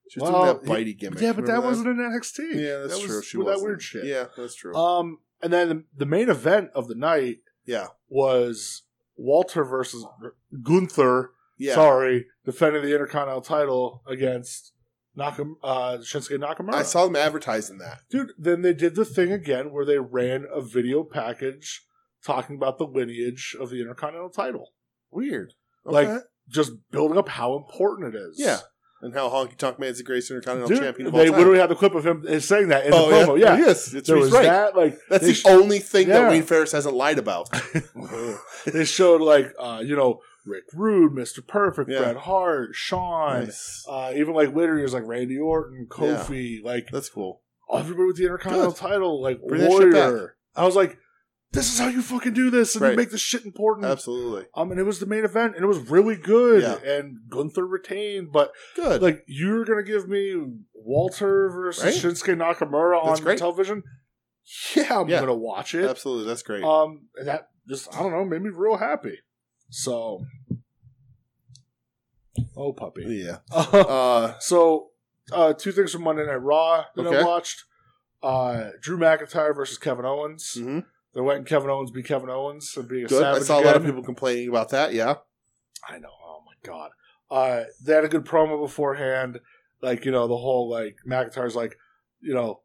She was
Well,
doing that bitey gimmick.
Yeah, but
Remember
that, wasn't in NXT.
Yeah, that's
that
true.
Was,
she
with
was
that weird shit.
Yeah, that's true.
Um, and then the, the main event of the night
yeah,
was Walter versus Gunther.
yeah.
Sorry, defending the Intercontinental title against Nakam uh, Shinsuke Nakamura.
I saw them advertising that.
dude. Then they did the thing again where they ran a video package talking about the lineage of the Intercontinental title.
Weird.
Like, just building up how important it is.
Yeah. and how Honky Tonk Man's the greatest intercontinental champion
Dude,
of
they
all time. Oh,
literally have a clip of him saying that in the promo. Yeah,
yes, it's
there was
right.
that. Like
That's
they
the
sh-
only thing
Yeah.
that Wayne Ferris hasn't lied about.
they showed like uh, you know Rick Rude, Mr. Perfect,
Yeah.
Bret Hart, Shawn,
Nice.
uh, even like later years like Randy Orton, Kofi, like
That's cool.
everybody with the Intercontinental
Good.
title, like
Bring that shit
Warrior. I was like, this is how you fucking do this, and you
Right.
make this shit important.
Absolutely
Um, and it was the main event, and it was really good,
Yeah.
and Gunther retained, but
good.
like you're gonna give me Walter versus
Right.
Shinsuke Nakamura
That's
on
great.
television? Yeah, I'm
Yeah.
gonna watch it.
Absolutely, that's great.
Um, and that just I don't know made me real happy. So, oh puppy.
yeah. Uh,
so, uh, two things from Monday Night Raw that I
Okay.
watched: uh, Drew McIntyre versus Kevin Owens.
mhm.
They went and Kevin Owens be Kevin Owens and being a
Good. I
savage.
saw a lot of
again.
people complaining about that. Yeah.
I know. Oh my god. Uh, they had a good promo beforehand. Like you know the whole like McIntyre's like you know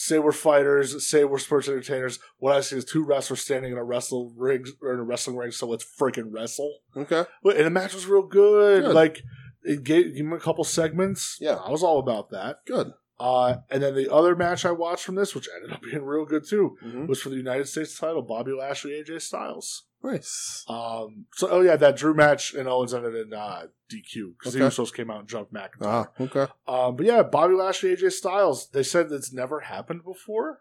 say we're fighters, say we're sports entertainers. What I see is two wrestlers standing in a wrestle ring or in a wrestling ring. So let's freaking wrestle.
Okay.
But- And the match was real good.
Good.
Like it gave, gave him a couple segments.
Yeah.
I was all about that.
Good.
Uh, and then the other match I watched from this, which ended up being real good too,
Mhm.
was for the United States title, Bobby Lashley, AJ Styles.
Nice.
Um. So, oh yeah, that Drew match and Owens ended in uh, DQ because
Okay.
the Usos came out and jumped McIntyre.
Ah. Okay.
Um. But yeah, Bobby Lashley, AJ Styles. They said that's never happened before.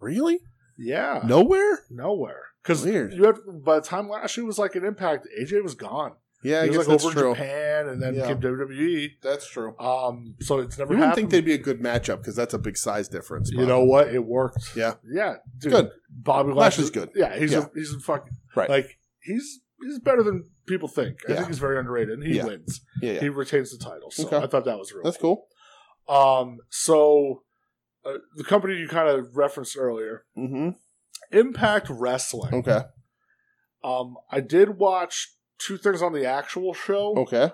Really?
Yeah.
Ah. Nowhere?
Nowhere. Because
Weird.
you have by the time Lashley was like an impact, AJ was gone.
Yeah, I
he
guess
was like
that's
over in
true.
Japan and then
Yeah.
came to WWE.
That's true.
Um. So it's never
You wouldn't think
happened.
they'd be a good matchup because that's a big size difference.
you
but-
know what? It worked.
Yeah.
Yeah. Dude,
Good.
Bobby Lashley's
Lashley's good.
Yeah, he's
Yeah.
a he's a fucking
Right.
Like he's he's better than people think. I
Yeah.
think he's very underrated. and He
Yeah.
wins.
Yeah, yeah.
He retains the title. So
Okay.
I thought that was real.
That's cool.
Um, so uh, the company you kind of referenced earlier,
Mm-hmm.
Impact Wrestling.
Okay.
Um, I did watch two things on the actual show.
Okay.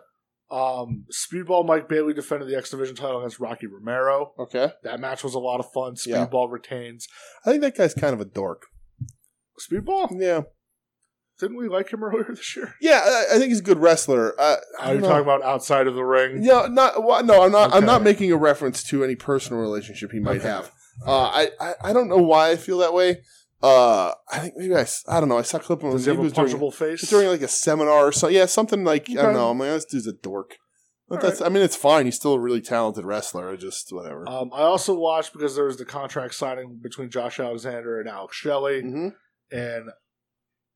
Um, Speedball Mike Bailey defended the X Division title against Rocky Romero.
Okay.
That match was a lot of fun.
Yeah.
Speedball retains.
I think that guy's kind of a dork.
Speedball,
Yeah.
didn't we like him earlier this year?
Yeah, I, I think he's a good wrestler. I, I
Are you
don't know.
talking about outside of the ring?
Yeah, not well, no. I'm not. I'm not
Okay.
making a reference to any personal relationship he might
Okay.
have. Uh, I, I I don't know why I feel that way. Uh, I think maybe I s- I don't know. I saw a clip of him.
Does he have
maybe
a
it Oh, was during,
punchable face?
it's during like a seminar or so. Yeah, something like I
Okay.
don't know. I'm like this dude's a dork. But
All
that's I mean it's fine. He's still a really talented wrestler. I just whatever.
Um, I also watched because there was the contract signing between Josh Alexander and Alex Shelley,
hmm
and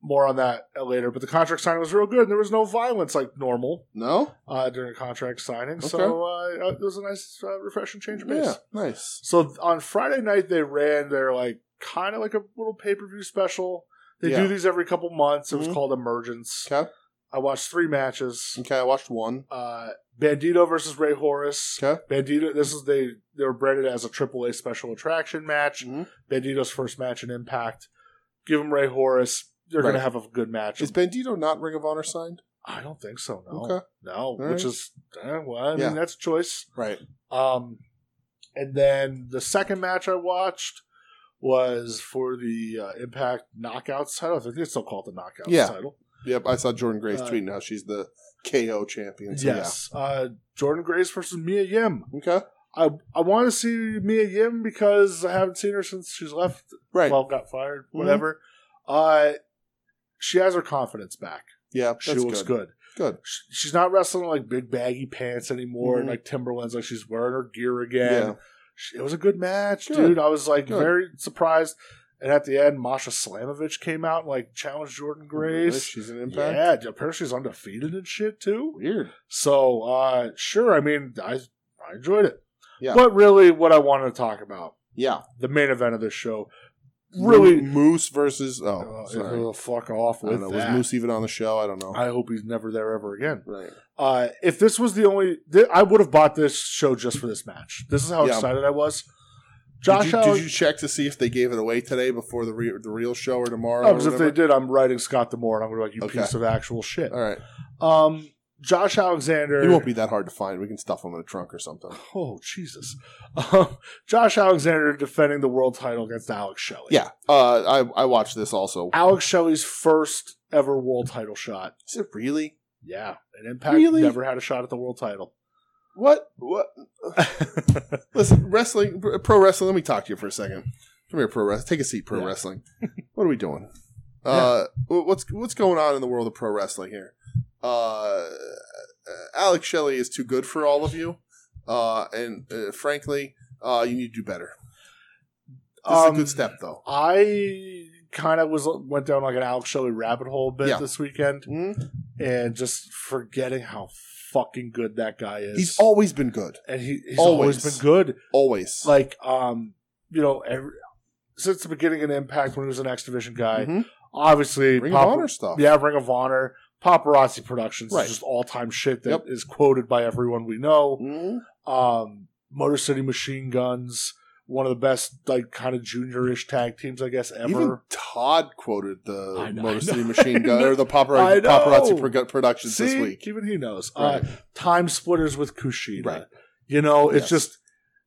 more on that later. But the contract signing was real good, and there was no violence like normal
No.
uh, during a contract signing.
Okay.
So uh, it was a nice, uh, refreshing change of pace.
Yeah. Nice.
So on Friday night they ran their like kind of like a little pay per view special. They
Yeah.
do these every couple months. It was
Mhm.
called Emergence.
Okay. Mm-hmm.
I watched three matches.
Okay. I watched one.
Uh, Bandito versus Ray Horace.
Okay.
Bandito. This is they they were branded as a AAA special attraction match.
Mhm.
Bandito's first match in Impact. Give him Ray Horace. You're
Right.
gonna have a good match.
Is Bandito not Ring of Honor signed?
I don't think so. No,
Okay.
no.
right.
Which is eh, well, I mean
Yeah.
that's a choice.
Right.
Um, and then the second match I watched was for the uh, Impact Knockouts title. I think they still call it the Knockouts
Yeah.
title.
Yep. I saw Jordan Grace
Uh,
tweeting how she's the KO champion. So
yes, uh, Jordan Grace versus Mia Yim.
Yeah. Okay.
I I want to see Mia Yim because I haven't seen her since she's left.
Right.
Well, got fired,
Mhm.
whatever. Uh, she has her confidence back.
yeah.
She
that's
looks good.
Good.
Sh She's not wrestling in, like big baggy pants anymore, and
Mhm.
like Timberlands. Like she's wearing her gear again.
Yeah.
She- It was a good match,
Good.
dude. I was like
Good.
very surprised. And at the end, Masha Slamovich came out and like challenged Jordan
Really?
Grace.
She's an impact.
Yeah, dude, apparently she's undefeated and shit too.
Weird.
So, uh, sure, I mean, I I enjoyed it.
Yeah.
But really, what I wanted to talk about
Yeah.
the main event of this show, really,
Moose versus oh,
uh,
sorry.
uh, fuck off
I don't
with
know.
that.
Was Moose even on the show? I don't know.
I hope he's never there ever again.
right.
Uh, if this was the only, th- I would have bought this show just for this match. This is how
Yeah.
excited I was.
Josh,
Josh,
did you,
Allen-
did you check to see if they gave it away today before the re- the real show or tomorrow?
Oh,
or
because if they
whatever?
did, I'm writing Scott the Moore, and I'm going to be like, you
Okay.
piece of actual shit.
All right.
Um, Josh Alexander.
It won't be that hard to find. We can stuff them in a trunk or something.
Oh, Jesus. Um, Josh Alexander defending the world title against Alex Shelley.
Yeah. Uh, I I watched this also.
Alex Shelley's first ever world title shot.
Is it really?
Yeah. An impact
Really?
never had a shot at the world title.
What? What? Listen, wrestling, pro wrestling. Let me talk to you for a second. Come here, pro wrestling. Take a seat, pro
Yeah.
wrestling. What are we doing? Uh, wh- what's what's going on in the world of pro wrestling here? Uh, Alex Shelley is too good for all of you, uh, and uh, frankly, uh, you need to do better. This is a
Um,
good step, though.
I kind of was went down like an Alex Shelley rabbit hole a bit
Yeah.
this weekend,
Mm?
and just forgetting how fucking good that guy is.
He's always been good.
and he, he's
always.
always. been good.
Always.
Like um, you know, every, since the beginning of Impact when he was an X Division guy,
Mhm.
obviously
Ring
Papa-
of Honor stuff.
Yeah, Ring of Honor. Paparazzi Productions
Right.
is just all time shit that is
Yep.
quoted by everyone we know.
Mm?
um, Motor City Machine Guns, one of the best like kind of junior-ish tag teams, I guess, ever.
Even Todd quoted
I
the
know, I
Motor City
know,
Machine Gun
I
or the paparazzi,
I know.
paparazzi Pro- productions
See,
this week.
even he knows.
Right.
Uh, time splitters with Kushida.
Right.
You know,
Yes.
it's just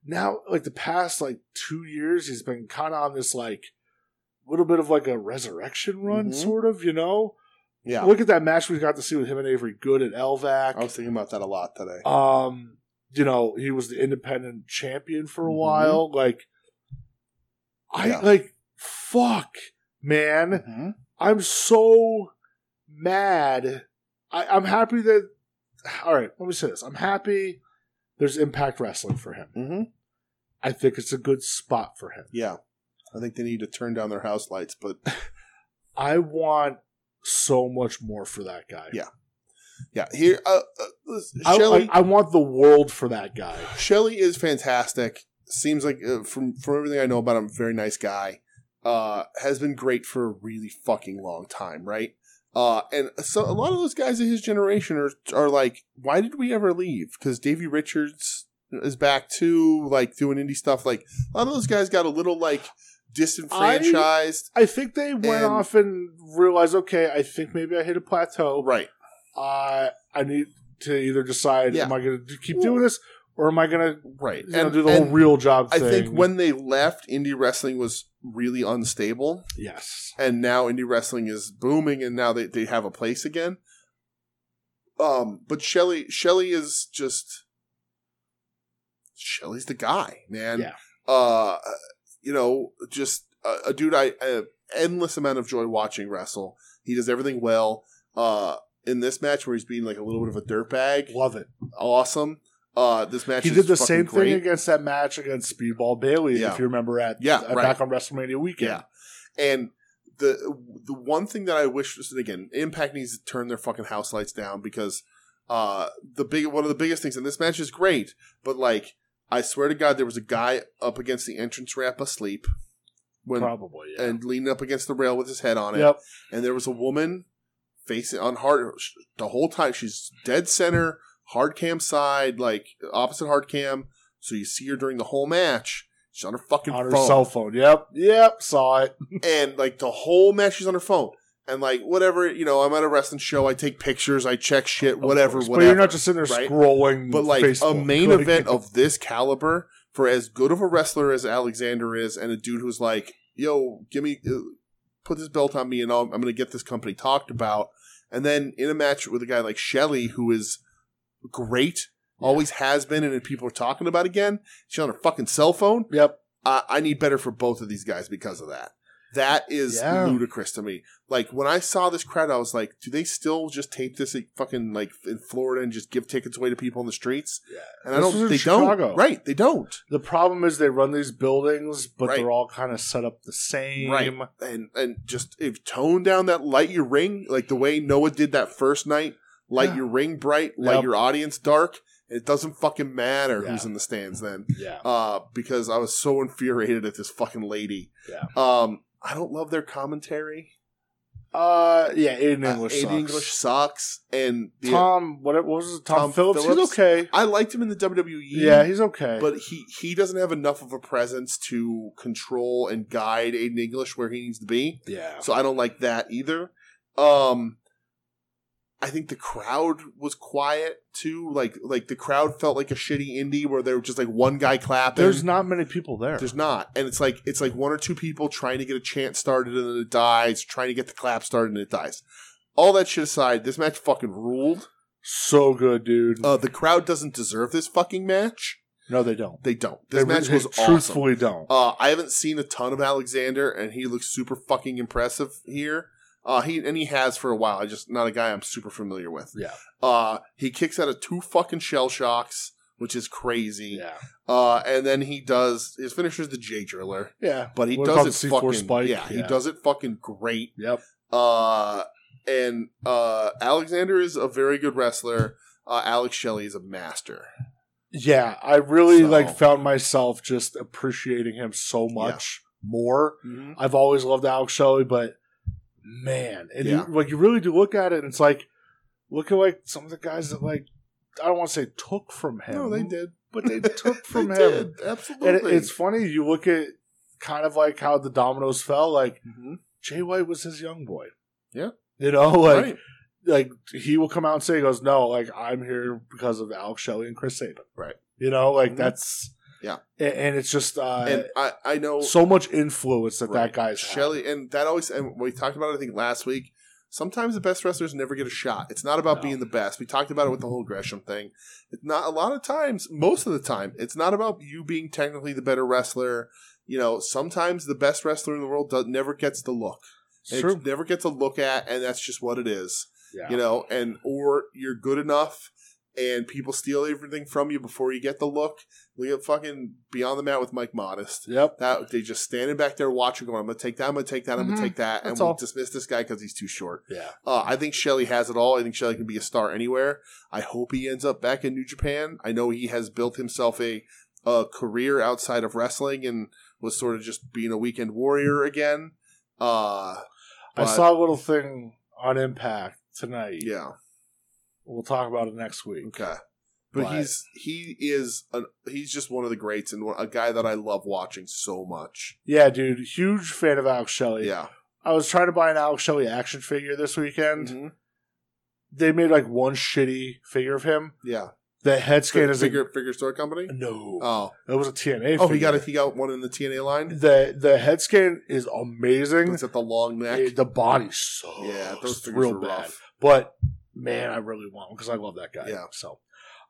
now like the past like two years, he's been kind of on this like little bit of like a resurrection run,
Mhm.
sort of. You know,
Yeah, Oh,
look at that match we got to see with him and Avery Good at LVAC.
I was thinking about that a lot today.
um you know he was the independent champion for a
Mhm.
while like i
Yeah.
like fuck man
Mhm.
i'm so mad I, i'm happy that all right let me say this i'm happy there's impact wrestling for him
Mhm.
i think it's a good spot for him
Yeah, I think they need to turn down their house lights, but
i want so much more for that guy
Yeah. yeah, here uh, uh,
I,
Shelly
I, I want the world for that guy
Shelly is fantastic. Seems like uh, from from everything I know about him, a very nice guy. Uh, has been great for a really fucking long time, right? Uh, and so a lot of those guys of his generation are are like, why did we ever leave? Because Davey Richards is back too, like doing indie stuff. Like a lot of those guys got a little like disenfranchised,
i think they
And-
went off and realized okay i think maybe i hit a plateau
right?
I I need to either decide
Yeah.
am I going to keep doing this or am I going to
Right,
you know, do the whole real job
I
thing?
think when they left, indie wrestling was really unstable.
yes,
and now indie wrestling is booming and now they, they have a place again um but shelly shelly is just shelly's the guy man
Yeah.
uh you know just a, a dude i I have endless amount of joy watching wrestle he does everything well uh in this match where he's being like a little bit of a dirtbag
love it.
awesome uh this match
He
is
did the
fucking
same
great.
thing against that match against Speedball Bailey,
Yeah.
if you remember at
Yeah,
at-
right.
back on WrestleMania weekend.
Yeah. And the the one thing that I wish was and again, Impact needs to turn their fucking house lights down because uh the big one of the biggest things and this match is great, but like I swear to God there was a guy up against the entrance ramp asleep when
Probably. Yeah.
and leaning up against the rail with his head on it.
yep.
And there was a woman facing on hard the whole time she's dead center, hard cam side, like opposite hard cam. So you see her during the whole match. She's on her fucking
On her
phone
cell phone. Yep. Yep. Saw it.
and like the whole match she's on her phone and like whatever you know i'm at a wrestling show i take pictures i check shit whatever
But
whatever
you're not just sitting there
right?
scrolling.
but like a
Facebook.
main
Like,
event of this caliber for as good of a wrestler as alexander is and a dude who's like yo give me uh, put this belt on me and I'll, i'm gonna get this company talked about and then in a match with a guy like shelly who is great always has been and people are talking about again she's on her fucking cell phone
Yep.
I, I need better for both of these guys because of that. That is
Yeah.
ludicrous to me. Like when I saw this crowd, I was like, "Do they still just tape this at fucking like in Florida and just give tickets away to people on the streets?"
Yeah.
And I
This
don't.
was in
They
Chicago.
don't. Right? They don't.
The problem is they run these buildings, but
Right.
they're all kind of set up the same.
Right. And and just if tone down that light your ring like the way Noah did that first night. Light
Yeah.
your ring bright. Light
Yep.
your audience dark. It doesn't fucking matter who's
Yeah.
in the stands then.
Yeah.
uh, because I was so infuriated at this fucking lady.
Yeah.
Um, I don't love their commentary.
Uh. Yeah. Aiden
Uh,
English.
Aiden
sucks.
English sucks, and the,
Tom, what, what was it? Tom,
Tom
Phillips?
Phillips?
He's okay.
I liked him in the WWE.
Yeah, he's okay.
but he he doesn't have enough of a presence to control and guide Aiden English where he needs to be.
yeah,
So I don't like that either. Um, I think the crowd was quiet too. Like like the crowd felt like a shitty indie where there were just like one guy clapping.
there's not many people there.
There's not, and it's like it's like one or two people trying to get a chant started and then it dies, trying to get the clap started and it dies. All that shit aside, this match fucking ruled.
so good, dude.
Uh, the crowd doesn't deserve this fucking match.
no, they don't.
They don't. This
they
match
really-
was
they
awesome.
truthfully don't.
Uh, I haven't seen a ton of Alexander, and he looks super fucking impressive here. Uh, he and he has for a while. I just not a guy I'm super familiar with.
Yeah.
Uh, he kicks out of two fucking shell shocks, which is crazy.
yeah,
Uh, and then he does his finisher is the J driller,
yeah.
but he
What about
does
the
it
C4
fucking
spike?
Yeah, he
Yeah.
does it fucking great.
Yep.
Uh, and uh, Alexander is a very good wrestler. Uh, Alex Shelley is a master.
Yeah, I really
So-
like found myself just appreciating him so much more. I've always loved Alex Shelley, but man, and
Yeah.
you, like you really do look at it, and it's like look at like some of the guys that like I don't want to say took from him.
No, they did.
but Mm-hmm. they took from
They
him.
did, Absolutely.
And it, it's funny you look at kind of like how the dominoes fell. Like
Mhm.
Jay White was his young boy.
Yeah.
you know, like
right.
like he will come out and say, he goes, "No, like I'm here because of Alex Shelley and Chris Sabin."
Right.
You know, like
Mhm.
that's
Yeah.
a- and, it's just uh,
and I, I know
so much influence that
Right.
that guy's had.
Shelley, and that always, and we talked about it, I think, last week. Sometimes the best wrestlers never get a shot. It's not about
No.
being the best. We talked about it with the whole Gresham thing. It's not a lot of times, most of the time, it's not about you being technically the better wrestler. You know, sometimes the best wrestler in the world does, never gets the look.
It's
It
true.
never gets a look at, and that's just what it is.
Yeah.
you know, and or you're good enough and people steal everything from you before you get the look. Look at fucking Beyond the Mat with Mike Modest.
Yep.
That they just standing back there watching, going, "I'm gonna take that, I'm gonna take that, I'm
Mhm.
gonna take that," and
That's
we
all.
dismiss this guy because he's too short.
Yeah.
Uh, I think Shelly has it all. I think Shelly can be a star anywhere. I hope he ends up back in New Japan. I know he has built himself a, a career outside of wrestling and was sort of just being a weekend warrior again. Uh,
I
But-
saw a little thing on Impact tonight.
yeah.
We'll talk about it next week.
Okay. But
But-
he's he is an, he's just one of the greats and one- a guy that I love watching so much.
Yeah, dude, huge fan of Alex Shelley.
Yeah,
I was trying to buy an Alex Shelley action figure this weekend.
Mhm.
They made like one shitty figure of him.
yeah.
The head scan
Fig-
is
figure figure store company.
A, no,
Oh,
it was a TNA.
oh,
figure.
he got a, he got one in the TNA line.
The the head scan is amazing.
It's at the long neck.
It- the body sucks
yeah, those figures
real
were
bad.
rough.
But man, I really want because I love that guy.
Yeah.
So,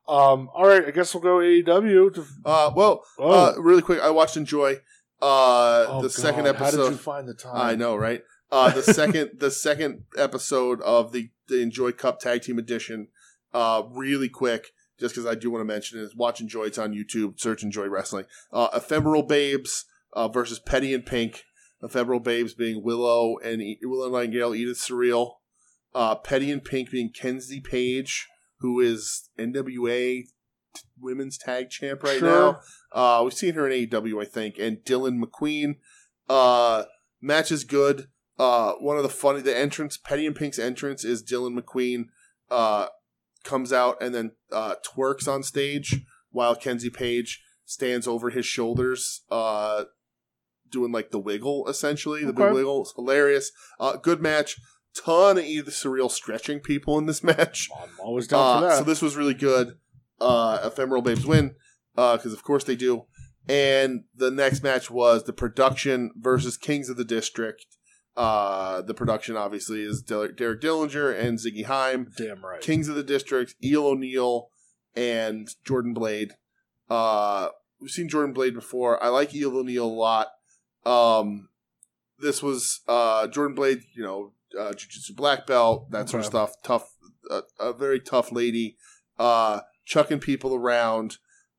um, all right, I guess we'll go AEW. To,
Uh, well,
oh,
uh, really quick, I watched Enjoy. Uh,
Oh,
the second
God, How did
episode.
you find the time?
I know, right? Uh, the second the second episode of the, the Enjoy Cup Tag Team Edition, uh, really quick, just because I do want to mention it. Is watch Enjoy. It's on YouTube. Search Enjoy Wrestling. Uh, Ephemeral Babes uh, versus Petty and Pink. Ephemeral Babes being Willow and E- Willow Nightingale, Edith Surreal. Uh, Petty and Pink being Kenzie Page, who is NWA t- Women's Tag Champ right
Sure.
now. Uh, we've seen her in AEW, I think, and Dylan McQueen. Uh, match is good. Uh, one of the funny the entrance Petty and Pink's entrance is Dylan McQueen uh, comes out and then uh, twerks on stage while Kenzie Page stands over his shoulders, uh, doing like the wiggle essentially. The big
Okay.
wiggle is hilarious. Uh, good match. Ton of either surreal stretching people in this match.
I'm always down for
Uh,
that.
So this was really good. Uh, Ephemeral Babes win because of course they do. And the next match was the production versus Kings of the District. Uh, the production obviously is Del- Derek Dillinger and Ziggy Heim.
Damn right.
Kings of the District, Eel O'Neill and Jordan Blade. Uh, we've seen Jordan Blade before. I like Eel O'Neill a lot. Um, this was uh, Jordan Blade, you know, uh, Jiu-Jitsu black belt, that sort of
Okay.
stuff. Tough, uh, a very tough lady, uh, chucking people around.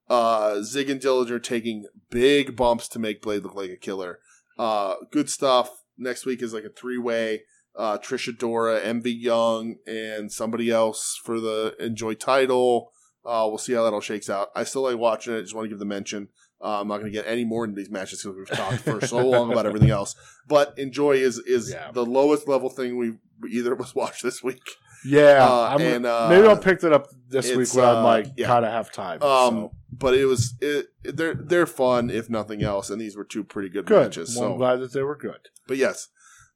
Uh, Zig and Dillinger taking big bumps to make Blade look like a killer. Uh, good stuff. Next week is like a three way uh, Trisha Dora, Envy Young, and somebody else for the Enjoy title. Uh, we'll see how that all shakes out. I still like watching it. Just want to give the mention. Uh, I'm not going to get any more into these matches because we've talked for so long about everything else. But Enjoy is is
Yeah.
the lowest level thing we either of us watched this week.
yeah,
uh,
I'm,
and, uh,
maybe I'll pick that up this week
it's,
when
uh,
I'm like
yeah.
kind of have time.
Um,
so.
but it was it, they're they're fun if nothing else, and these were two pretty good,
Good.
matches.
Well, I'm
So,
glad that they were good.
but yes,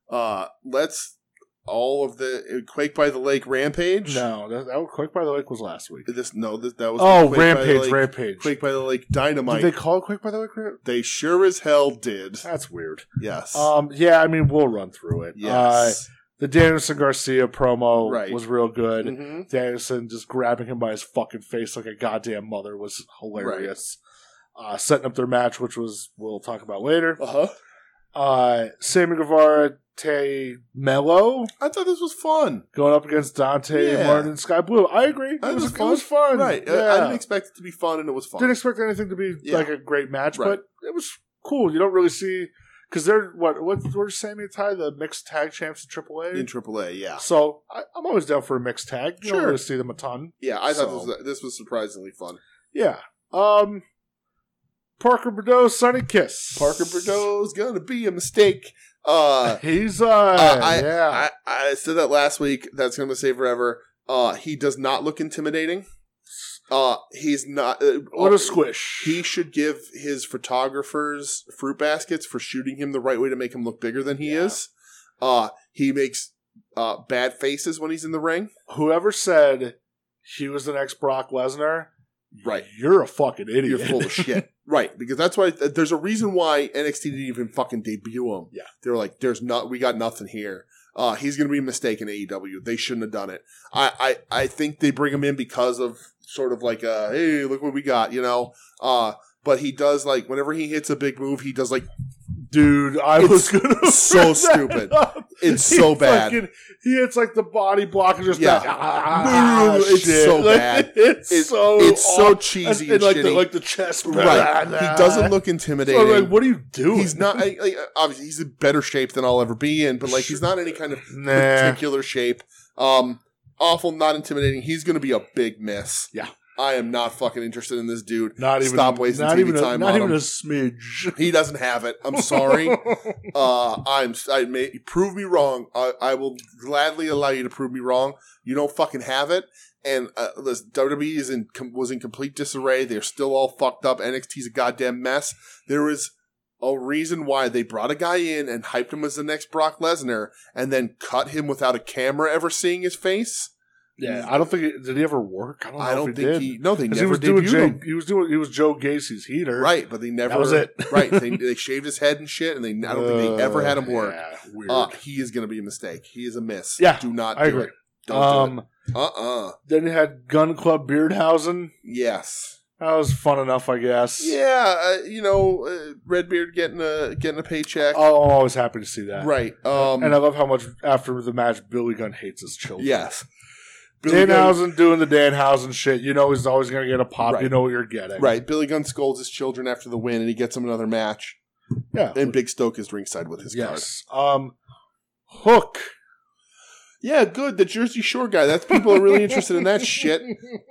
uh, let's all of the Quake by the Lake Rampage.
No, that, that was- Quake by the Lake was last week.
This no, this, that was
Oh,
Quake by the
Rampage,
Lake-
Rampage.
Quake by the Lake
Did
Dynamite.
they
They,
call it Quake by the Lake? Ra-
sure as hell did.
That's weird.
Yes.
Um, yeah, I mean we'll run through it. Uh,
yes.
the Danielson Garcia promo
Right.
was real good.
Mm-hmm.
Danielson just grabbing him by his fucking face like a goddamn mother was hilarious. Uh, setting up their match, which was we'll talk about later.
Uh huh.
Uh, Sammy Guevara, Tay Mello
I thought this was fun.
going up against Dante
Yeah.
Martin and Sky Blue. I agree.
That
it was,
was
it was fun.
Right. Uh, I- I,
Yeah.
didn't expect it to be fun, and it was fun.
Didn't expect anything to be
Yeah.
like a great match,
Right.
but it was cool. You don't really see because they're what what were Sammy and Ty the mixed tag champs in AAA.
in AAA, yeah,
So I, I'm always down for a mixed tag. You don't
Sure.
really see them a ton.
yeah. I thought
So-
this, was, this was surprisingly fun.
Yeah. Um Parker Bordeaux, Sunny Kiss.
Parker Bordeaux's gonna be a mistake. Uh,
He's uh,
I-
yeah.
I, I said that last week. That's gonna stay forever. Uh, he does not look intimidating. Uh, he's not. Uh,
what a squish.
He should give his photographers fruit baskets for shooting him the right way to make him look bigger than he
Yeah.
is. Uh, he makes uh, bad faces when he's in the ring.
Whoever said he was the next Brock Lesnar,
Right.
you're a fucking idiot.
You're full of shit. Right, because that's why th- there's a reason why NXT didn't even fucking debut him.
Yeah.
they were like, "There's not, we got nothing here." Uh, he's gonna be a mistake in AEW. They shouldn't have done it. I, I, I think they bring him in because of sort of like, uh, "Hey, look what we got," you know. Uh, but he does like whenever he hits a big move, he does like
Dude, I
It's
was gonna
so
bring that
stupid.
up.
it's
He
so bad.
fucking- he hits like the body block and just
Yeah.
that, ah,
No, no, no, it's
shit.
so
Like,
bad.
It's,
It's
so
it's so
awful.
cheesy
and
and,
like
shitty.
the like the chest.
right, he doesn't look
So
intimidating.
I'm like, what are you doing?
he's not I- like, obviously he's in better shape than I'll ever be in, but like he's not in any kind of
nah.
particular shape. Um, awful, not intimidating. He's going to be a big miss.
Yeah.
I am not fucking interested in this dude.
Not even
Stop wasting
not
TV
even a,
time on
Not even
him.
a smidge.
He doesn't have it. I'm sorry. uh, I'm. I may prove me wrong. I, I will gladly allow you to prove me wrong. You don't fucking have it. And uh, listen, WWE is in com- was in complete disarray. They're still all fucked up. NXT's a goddamn mess. There is a reason why they brought a guy in and hyped him as the next Brock Lesnar, and then cut him without a camera ever seeing his face. Mm,
yeah, I don't think it, did he ever work. I don't know
I don't
if he
think
did.
he. No, they
'Cause
never
he was doing
debuted
Jay,
him.
he was doing he was Joe Gacy's heater.
Right, but they never.
was it.
right, they, they shaved his head and shit, and they. I don't think they ever had him work.
Yeah, weird.
Uh, he is going to be a mistake. He is a miss.
Yeah,
do not.
I
do
agree.
It. Don't do
um,
it. Uh uh
then you had Gun Club Beardhausen.
Yes.
That was fun enough, I guess.
Yeah. Uh, you know, uh, Redbeard getting a getting a paycheck.
Oh, I'm always happy to see that.
right. Um.
And uh, I love how much after the match Billy Gunn hates his children.
yes. Billy Gunn,
Danhausen doing the Danhausen shit. You know he's always going to get a pop. You
Right.
know what you're getting.
right. Billy Gunn scolds his children after the win, and he gets him another match.
Yeah.
And Big Stoke is ringside with his card.
yes. Um, Hook.
Yeah, good. The Jersey Shore guy. That's people are really interested in that shit.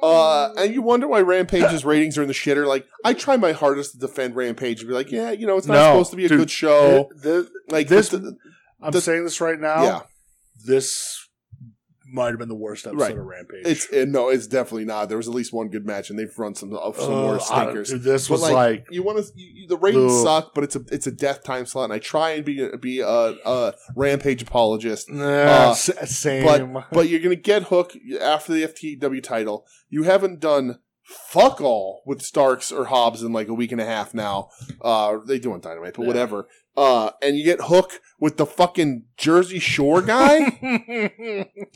Uh, and you wonder why Rampage's ratings are in the shitter. Like, I try my hardest to defend Rampage and be like, yeah, you know, it's not
No,
supposed to be a
dude.
good show.
Th-
Like
This-
but the-
I'm
The-
saying this right now.
yeah,
This might have been the worst episode
Right.
of Rampage.
it's it, no, it's definitely not. There was at least one good match, and they've run some uh, some
Uh,
more
I-
stinkers.
dude, this
But,
was like,
you want to you, you- the ratings
Ugh.
suck, but it's a it's a death time slot, and I try and be be a, a rampage apologist.
nah,
uh,
s- same.
But you're gonna get Hook after the FTW title. You haven't done fuck all with Starks or Hobbs in like a week and a half now. Uh, they do on Dynamite, but
Yeah.
whatever. Uh, and you get Hook with the fucking Jersey Shore guy.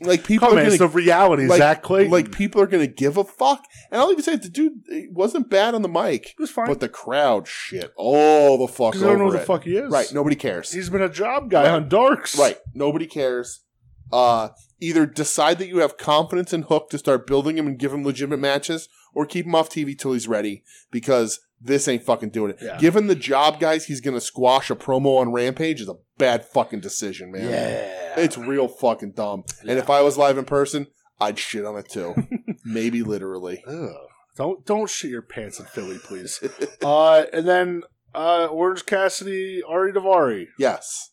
like people
Come
are
man, it's
gonna
the reality.
like-
Zach Clayton.
like people are gonna give a fuck. And I'll even say the dude it wasn't bad on the mic,
it was fine.
but the crowd shit all the fuck
Because
over
I don't know who the
it.
fuck he is.
Right, nobody cares.
He's been a job guy
Right.
on Darks.
Right, nobody cares. Uh, either decide that you have confidence in Hook to start building him and give him legitimate matches, or keep him off TV till he's ready because this ain't fucking doing it.
Yeah.
Given the job guys he's gonna squash a promo on Rampage is a bad fucking decision, man.
Yeah.
It's real fucking dumb. And
Yeah.
if I was live in person, I'd shit on it too. Maybe literally.
Ugh. Don't don't shit your pants in Philly, please. uh, and then uh, Orange Cassidy, Ari Davari.
Yes.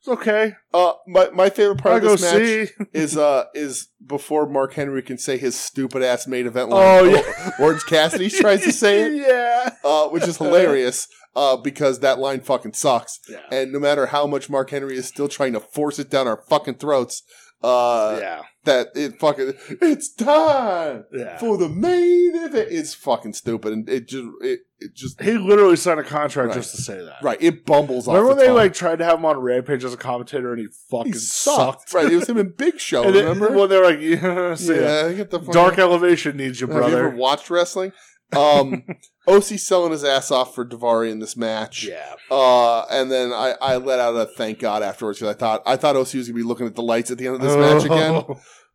It's okay.
Uh, my my favorite part
I
of
go
this match
see.
is uh is before Mark Henry can say his stupid ass main event line.
Oh, yeah.
Orange Cassidy tries to say it,
Yeah.
uh, which is hilarious uh, because that line fucking sucks.
yeah.
And no matter how much Mark Henry is still trying to force it down our fucking throats, Uh,
yeah,
That it fucking it's time
yeah.
for the main event. It's fucking stupid, and it just it, it just
He literally signed a contract
Right.
just to say that.
right. It bumbles. off
Remember when
the
they
tongue.
like tried to have him on Rampage as a commentator and he fucking
he
sucked.
sucked. right, it was him in Big Show.
And then-
remember?
when they're like, yeah, see ya.
yeah, get the fuck
Dark Elevation needs you,
Have you
brother.
ever watched wrestling? Um, OC selling his ass off for Davari in this match.
yeah,
Uh, and then I, I let out a thank God afterwards because I thought I thought OC was gonna be looking at the lights at the end of this match again.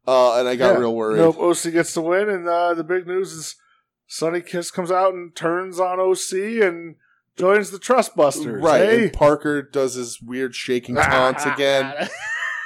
Uh, and I got
Oh. Yeah.
real worried.
Nope, OC gets the win, and uh, the big news is Sonny Kiss comes out and turns on OC and joins the Trust Busters.
Right,
eh?
and Parker does his weird shaking taunts again.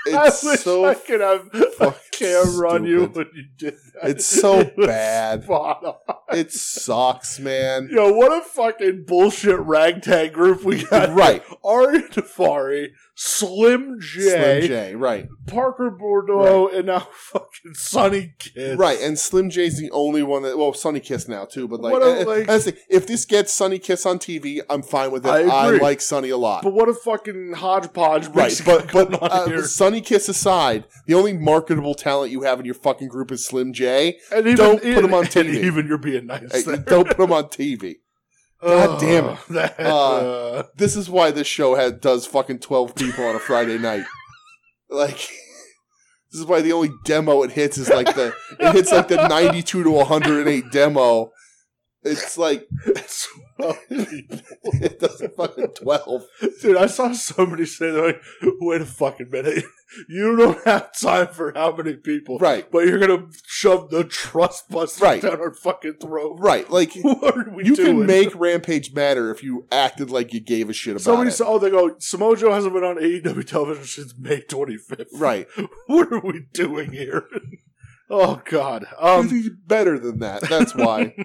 I
It's
wish
so
I could have a
fucking
camera on you
stupid.
when you did that.
It's so
It was
bad.
spot on.
it sucks, man.
Yo, what a fucking bullshit ragtag group we got.
Right,
Ari Tafari, Slim J,
Slim J. Right,
Parker Bordeaux, and now fucking Sonny Kiss.
right, and Slim J's the only one that. Well, Sunny Kiss now too, but like,
What a-
and-
like-
and that's the thing, if this gets Sunny Kiss on TV, I'm fine with it.
I
I,
agree.
like Sunny a lot.
But what a fucking hodgepodge.
Right, but but
on
uh,
here.
Sunny Kiss aside, the only marketable talent you have in your fucking group is Slim J.
And even,
Don't put 'em on
and
TV.
even you're being nice.
Hey,
there.
don't put him on TV. God damn it.
That,
Uh,
uh,
This is why this show had does fucking twelve people on a Friday night. Like, this is why the only demo it hits is like the it hits like the ninety two to one hundred and eight demo. It's like
it's-
it doesn't fucking twelve.
dude, I saw somebody say, they're like, wait a fucking minute. You don't have time for how many people.
Right,
But you're going to shove the trust busters
Right.
down our fucking throat.
right. Like you
What are we doing?
can make Rampage matter if you acted like you gave a shit about
Somebody
it.
saw, oh, they go, Samojo hasn't been on AEW television since May 25th.
right.
What are we doing here? oh, God. Um,
He's better than that. That's why.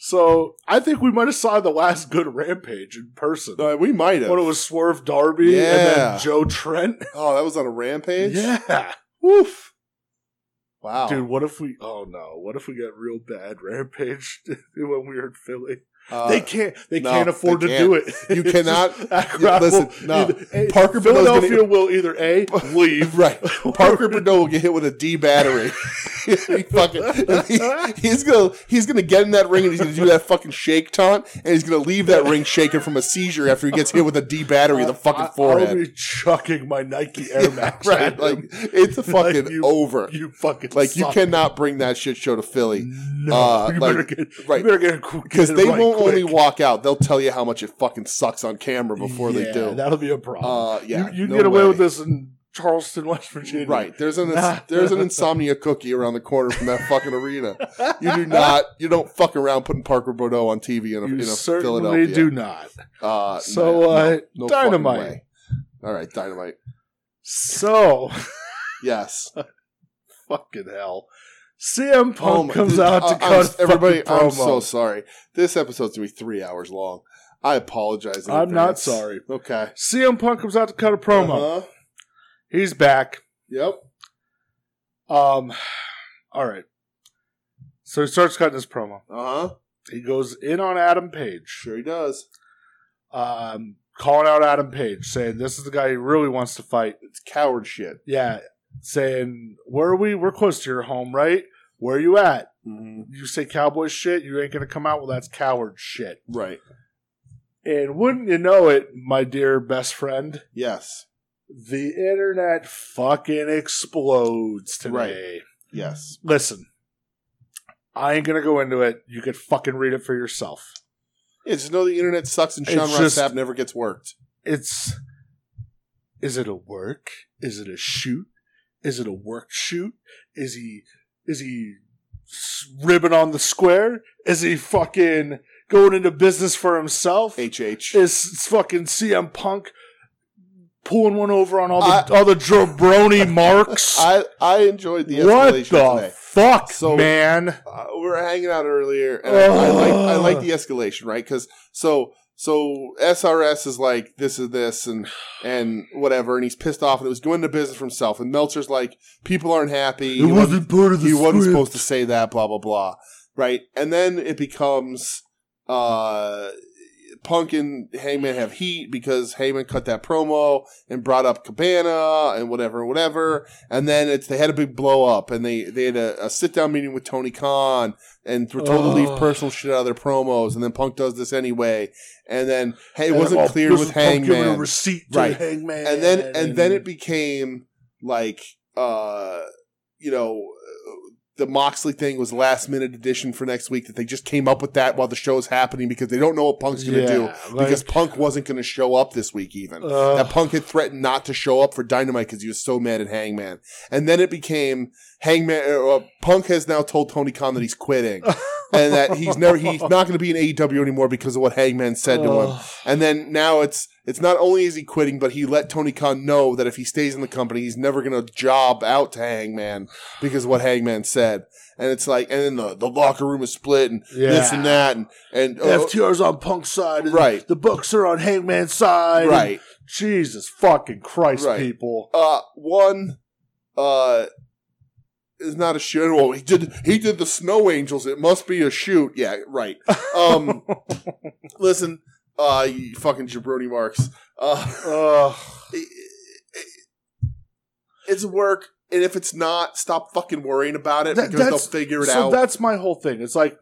So I think we might have saw the last good rampage in person.
Uh, we might have.
When it was Swerve Darby and
Yeah.
then Joe Trent.
Oh, that was on a rampage.
Yeah. Woof.
Wow.
Dude, what if we oh no, what if we got real bad rampage when we were in Philly?
Uh,
they can't they
no,
can't afford
they
to do it.
You
It's
cannot-
just- that crowd
listen,
will
no.
either- eh,
Parker Bordeaux's gonna-
Philadelphia will either A leave
right. Parker Bordeaux will get hit with a D battery. he fucking, he- he's gonna he's gonna get in that ring and he's gonna do that fucking shake taunt and he's gonna leave that ring shaking from a seizure after he gets hit with a D battery in the fucking
I- I'll
forehead.
be chucking my Nike Air Max.
right.
at
Like
him.
it's a fucking
Like, you-
over.
you fucking
like you
suck.
cannot bring that shit show to Philly.
No,
Uh,
you,
like,
better get,
right.
you better get because
Because they won't only walk out; they'll tell you how much it fucking sucks on camera before they do.
That'll be a problem.
uh, yeah,
you you
no
get away
way.
with this in Charleston, West Virginia,
Right. There's an
Nah.
there's an insomnia cookie around the corner from that fucking arena. You do not you don't fuck around putting Parker Bordeaux on TV in a,
You
in a
certainly
Philadelphia.
do not.
Uh,
So,
no,
uh,
no, no fucking
Dynamite.
way. All right, dynamite.
So
Yes.
fucking hell. CM Punk
my-
comes
dude,
out
I-
to
uh, I'm-
cut
everybody.
everybody. Promo.
I'm so sorry. This episode's gonna be three hours long. I apologize. in
I'm not
advance.
sorry.
Okay.
CM Punk comes out to cut a promo.
Uh-huh.
He's back.
Yep.
Um, all right. So he starts cutting his promo.
Uh huh.
He goes in on Adam Page.
Sure he does.
um, calling out Adam Page, saying this is the guy he really wants to fight.
It's coward shit.
Yeah, saying where are we? We're close to your home, right? Where are you at?
Mm-hmm.
You say cowboy shit, you ain't gonna come out. Well, that's coward shit.
Right.
And wouldn't you know it, my dear best friend,
Yes.
the internet fucking explodes today.
Yes.
Listen, I ain't gonna go into it. You could fucking read it for yourself.
Yeah, just know the internet sucks and Sean
It's just-
Rossap never gets worked.
it's is it a work is it a shoot is it a work shoot is he is he s- ribbing on the square is he fucking going into business for himself
HH.
is fucking cm punk pulling one over on all the all the jabroni marks
I, I enjoyed the
what the
escalation today.
fuck
So-
man
Uh, we were hanging out earlier, and I, I like I like the escalation, right? Because so so SRS is like this is this and and whatever, and he's pissed off, and it was going to business for himself. And Meltzer's like, people aren't happy. He wasn't-
part of
he wasn't supposed to say that, blah blah blah, right? And then it becomes uh, Punk and Hangman have heat because Hangman cut that promo and brought up Cabana and whatever, whatever. And then it's they had a big blow up and they they had a, a sit down meeting with Tony Khan and were told to leave
Ugh.
personal shit out of their promos. And then Punk does this anyway. And then hey, it
And,
wasn't
oh,
clear
this
with
is Punk giving a
Hangman.
receipt to
Right.
Hangman,
And then and then it became like uh you know the Moxley thing was last minute edition for next week that they just came up with that while the show's happening because they don't know what Punk's going to do because Punk wasn't going to show up this week even.
Uh,
that Punk had threatened not to show up for Dynamite because he was so mad at Hangman, and then it became Hangman. Uh, Punk has now told Tony Khan that he's quitting and that he's never he's not going to be in AEW anymore because of what Hangman said to
uh,
him. And then now it's it's not only is he quitting, but he let Tony Khan know that if he stays in the company, he's never going to job out to Hangman because of what Hangman said. And it's like, and then the, the locker room is split and this and that and and oh,
FTR's on Punk's side, and
Right.
The Bucks are on Hangman's side, and-
right.
Jesus fucking Christ,
Right.
people!
Uh, one, uh, is not a shoot. Well, he did he did the Snow Angels. It must be a shoot. Yeah, right. Um, listen, uh, you fucking jabroni marks. Uh.
Ugh.
it's work. And if it's not, stop fucking worrying about it
That-
because they'll
that's-
figure it
so
out.
that's my whole thing. It's like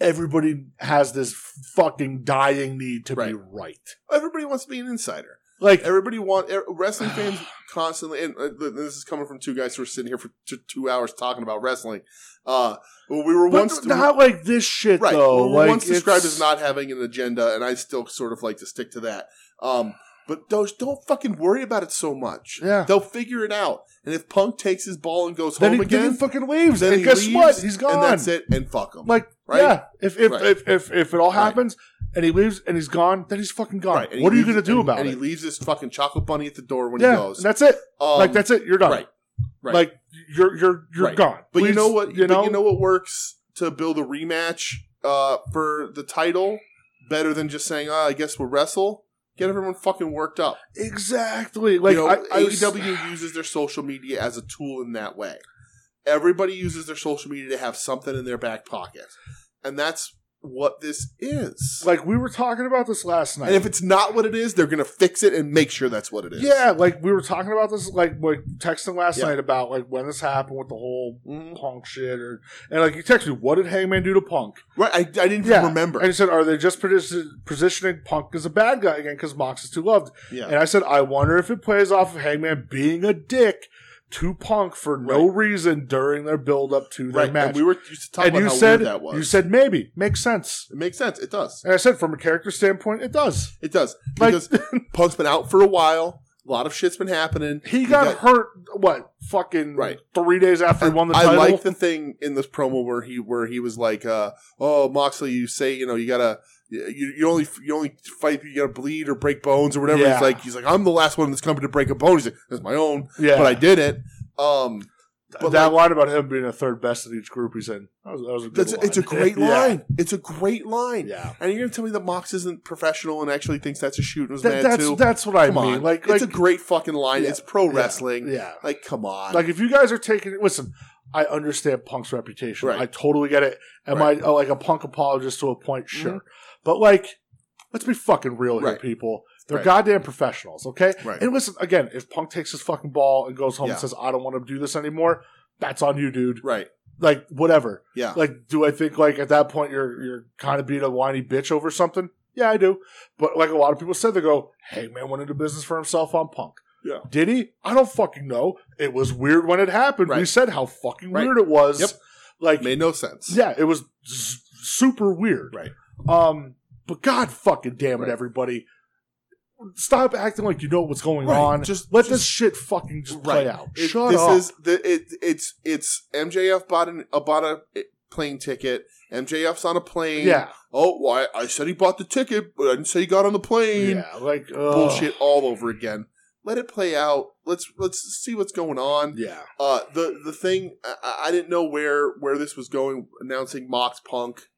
everybody has this fucking dying need to be
Right.
right.
Everybody wants to be an insider.
Like,
Everybody want er, wrestling fans constantly. And uh, th- this is coming from two guys who are sitting here for t- two hours talking about wrestling. Uh, well, we were
but
once
not like this shit
right.
though.
we were
like,
once described
it's-
as not having an agenda, and I still sort of like to stick to that. Um, but those don't fucking worry about it so much.
Yeah.
They'll figure it out. And if Punk takes his ball and goes
Then he,
home
then
again,
he fucking leaves.
then
and
he
guess
leaves,
what? He's gone.
and that's it, and fuck him.
Like,
Right?
yeah. If if,
Right.
if if if it all
Right.
happens and he leaves and he's gone, then he's fucking gone.
and he
What are you
leaves-
gonna do
and-
about
and
it?
he leaves his fucking chocolate bunny at the door when
yeah,
he goes.
and that's it.
Um,
like that's it. You're done.
right. Right.
Like you're you're you're
Right.
gone.
but you
Please,
know what?
You know.
but you know what works to build a rematch uh, for the title better than just saying, "Ah, I guess we'll wrestle." Get everyone fucking worked up.
exactly. Like
you know,
I, I was-
AEW uses their social media as a tool in that way. Everybody uses their social media to have something in their back pocket, and that's what this is.
Like we were talking about this last night.
and if it's not what it is, they're gonna fix it and make sure that's what it is.
yeah, like we were talking about this, like like texting last
Yeah.
night about like when this happened with the whole
Mhm.
punk shit, or and like you texted me, what did Hangman do to Punk?
Right. I, I didn't
Yeah.
remember.
And you said, are they just posi- positioning Punk as a bad guy again because Mox is too loved?
yeah.
And I said, I wonder if it plays off of Hangman being a dick to Punk for no reason during their build up to their
right.
match.
And we were used to talk
And
about
you
how
said
weird that was.
you said maybe makes sense.
it makes sense. It does.
And I said, from a character standpoint, it does.
It does
Like-
because Punk's been out for a while. A lot of shit's been happening.
He got
got-
hurt. What fucking
Right.
three days after he won the
I
title.
like the thing in this promo where he where he was like, uh, "Oh Moxley, you say you know you gotta." You, you only you only fight you gotta bleed or break bones or whatever.
Yeah.
He's like he's like I'm the last one in this company to break a bone. He's like that's my own,
yeah,
but I did it. Um, but
that
like-
line about him being the third best in each group he's in. That was, that was a good
that's
line.
it's a great
Yeah.
line. It's a great line.
Yeah,
And you're gonna tell me that Mox isn't professional and actually thinks that's a shoot and was
That-
mad
that's
too?
that's what I
Come
mean.
on.
Like, like
it's a great fucking line.
Yeah.
It's pro
yeah,
wrestling.
Yeah,
Like, come on.
like if you guys are taking listen, I understand Punk's reputation.
Right.
I totally get it. Am
Right. Mm-hmm.
I uh, like a Punk apologist to a point? Sure, but like, let's be fucking real here,
Right.
people. They're
Right.
goddamn professionals, okay?
Right.
And listen, again, if Punk takes his fucking ball and goes home
Yeah.
and says, "I don't want to do this anymore," that's on you, dude.
right.
Like, whatever.
Yeah.
Like, do I think like at that point you're you're kind of being a whiny bitch over something? Yeah, I do. But like a lot of people said, they go, "Hey, man, went into business for himself on Punk."
Yeah.
Did he? I don't fucking know. It was weird when it happened. We
Right.
said how fucking
Right.
weird it was.
Yep.
Like,
Made no sense.
yeah, it was s- super weird.
Right.
Um. But God fucking damn it,
Right.
everybody, stop acting like you know what's going
Right.
on.
Just
Let
just-
this shit fucking just play out.
It-
Shut
this
up.
is the it it's it's MJF bought an uh, bought a plane ticket. MJF's on a plane.
yeah.
Oh, well, I, I said he bought the ticket, but I didn't say he got on the plane.
Yeah. Like ugh.
Bullshit all over again. Let it play out. Let's let's see what's going on.
Yeah.
Uh, the the thing I- I, I didn't know where where this was going. Announcing Mox Punk,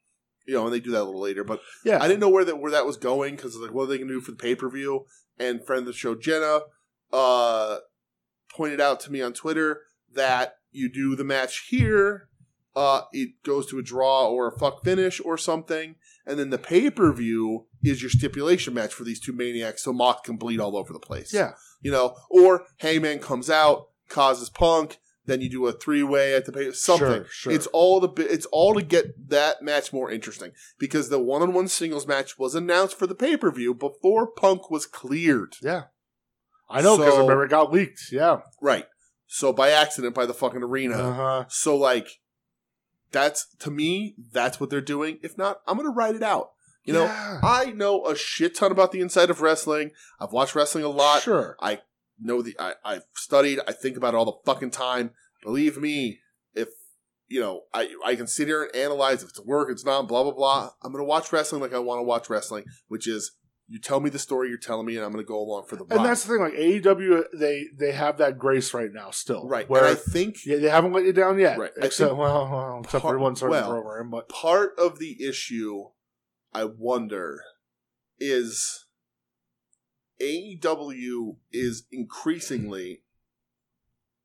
you know, and they do that a little later. But
Yeah.
I didn't know where that where that was going because like, what are they going to do for the pay per view? And friend of the show Jenna uh, pointed out to me on Twitter that you do the match here. Uh, it goes to a draw or a fuck finish or something, and then the pay per view is your stipulation match for these two maniacs, so Moth can bleed all over the place.
Yeah.
you know, or Hangman comes out, causes Punk, then you do a three way at the pay something.
Sure, sure.
It's all the bi- it's all to get that match more interesting because the one on one singles match was announced for the pay per view before Punk was cleared.
Yeah. I know because
So-
I remember it got leaked. Yeah.
Right. So by accident by the fucking arena.
Uh-huh.
So like that's to me, that's what they're doing. If not, I'm gonna write it out. You know,
Yeah.
I know a shit ton about the inside of wrestling. I've watched wrestling a lot.
Sure.
Know the I, I've studied, I think about it all the fucking time. Believe me, if you know, I I can sit here and analyze if it's work, it's not, blah blah blah. I'm gonna watch wrestling like I wanna watch wrestling, which is you tell me the story you're telling me and I'm gonna go along for the ride.
And that's the thing, like AEW, they they have that grace right now still,
right.
Where
and I think
yeah, they haven't let you down yet,
Right. I
Except
think
well, well, except
part-
for one certain
well,
program, but
part of the issue, I wonder, is AEW is increasingly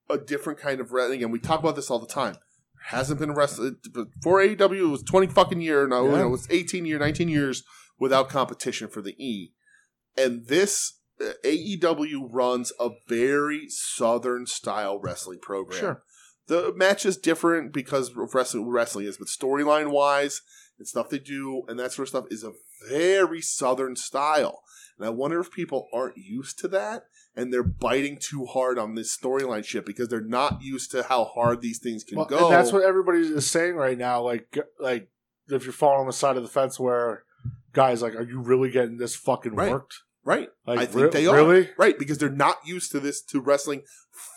a different kind of wrestling, and we talk about this all the time. There hasn't been wrestling before AEW. It was twenty fucking year. No,
Yeah.
it was eighteen year, nineteen years without competition for the E, and this. uh, AEW runs a very southern style wrestling program
sure,
the match is different because of wrestling wrestling is, but storyline wise and stuff they do and that sort of stuff is a very southern style. And I wonder if people aren't used to that and they're biting too hard on this storyline shit because they're not used to how hard these things can
Well,
go.
and that's what everybody is saying right now. Like like if you're falling on the side of the fence, where guys like, are you really getting this fucking
Right.
worked?
right.
Like
I think
re-
they are.
really.
Right, because they're not used to this to wrestling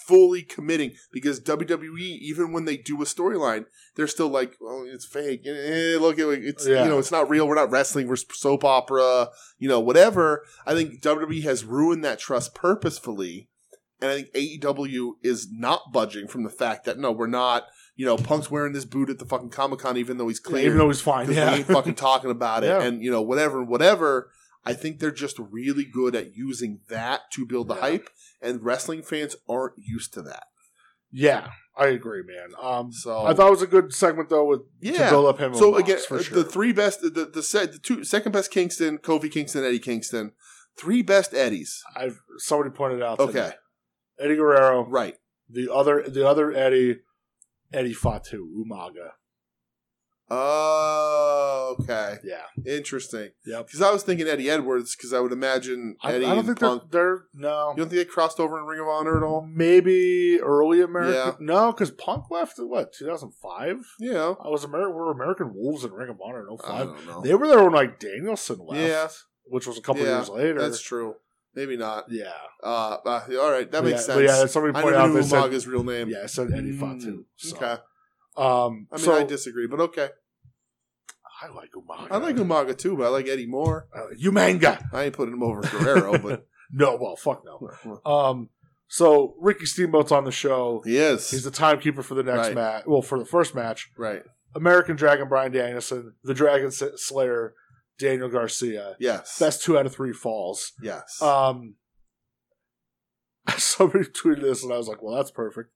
fully committing. Because WWE, even when they do a storyline, they're still like, "Well, it's fake. Eh, eh, look, it- it's
Yeah.
you know, it's not real. We're not wrestling. We're soap opera. You know, whatever." I think WWE has ruined that trust purposefully, and I think AEW is not budging from the fact that no, we're not. You know, Punk's wearing this boot at the fucking Comic Con, even though he's clear
Even though he's fine,
because we
yeah.
ain't fucking talking about it,
Yeah.
and you know whatever, whatever. I think they're just really good at using that to build the
Yeah.
hype, and wrestling fans aren't used to that.
yeah, I agree, man. Um,
So
I thought it was a good segment though with to
yeah.
build up him. and
So
Mox,
again, uh,
for sure.
the three best, the the, set, the two second best Kingston, Kofi Kingston, Eddie Kingston, three best Eddies.
I've somebody pointed out.
Okay.
today. Eddie Guerrero,
Right,
the other the other Eddie, Eddie Fatu Umaga.
oh, okay,
Yeah,
interesting.
Yep.
Because I was thinking Eddie Edwards, because I would imagine
I, I
Eddie
don't
and
think they're,
Punk.
they're no.
You don't think they crossed over in Ring of Honor at all?
Maybe early American.
Yeah.
No, because Punk left in what 2005.
Yeah,
I was American. Were American Wolves in Ring of Honor in
I
05.
don't know.
They were there when like Danielson left.
Yeah.
which was a couple
Yeah,
years later.
That's true. Maybe not.
yeah,
Uh, uh, all right, that
But
makes
yeah, but
sense.
Yeah, somebody
I
pointed
never
out
knew
they said
Umaga's real name.
yeah, it said Eddie
Mm,
Fatu. So,
Okay,
Um,
I mean,
so
I disagree, but okay.
I like Umaga.
I like Umaga too, but I like Eddie more.
Uh, Umanga.
I ain't putting him over Guerrero, but
No, well, fuck no. Um, so Ricky Steamboat's on the show.
he is
He's the timekeeper for the next
Right.
match. Well, for the first match,
right.
American Dragon Brian Danielson, the Dragon S- Slayer Daniel Garcia.
Yes,
That's two out of three falls.
yes.
Um, somebody tweeted this, and I was like, "Well, that's perfect."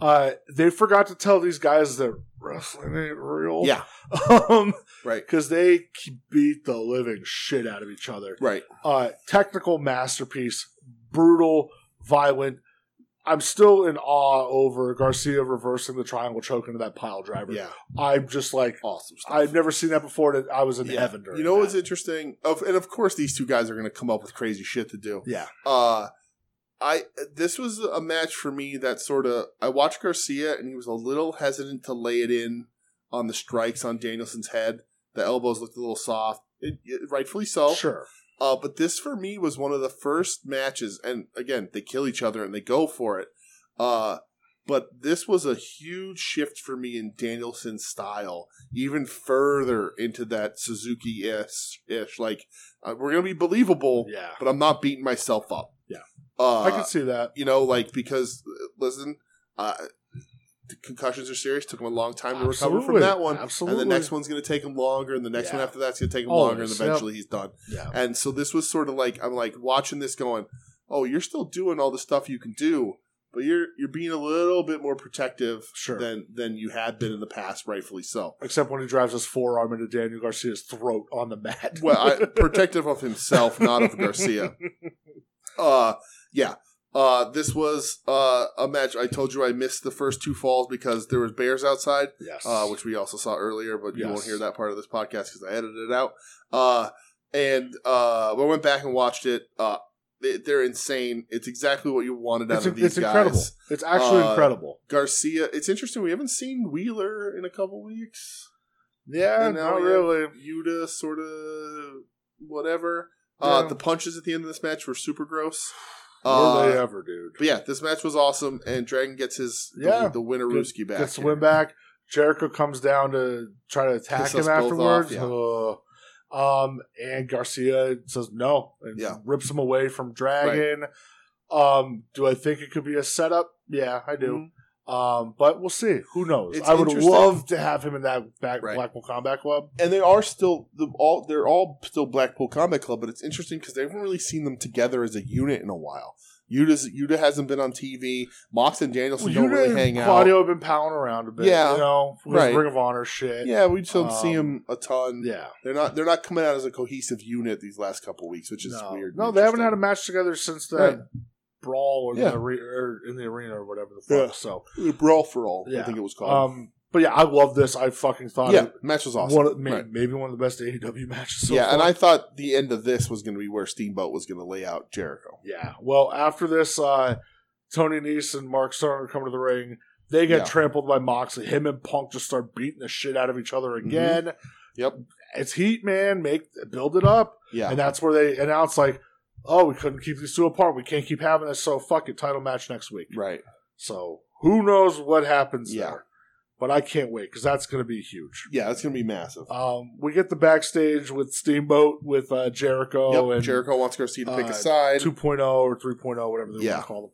Uh, they forgot to tell these guys that wrestling ain't real.
yeah,
Um,
right,
because they k- beat the living shit out of each other.
right.
Uh, technical masterpiece, brutal, violent. I'm still in awe over Garcia reversing the triangle choke into that pile driver.
Yeah,
I'm just like
awesome stuff.
I've never seen that before. and I was in
Yeah.
heaven during.
you know what's
that.
interesting? Of and of course, these two guys are going to come up with crazy shit to do.
Yeah,
uh I this was a match for me that sort of I watched Garcia and he was a little hesitant to lay it in on the strikes on Danielson's head. The elbows looked a little soft, it, it- rightfully so.
sure.
Uh, but this for me was one of the first matches, and again they kill each other and they go for it. Uh, but this was a huge shift for me in Danielson's style, even further into that Suzuki ish ish. Like uh, we're gonna be believable,
Yeah,
but I'm not beating myself up.
Yeah.
Uh,
I can see that.
you know, like because uh, listen, uh, the concussions are serious. Took him a long time to recover
Absolutely.
from that one,
Absolutely.
and the next one's going to take him longer, and the next one
Yeah.
after that's going to take him
Always,
longer, and
yep.
eventually he's done.
Yeah.
And so this was sort of like I'm like watching this, going, "Oh, you're still doing all the stuff you can do." but you're you're being a little bit more protective
Sure.
than than you had been in the past, rightfully so.
Except when he drives his forearm into Daniel Garcia's throat on the mat.
Well, I, protective of himself, not of Garcia. Uh, yeah. Uh, this was uh, a match. I told you I missed the first two falls because there was bears outside.
yes.
uh, which we also saw earlier, but you
Yes.
won't hear that part of this podcast because I edited it out. Uh, and uh, we went back and watched it. Uh, they, they're insane. It's exactly what you wanted out
it's,
of these
it's
guys.
incredible. It's actually
Uh,
incredible.
Garcia. It's interesting. We haven't seen Wheeler in a couple weeks.
Yeah,
and now
not
we have-
really.
Yuta, sort of whatever. Uh,
Yeah.
The punches at the end of this match were super gross.
Will they
Uh,
ever, dude?
but yeah, this match was awesome, and Dragon gets his the-
Yeah.
the, winner
Good-
Ruski back.
gets the
here.
win back. Jericho comes down to try to attack
Piss
him
us both
afterwards.
off,
Ugh. Um, and Garcia says no and
Yeah.
rips him away from Dragon. Um, do I think it could be a setup? Yeah, I do. Um, but we'll see. Who knows?
It's
I would
interesting.
love to have him in that back
Right.
Blackpool Combat Club.
and they are still the all they're all still Blackpool Combat Club, but it's interesting because they haven't really seen them together as a unit in a while. Yuta's, Yuta hasn't been on TV. Mox and Danielson don't
Yuna
really
and
hang
Claudio have been pounding around a bit.
Yeah.
you know, with
Right.
Ring of Honor
out.
shit.
Yeah, we just don't see
Um,
them a ton.
yeah.
They're not they're not coming out as a cohesive unit these last couple weeks, which is
no.
weird. and
No, they haven't
interesting.
had a match together since that
Right.
brawl or
Yeah.
the are or in the arena or whatever the fuck.
Yeah.
So,
Uh, brawl for all. I
Yeah.
think it was called.
um, but yeah, I love this. I fucking thought
yeah,
it,
match was awesome.
one of- may-
Right.
maybe one of the best AEW matches. So
yeah,
far.
and I thought the end of this was going to be where Steamboat was going to lay out Jericho.
yeah. Well, after this, uh, Tony Nese and Mark Stone come to the ring. They get
Yeah.
trampled by Moxley. Him and Punk just start beating the shit out of each other again.
Mm-hmm. Yep.
It's heat, man. Make build it up.
Yeah,
And that's where they announce like, "Oh, we couldn't keep these two apart. We can't keep having this. So fuck it, title match next week."
right.
So who knows what happens
Yeah.
there? But I can't wait because that's going to be huge.
Yeah, it's going to be massive.
Um, we get the backstage with Steamboat with uh, Jericho
yep,
and
Jericho wants Garcia to pick
uh,
a side.
2.0 or 3.0, whatever they
Yeah. Oh,
want to call them.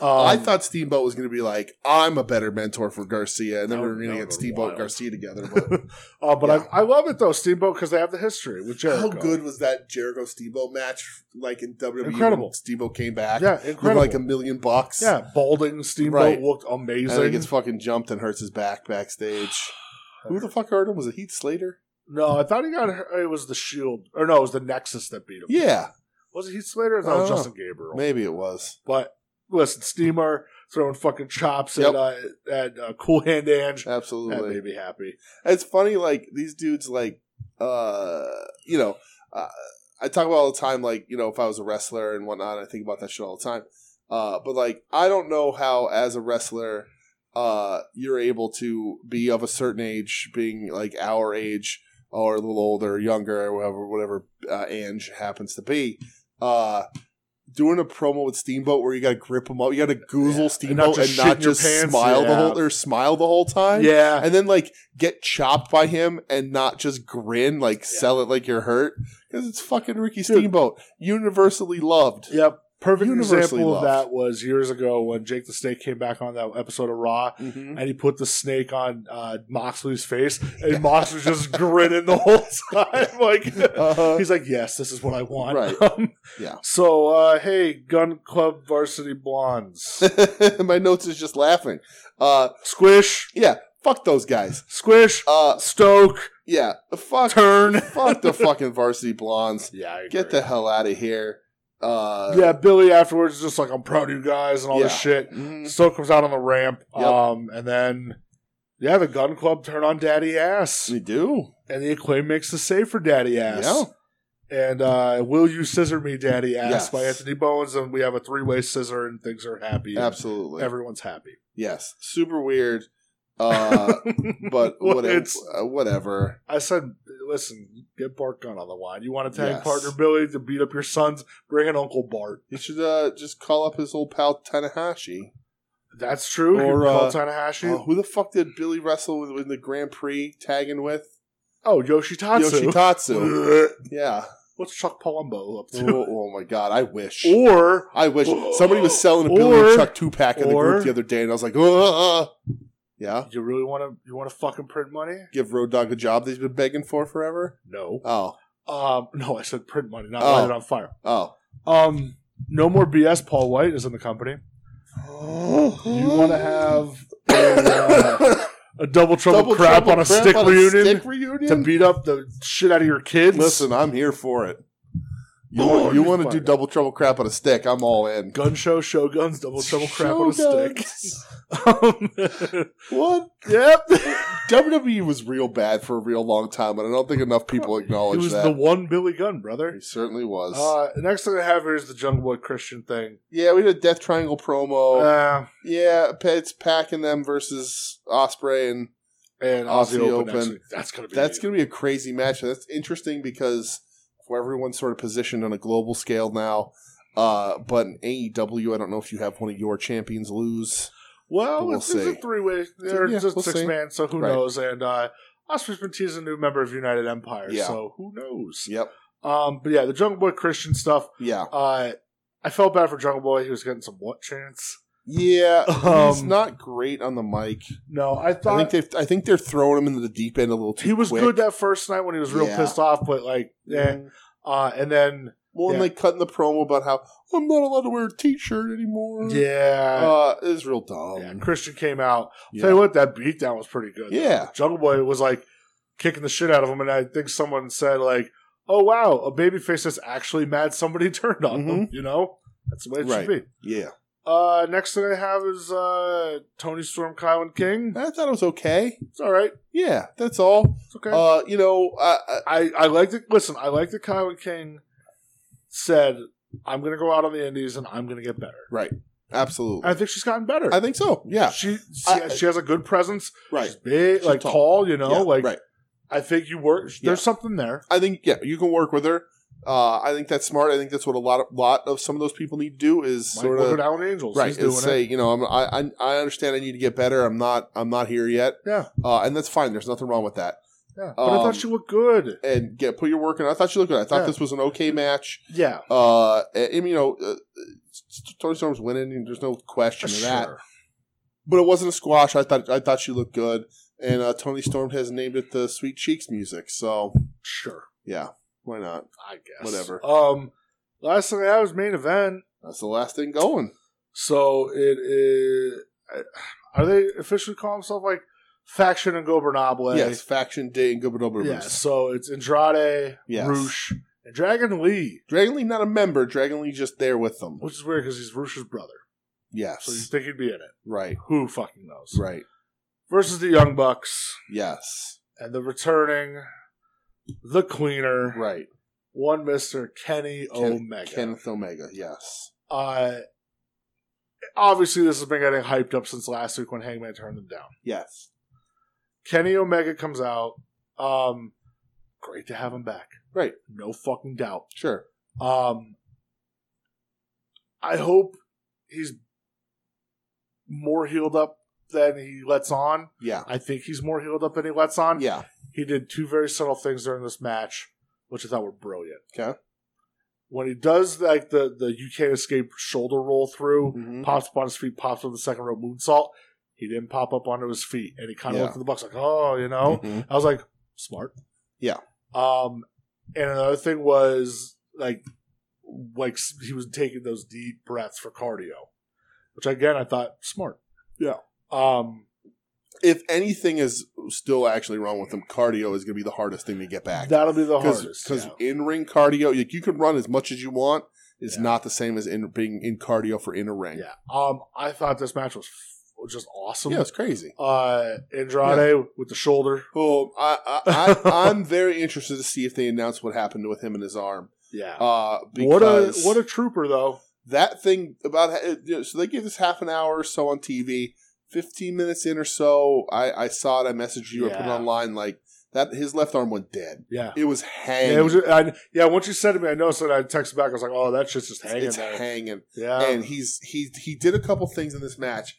Um,
I thought Steamboat was going to be like, I'm a better mentor for Garcia, and then
That
we were
would-
going
that
to
would
get
be
Steamboat
wild.
and Garcia together. But
uh, but
yeah.
I, I love it though, Steamboat, because they have the history with
how
Jericho.
good was that Jericho Steamboat match? Like in WWE,
Incredible.
when Steamboat came back
Yeah,
with
incredible.
like a million bucks.
yeah, balding Steamboat
Right.
looked
and then he gets
amazing.
fucking jumped and hurts his back backstage. Who the fuck hurt him? Was it Heath Slater?
no, I thought he got it was the Shield or no, it was the Nexus that beat him.
Yeah,
was it Heath Slater? I thought it was
I don't
Justin Gabriel.
maybe it was.
But listen, Steamer throwing fucking chops
Yep.
at uh, at uh, Cool Hand Ange. That
Absolutely.
made me happy.
it's funny like these dudes like uh you know uh, i talk about all the time like you know if i was a wrestler and whatnot i think about that shit all the time uh but like i don't know how as a wrestler uh you're able to be of a certain age being like our age or a little older younger or whatever whatever uh, Ange happens to be uh Doing a promo with Steamboat where you got to grip him up, you got to goozle
Yeah, and not
Steamboat
just
and
shit
not
in your
just,
pants,
smile the
yeah.
whole or smile the whole time
Yeah,
and then like get chopped by him and not just grin like sell it like you're hurt because it's fucking ricky steamboat universally loved
yep. Perfect
Universally
example
loved.
of that was years ago when Jake the Snake came back on that episode of Raw,
Mhm.
and he put the snake on uh, Moxley's face, and Mox was just grinning the whole time. Like
Uh-huh.
he's like, "Yes, this is what I want."
Right.
Um,
Yeah.
So, uh, hey, Gun Club Varsity Blondes,
my notes is just laughing uh
squish,
yeah fuck those guys
squish,
uh
stoke,
yeah fuck
turn.
fuck the fucking varsity blondes
Yeah, I
get the hell out of here uh
yeah, Billy afterwards is just like, I'm proud of you guys and all this shit.
mm,
Still comes out on the ramp.
Yep.
Um, and then, yeah, the gun club turn on Daddy Ass.
we do
And the acclaim makes the save for Daddy Ass.
yeah
And uh, Will You Scissor Me, Daddy Ass
Yes.
by Anthony Bowens. And we have a three way scissor and things are happy. and
absolutely
Everyone's happy.
yes super weird uh but
Well,
whatever
it's-
uh, whatever
I said, listen, get Bart Gunn on the line. You want to tag
Yes.
partner Billy to beat up your sons? Bring in Uncle Bart.
He should uh, just call up his old pal Tanahashi.
That's true. You
Or,
can call
uh,
Tanahashi.
Oh,
Oh,
who the fuck did Billy wrestle with in the Grand Prix tagging with?
Oh, Yoshitatsu.
Yoshitatsu. yeah.
What's Chuck Palumbo up to?
Oh, oh my god, I wish.
Or
I wish. Somebody was selling a Billy
Or-
and Chuck two pack in the
or-
group the other day, and I was like, Ugh. yeah.
you really want to you want to fucking print money?
Give Road Dog a job that he's been begging for forever.
No.
Oh,
Um, no, I said print money, not
Oh.
light it on fire.
oh,
Um, no more BS. Paul White is in the company. You want to have a, uh, a double trouble
Double
crap
trouble
on a
crap
stick reunion
stick reunion?
to beat up the shit out of your kids?
Listen, I'm here for it. You,
Lord,
want, you
you're
want to do
fucking-
double trouble crap on a stick? I'm all in.
gun show, showguns, double trouble crap on a stick. Um,
What?
yep.
WWE E was real bad for a real long time, and I don't think enough people
It
acknowledge
was
that.
the one Billy Gunn, brother.
He certainly was.
Uh, next thing I have here is the Jungle Boy Christian thing.
yeah, we did a Death Triangle promo.
Uh,
yeah, it's Pac and them versus Osprey, and
and
Aussie
Aussie Open.
Open.
next week. That's gonna be
that's going to be a crazy match. That's interesting because where everyone's sort of positioned on a global scale now. Uh, but in AEW, I don't know if you have one of your champions lose.
Well,
We'll
it's, it's a
see.
three way, or
Yeah,
it's a
we'll
six
see.
man, so who
Right.
knows? And uh, Osprey's been teasing a new member of United Empire,
Yeah.
so who knows?
Yep.
Um, but yeah, the Jungle Boy Christian stuff.
Yeah.
Uh, I felt bad for Jungle Boy; he was getting some what chance?
Yeah. he's
Um,
not great on the mic.
No, I
I think
thought
they've, I think they're throwing him into the deep end a little too
he was
quick.
good that first night when he was real
Yeah. Mm-hmm.
pissed off, but like, yeah. Uh, and then
Well, and
Yeah.
they cut in the promo about how I'm not allowed to wear a t-shirt anymore.
yeah,
Uh, it was real dumb.
yeah, Christian came out.
Yeah.
Tell you what, that beatdown was pretty good. though.
Yeah.
Jungle Boy was like kicking the shit out of him, and I think someone said like, "Oh wow, a babyface that's actually mad somebody turned on him."
Mm-hmm.
You know, that's the way it should be.
Yeah.
Uh, next thing I have is uh, Tony Storm, Kyle, and King.
I thought it was okay.
It's all right.
Yeah, that's all.
It's okay.
Uh, you know, uh, uh,
I I like that. Listen, I like that Kyle and King said, "I'm gonna go out on the Indies and I'm gonna get better."
absolutely.
I think she's gotten better.
I think so. Yeah.
She she,
I-
she has a good presence.
Right.
She's big, like
tall.
tall. you know,
Yeah,
like
right.
I think you work. There's
Yeah.
something there.
I think yeah, you can work with her. Uh, I think that's smart. I think that's what a lot of lot of some of those people need to do is
Like,
sort
look
of
at Allen Angels.
right
He's
is
doing
say
it.
you know I'm, I I- I understand I need to get better. I'm not I'm not here yet.
Yeah.
uh, and that's fine. There's nothing wrong with that.
Yeah. But I
um,
thought she looked good.
And get put your work in. I thought you looked good. I thought
Yeah.
this was an okay match.
Yeah.
Uh, I mean, you know, uh, Tony Storm's winning. and There's no question of that.
Sure.
But it wasn't a squash. I thought I thought she looked good. And uh, Tony Storm has named it the Sweet Cheeks music. So
Sure.
yeah, why not?
I guess.
Whatever.
Um last thing I have is main event.
That's the last thing going.
So it is are they officially calling themselves like Faction and Gobernable?
Yes, faction day and Gobernador
Yeah,
yes.
so it's Andrade,
Yes.
Roosh, and Dragon Lee,
Dragon Lee not a member. Dragon Lee just there with them.
which is weird because he's Roosh's brother. So you
Yes,
think he'd be in it.
right,
Who fucking knows?
right.
Versus the Young Bucks
Yes,
and the returning, the cleaner,
right.
one Mr. Kenny
Ken-
Omega.
Kenneth Omega. Yes,
Uh, obviously, this has been getting hyped up since last week when Hangman turned them down.
yes.
Kenny Omega comes out. Um, great to have him back.
Right.
No fucking doubt.
Sure.
Um, I hope he's more healed up than he lets on.
Yeah.
I think he's more healed up than he lets on.
Yeah.
He did two very subtle things during this match, which I thought were brilliant.
Okay.
When he does like the the you can't escape shoulder roll through,
Mhm.
pops up on his feet, pops up the second row moonsault. He didn't pop up onto his feet, and he kind of
Yeah.
looked at the box like, "Oh, you know."
Mhm.
I was like, "Smart."
Yeah.
Um, and another thing was like, like s- he was taking those deep breaths for cardio, which again I thought smart.
Yeah.
Um,
If anything is still actually wrong with him, cardio is going to be the hardest thing to get back.
that'll be the hardest.
because
yeah.
in ring cardio, like you can run as much as you want. It's
Yeah.
not the same as in being in cardio for in a ring.
Yeah. Um, I thought this match was f- just awesome.
Yeah, it's crazy.
Uh, Andrade with the shoulder.
Well, I, I, I, I'm very interested to see if they announce what happened with him and his arm.
Yeah.
Uh, because
what a what a trooper though.
that thing about uh, you know, so they gave us half an hour or so on TV. Fifteen minutes in or so, I, I saw it. I messaged you. I put it
Yeah.
online. Like that, his left arm went dead.
Yeah.
It was hanging.
Yeah, it was. I, yeah. Once you said to me, I noticed that I texted back. I was like, "Oh, that shit's just hanging
it's
there."
hanging.
yeah.
and he's he he did a couple things in this match,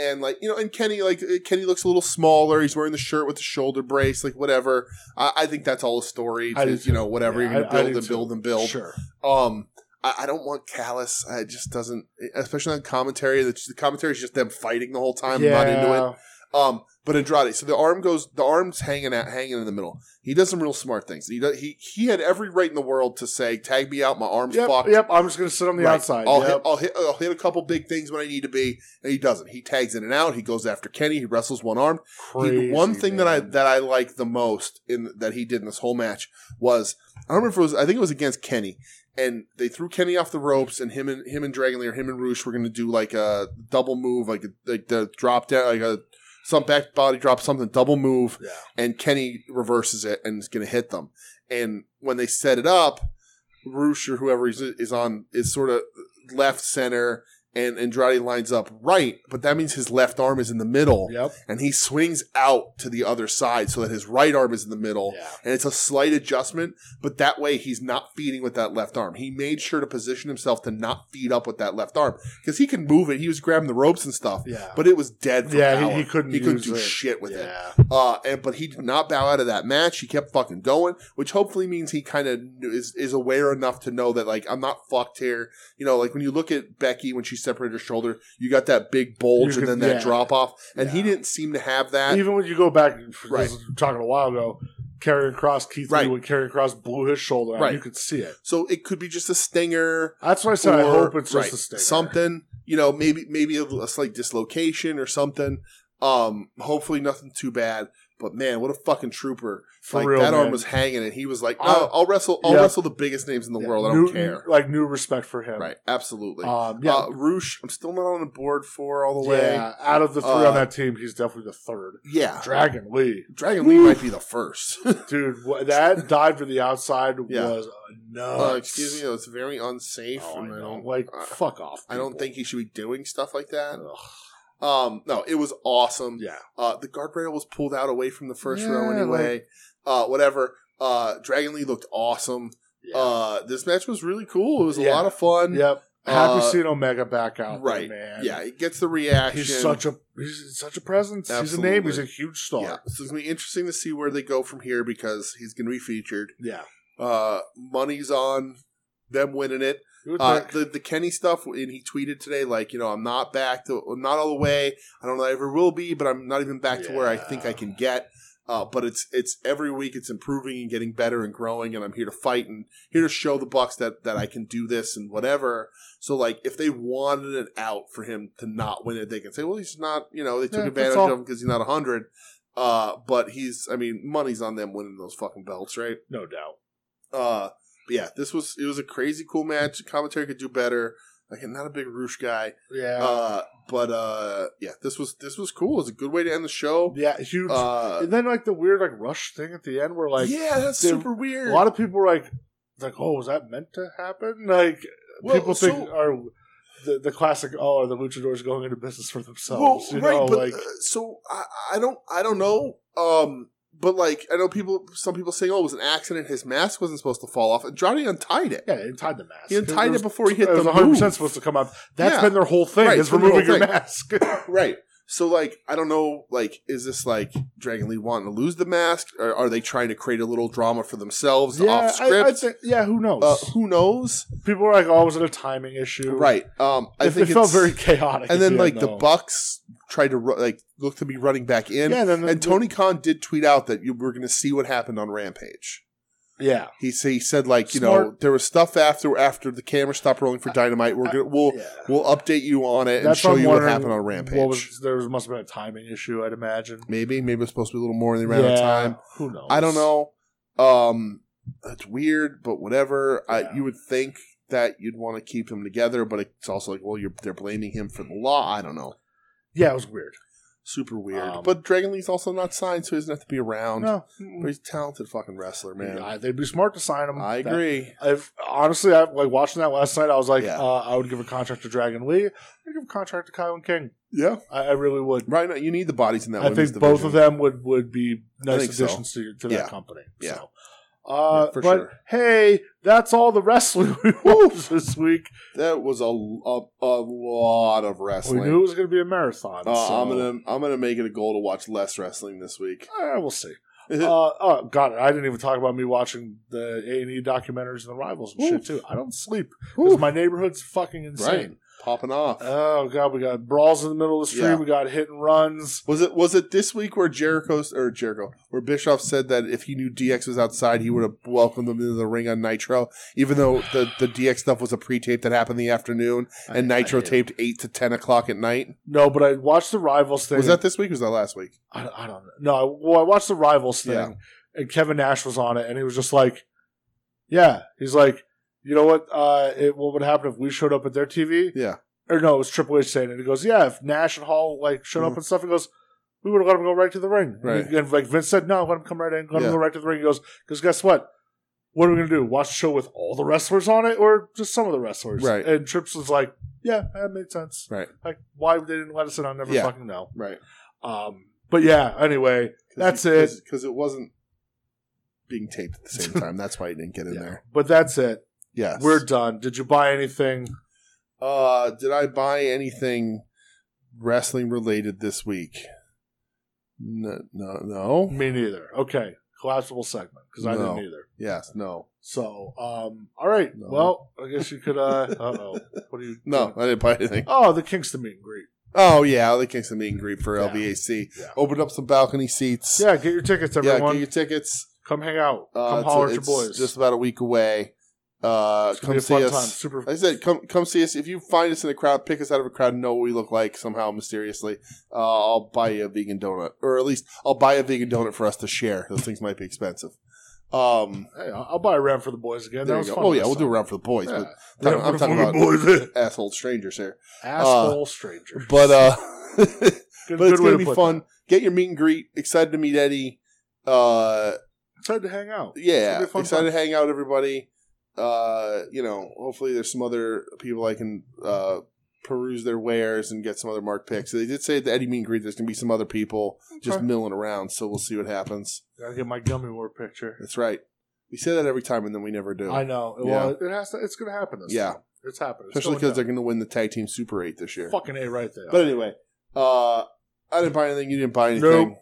and like you know, and Kenny like uh, Kenny looks a little smaller. He's wearing the shirt with the shoulder brace, like whatever. I, I think that's all a story.
I do
It's, you know, whatever
Yeah,
you're gonna
I- I
build
do
and
too.
build and build.
Sure.
Um, I, I don't want callous. I it just doesn't, especially on commentary. The, the commentary is just them fighting the whole time. I'm not into it. Um, but Andrade, so the arm goes, the arm's hanging out, hanging in the middle. He does some real smart things. He does, he he had every right in the world to say, "Tag me out, my arm's
Yep,
fucked."
yep. I'm just gonna sit on the
Right.
outside.
I'll,
yep.
hit, I'll hit. I'll hit a couple big things when I need to be, and he doesn't. He tags in and out. He goes after Kenny. He wrestles one arm. He-
Crazy,
one thing that I
man.
that I liked the most in that he did in this whole match was I don't remember if it was I think it was against Kenny and they threw Kenny off the ropes and him and him and Dragon Lee or him and Roosh were going to do like a double move like a, like the drop down like a some back body drop something double move
Yeah.
and Kenny reverses it and is going to hit them and when they set it up Roosh or whoever is, is on is sort of left center. And Andrade lines up right, but that means his left arm is in the middle
Yep.
and he swings out to the other side so that his right arm is in the middle.
Yeah.
And it's a slight adjustment, but that way he's not feeding with that left arm. He made sure to position himself to not feed up with that left arm because he can move it. He was grabbing the ropes and stuff,
Yeah.
but it was dead. For
Yeah,
an
he-
hour.
he couldn't
He couldn't
use
do
it.
shit with it.
yeah.
Uh, and but he did not bow out of that match. He kept fucking going, which hopefully means he kind of is is aware enough to know that like I'm not fucked here. You know, like when you look at Becky when she separated her shoulder, you got that big bulge
You
and then
could-
that
yeah.
drop off, and he
Yeah.
didn't seem to have that.
Even when you go back,
Right.
right. talking a while ago, Karrion Cross, Keith
Right.
Lee, when Karrion Cross blew his shoulder out,
Right.
you could see it.
so it could be just a stinger.
That's why I said I
or-
hope it's just
right,
a stinger.
something. You know, maybe maybe a, a slight dislocation or something. Um, hopefully nothing too bad. But man, what a fucking trooper!
for
like
real.
that arm
man.
was hanging, and he was like, "No,
Uh,
I'll wrestle. I'll
yeah.
wrestle the biggest names in the
Yeah.
world. I
New-
don't care."
Like new respect for him.
Right, absolutely.
Um, yeah.
uh, Roosh, I'm still not on the board for all the way. Yeah,
yeah. Out of the three
Uh,
on that team, he's definitely the third. Dragon Lee,
Dragon Lee might be the first.
dude, wh- that dive to the outside
Yeah.
was nuts.
uh, excuse me, that was very unsafe,
Oh,
and I,
I know.
don't
like
I-
fuck off.
I don't
people.
think he should be doing stuff like that.
Ugh.
Um, no, it was awesome.
Yeah,
Uh, the guardrail was pulled out away from the first
Yeah,
row anyway. uh, whatever. Uh, Dragon Lee looked awesome.
yeah.
Uh, this match was really cool. It was a
Yeah.
lot of fun.
yep. Happy
uh,
seeing Omega back out,
right.
right, man.
Yeah, it gets the reaction.
he's such a he's such a presence. He's a name. He's a huge star.
yeah. So it's gonna be interesting to see where they go from here because he's gonna be featured.
Yeah.
Uh, money's on them winning it.
You would
Uh,
think-
the the Kenny stuff, and he tweeted today, like you know, I'm not back to, I'm not all the way. I don't know, if I ever will be, but I'm not even back to where I think I can get. Uh, but it's it's every week, it's improving and getting better and growing, and I'm here to fight and here to show the Bucks that that I can do this and whatever. So like, if they wanted it out for him to not win it, they can say, well, he's not, you know, they took
Yeah, that's
advantage
all.
of him because he's not hundred. Uh, but he's, I mean, money's on them winning those fucking belts, right?
no doubt.
Uh, but yeah, this was it was a crazy cool match. Commentary could do better. Again, not a big Roosh guy.
Yeah.
Uh, but uh, yeah, this was this was cool. It was a good way to end the show.
yeah. Huge.
Uh,
and then like the weird like rush thing at the end where like
yeah, that's
the-
super weird.
a lot of people were like like oh was that meant to happen like
Well,
people
so-
think are the, the classic oh are the luchadors going into business for themselves you know
but
like
uh, so I, I don't I don't know. Um, but like I know people, some people saying, "Oh, it was an accident. His mask wasn't supposed to fall off." And Andrade untied it.
yeah they untied the mask
He untied
was-
it before he hit
it was
the
100
move.
percent supposed to come up That's
Yeah.
been their whole thing
Right, it's
is
been their
removing
whole
your mask
Right. So like I don't know like is this like Dragon Lee wanting to lose the mask or are they trying to create a little drama for themselves
yeah
off
I,
script?
I think, yeah who knows
uh, who knows?
people were like oh was it a timing issue
Right. Um I
It-
think
it felt
it's-
very chaotic
and
at
then like
end,
the
though.
Bucks tried to ru- like look to be running back in.
yeah then the-
And Tony Khan did tweet out that you were going to see what happened on Rampage.
yeah
He, sa- he said like, you know,
Smart.
there was stuff after after the camera stopped rolling for Dynamite. We're
I-
going to we'll
yeah.
we'll update you on it and
That's
show
what I'm
you what
wondering
happened on Rampage.
What was there was must have been a timing issue, I'd imagine.
maybe maybe it's supposed to be a little more than the amount of
Yeah,
time.
Who knows?
I don't know. Um, it's weird, but whatever. I,
Yeah.
you would think that you'd want to keep him together, but it's also like, well, you're they're blaming him for the law. I don't know.
Yeah, it was weird.
Super weird.
Um,
but Dragon Lee's also not signed, so he doesn't have to be around.
No,
But he's a talented fucking wrestler, man.
I, they'd be smart to sign him.
I agree.
That- I've, honestly, I, like watching that last night, I was like,
Yeah.
uh, I would give a contract to Dragon Lee. I'd give a contract to Kylan King.
Yeah,
I, I really would.
right. Now, you need the bodies in that.
I
women's
think both
division.
of them would would be nice
think so.
additions to, to
Yeah.
that company.
Yeah.
So. Uh,
Yeah, for
but
sure.
hey, that's all the wrestling we watched this week.
That was a, a, a lot of wrestling.
We knew it was going to be a marathon.
Uh,
so-
I'm gonna I'm gonna make it a goal to watch less wrestling this week.
Eh, we'll see. uh, oh God, I didn't even talk about me watching the A and E documentaries and the rivals and
Ooh.
shit too. I don't sleep
Ooh.
because my neighborhood's fucking insane.
popping off.
Oh god, we got brawls in the middle of the street.
Yeah.
We got hit and runs.
was it was it this week where Jericho or Jericho where Bischoff said that if he knew DX was outside, he would have welcomed him into the ring on Nitro, even though the the DX stuff was a pre-tape that happened in the afternoon and
I- I
Nitro
hate it.
taped eight to ten o'clock at night.
No, but I watched the rivals thing.
Was that this week? or Was that last week?
I, I don't know. No, I, well, I watched the rivals thing,
Yeah.
and Kevin Nash was on it, and he was just like, "Yeah." He's like, "You know what? Uh, it, what would happen if we showed up at their TV?"
Yeah.
Or no, it was Triple H saying it. He goes, "Yeah, if Nash and Hall like showed up
Mhm.
and stuff," he goes, "We would have let him go right to the ring."
Right.
And, he- and, like Vince said, "No, let him come right in. Let
Yeah.
him go right to the ring." He goes, "Because guess what." What are we gonna do? Watch the show with all the wrestlers on it, or just some of the wrestlers?
Right.
And Trips was like, "Yeah, that made sense.
Right.
Like, why they didn't let us in? I'll never
Yeah.
fucking know."
Right.
Um, but yeah, anyway, That's it.
Because it wasn't being taped at the same time. That's why he didn't get in
yeah.
there.
but that's it.
Yes.
We're done. Did you buy anything?
Uh, did I buy anything wrestling related this week? No, no, no.
Me neither. Okay, collapsible segment because I
No.
didn't either.
Yes, no,
So, um, all right.
No.
Well, I guess you could. Uh, I don't know. What do you?
no. I didn't buy anything.
Oh, the Kingston meet and greet.
Oh yeah, they came some meet and greet for
Yeah.
LVAC.
Yeah.
Opened up some balcony seats.
Yeah, get your tickets,
yeah.
everyone.
Get your tickets.
Come hang out.
Uh,
Come
it's-
holler at your
it's
boys.
Just about a week away. Uh,
It's gonna
come
be a fun
see us.
time. Super.
Like I said, come come see us. If you find us in a crowd, pick us out of a crowd and know what we look like somehow mysteriously. Uh, I'll buy you a vegan donut, or at least I'll buy a vegan donut for us to share. Those things might be expensive. Um,
Hey, I'll I'll buy a round for the boys
there
again. that
you
was
go.
fun.
Oh yeah,
this
we'll do a
time.
round for the boys,
Yeah.
but
Round
I'm,
for
I'm
the
talking about
fucking boys.
asshole strangers here.
Asshole stranger.
uh, But uh, but
good, good
it's gonna
way to
be
put
fun.
that.
Get your meet and greet. Excited to meet Eddie. Uh,
Excited to hang out.
yeah,
It'll be a fun
excited
time.
to hang out, everybody. Uh, you know, hopefully there's some other people I can uh, peruse their wares and get some other mark picks. They did say at the Eddie Mean Greet there's gonna be some other people just
Okay.
milling around, so we'll see what happens.
Gotta get my gummy war picture.
That's right. We say that every time, and then we never do.
I know. Well, it has to. It's going to happen. This
Yeah.
time. it's happening. It's
Especially
going
because they're gonna win the tag team Super Eight this year.
down. fucking a right there.
But anyway, uh, I didn't buy anything. You didn't buy anything.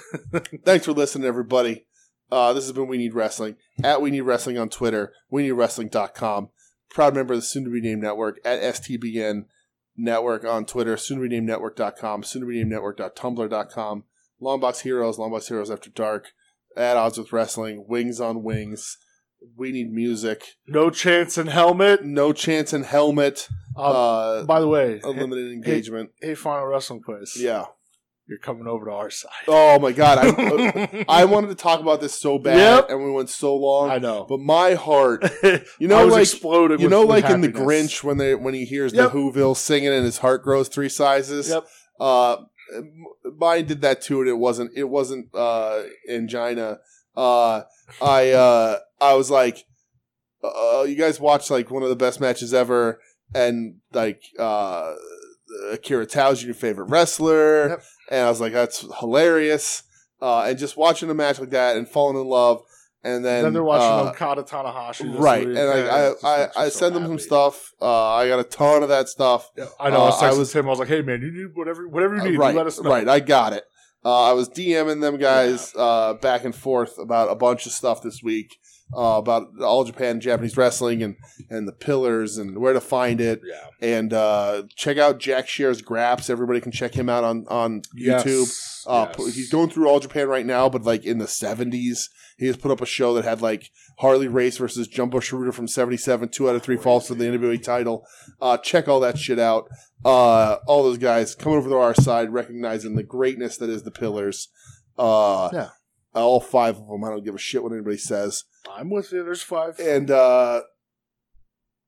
Thanks for listening, everybody. Uh, this has been We Need Wrestling at We Need Wrestling on Twitter, We Need WeNeedWrestling.com. Proud member of the Soon to Be Named Network at STBN Network on Twitter, Soon to Be Named Network.com, Soon to Be Named Network.tumblr.com, Longbox Heroes, Longbox Heroes After Dark, At Odds with Wrestling, Wings on Wings, We Need Music,
no chance in helmet.
No Chance in Helmet,
Um,
uh,
by the way, hey,
Unlimited Engagement.
hey, final wrestling quiz.
Yeah.
you're coming over to our side.
Oh my god, I, I wanted to talk about this so bad,
Yep.
and we went so long.
I know.
but my heart, you
I
know,
was
like
exploding.
you
with-
know,
with
like in the
happiness.
Grinch when they when he hears
Yep.
the Whoville singing and his heart grows three sizes.
Yep.
Uh, m- mine did that too, and it wasn't it wasn't uh, angina. Uh, I uh, I was like, uh, you guys watched like one of the best matches ever, and like uh, Akira Tao's your favorite wrestler,
Yep.
and I was like, that's hilarious. Uh, and just watching a match like that and falling in love, and then
Then, they're watching
uh,
Okada Tanahashi. this
right
week,
and like,
it
i
just
i,
makes you
I
so
send them some
happy.
stuff uh i got a ton of that stuff
Yeah, I know.
Uh, I
I, was
was-
him. I was like, hey man, you need whatever, whatever you
Uh,
need. you
right
let us know.
right i got it uh i was dming them guys uh back and forth about a bunch of stuff this week uh, about all Japan Japanese wrestling and, and the pillars and where to find it
Yeah.
and uh, check out Jack Shear's Graps. Everybody can check him out on on YouTube.
Yes.
Uh,
Yes.
pu- He's going through all Japan right now, but like in the 70s, he has put up a show that had like Harley Race versus Jumbo Sharuda from 77, two out of three falls for the NWA title. Uh, check all that shit out. Uh, all those guys coming over to our side, recognizing the greatness that is the Pillars. Uh,
Yeah.
All five of them. I don't give a shit what anybody says.
I'm with you. There's five.
And uh,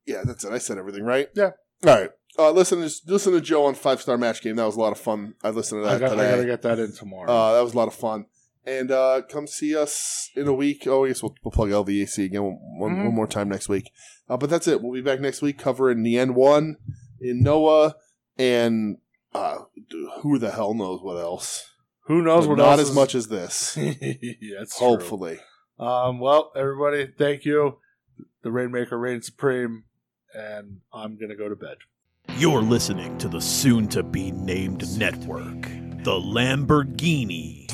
yeah, that's it. I said everything, right?
Yeah.
All right. Uh, listen, to, listen to Joe on Five Star Match Game. That was a lot of fun. I listened to that
I, got, I
today.
gotta get that in tomorrow.
Uh, that was a lot of fun. And uh, come see us in a week. Oh, I guess we'll, we'll plug LVAC again one, one-
Mhm.
one more time next week. Uh, but that's it. We'll be back next week covering the N1 in Noah and uh, who the hell knows what else.
Who knows
But
what
not
else
as
is-
much as this.
yeah, it's true.
Hopefully.
Um, well, everybody, thank you. The Rainmaker reigns supreme, and I'm gonna go to bed.
You're listening to the soon to be named network, the Lamborghini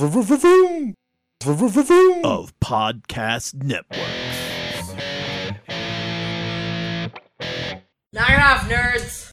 of podcast networks.
Knock it off, nerds!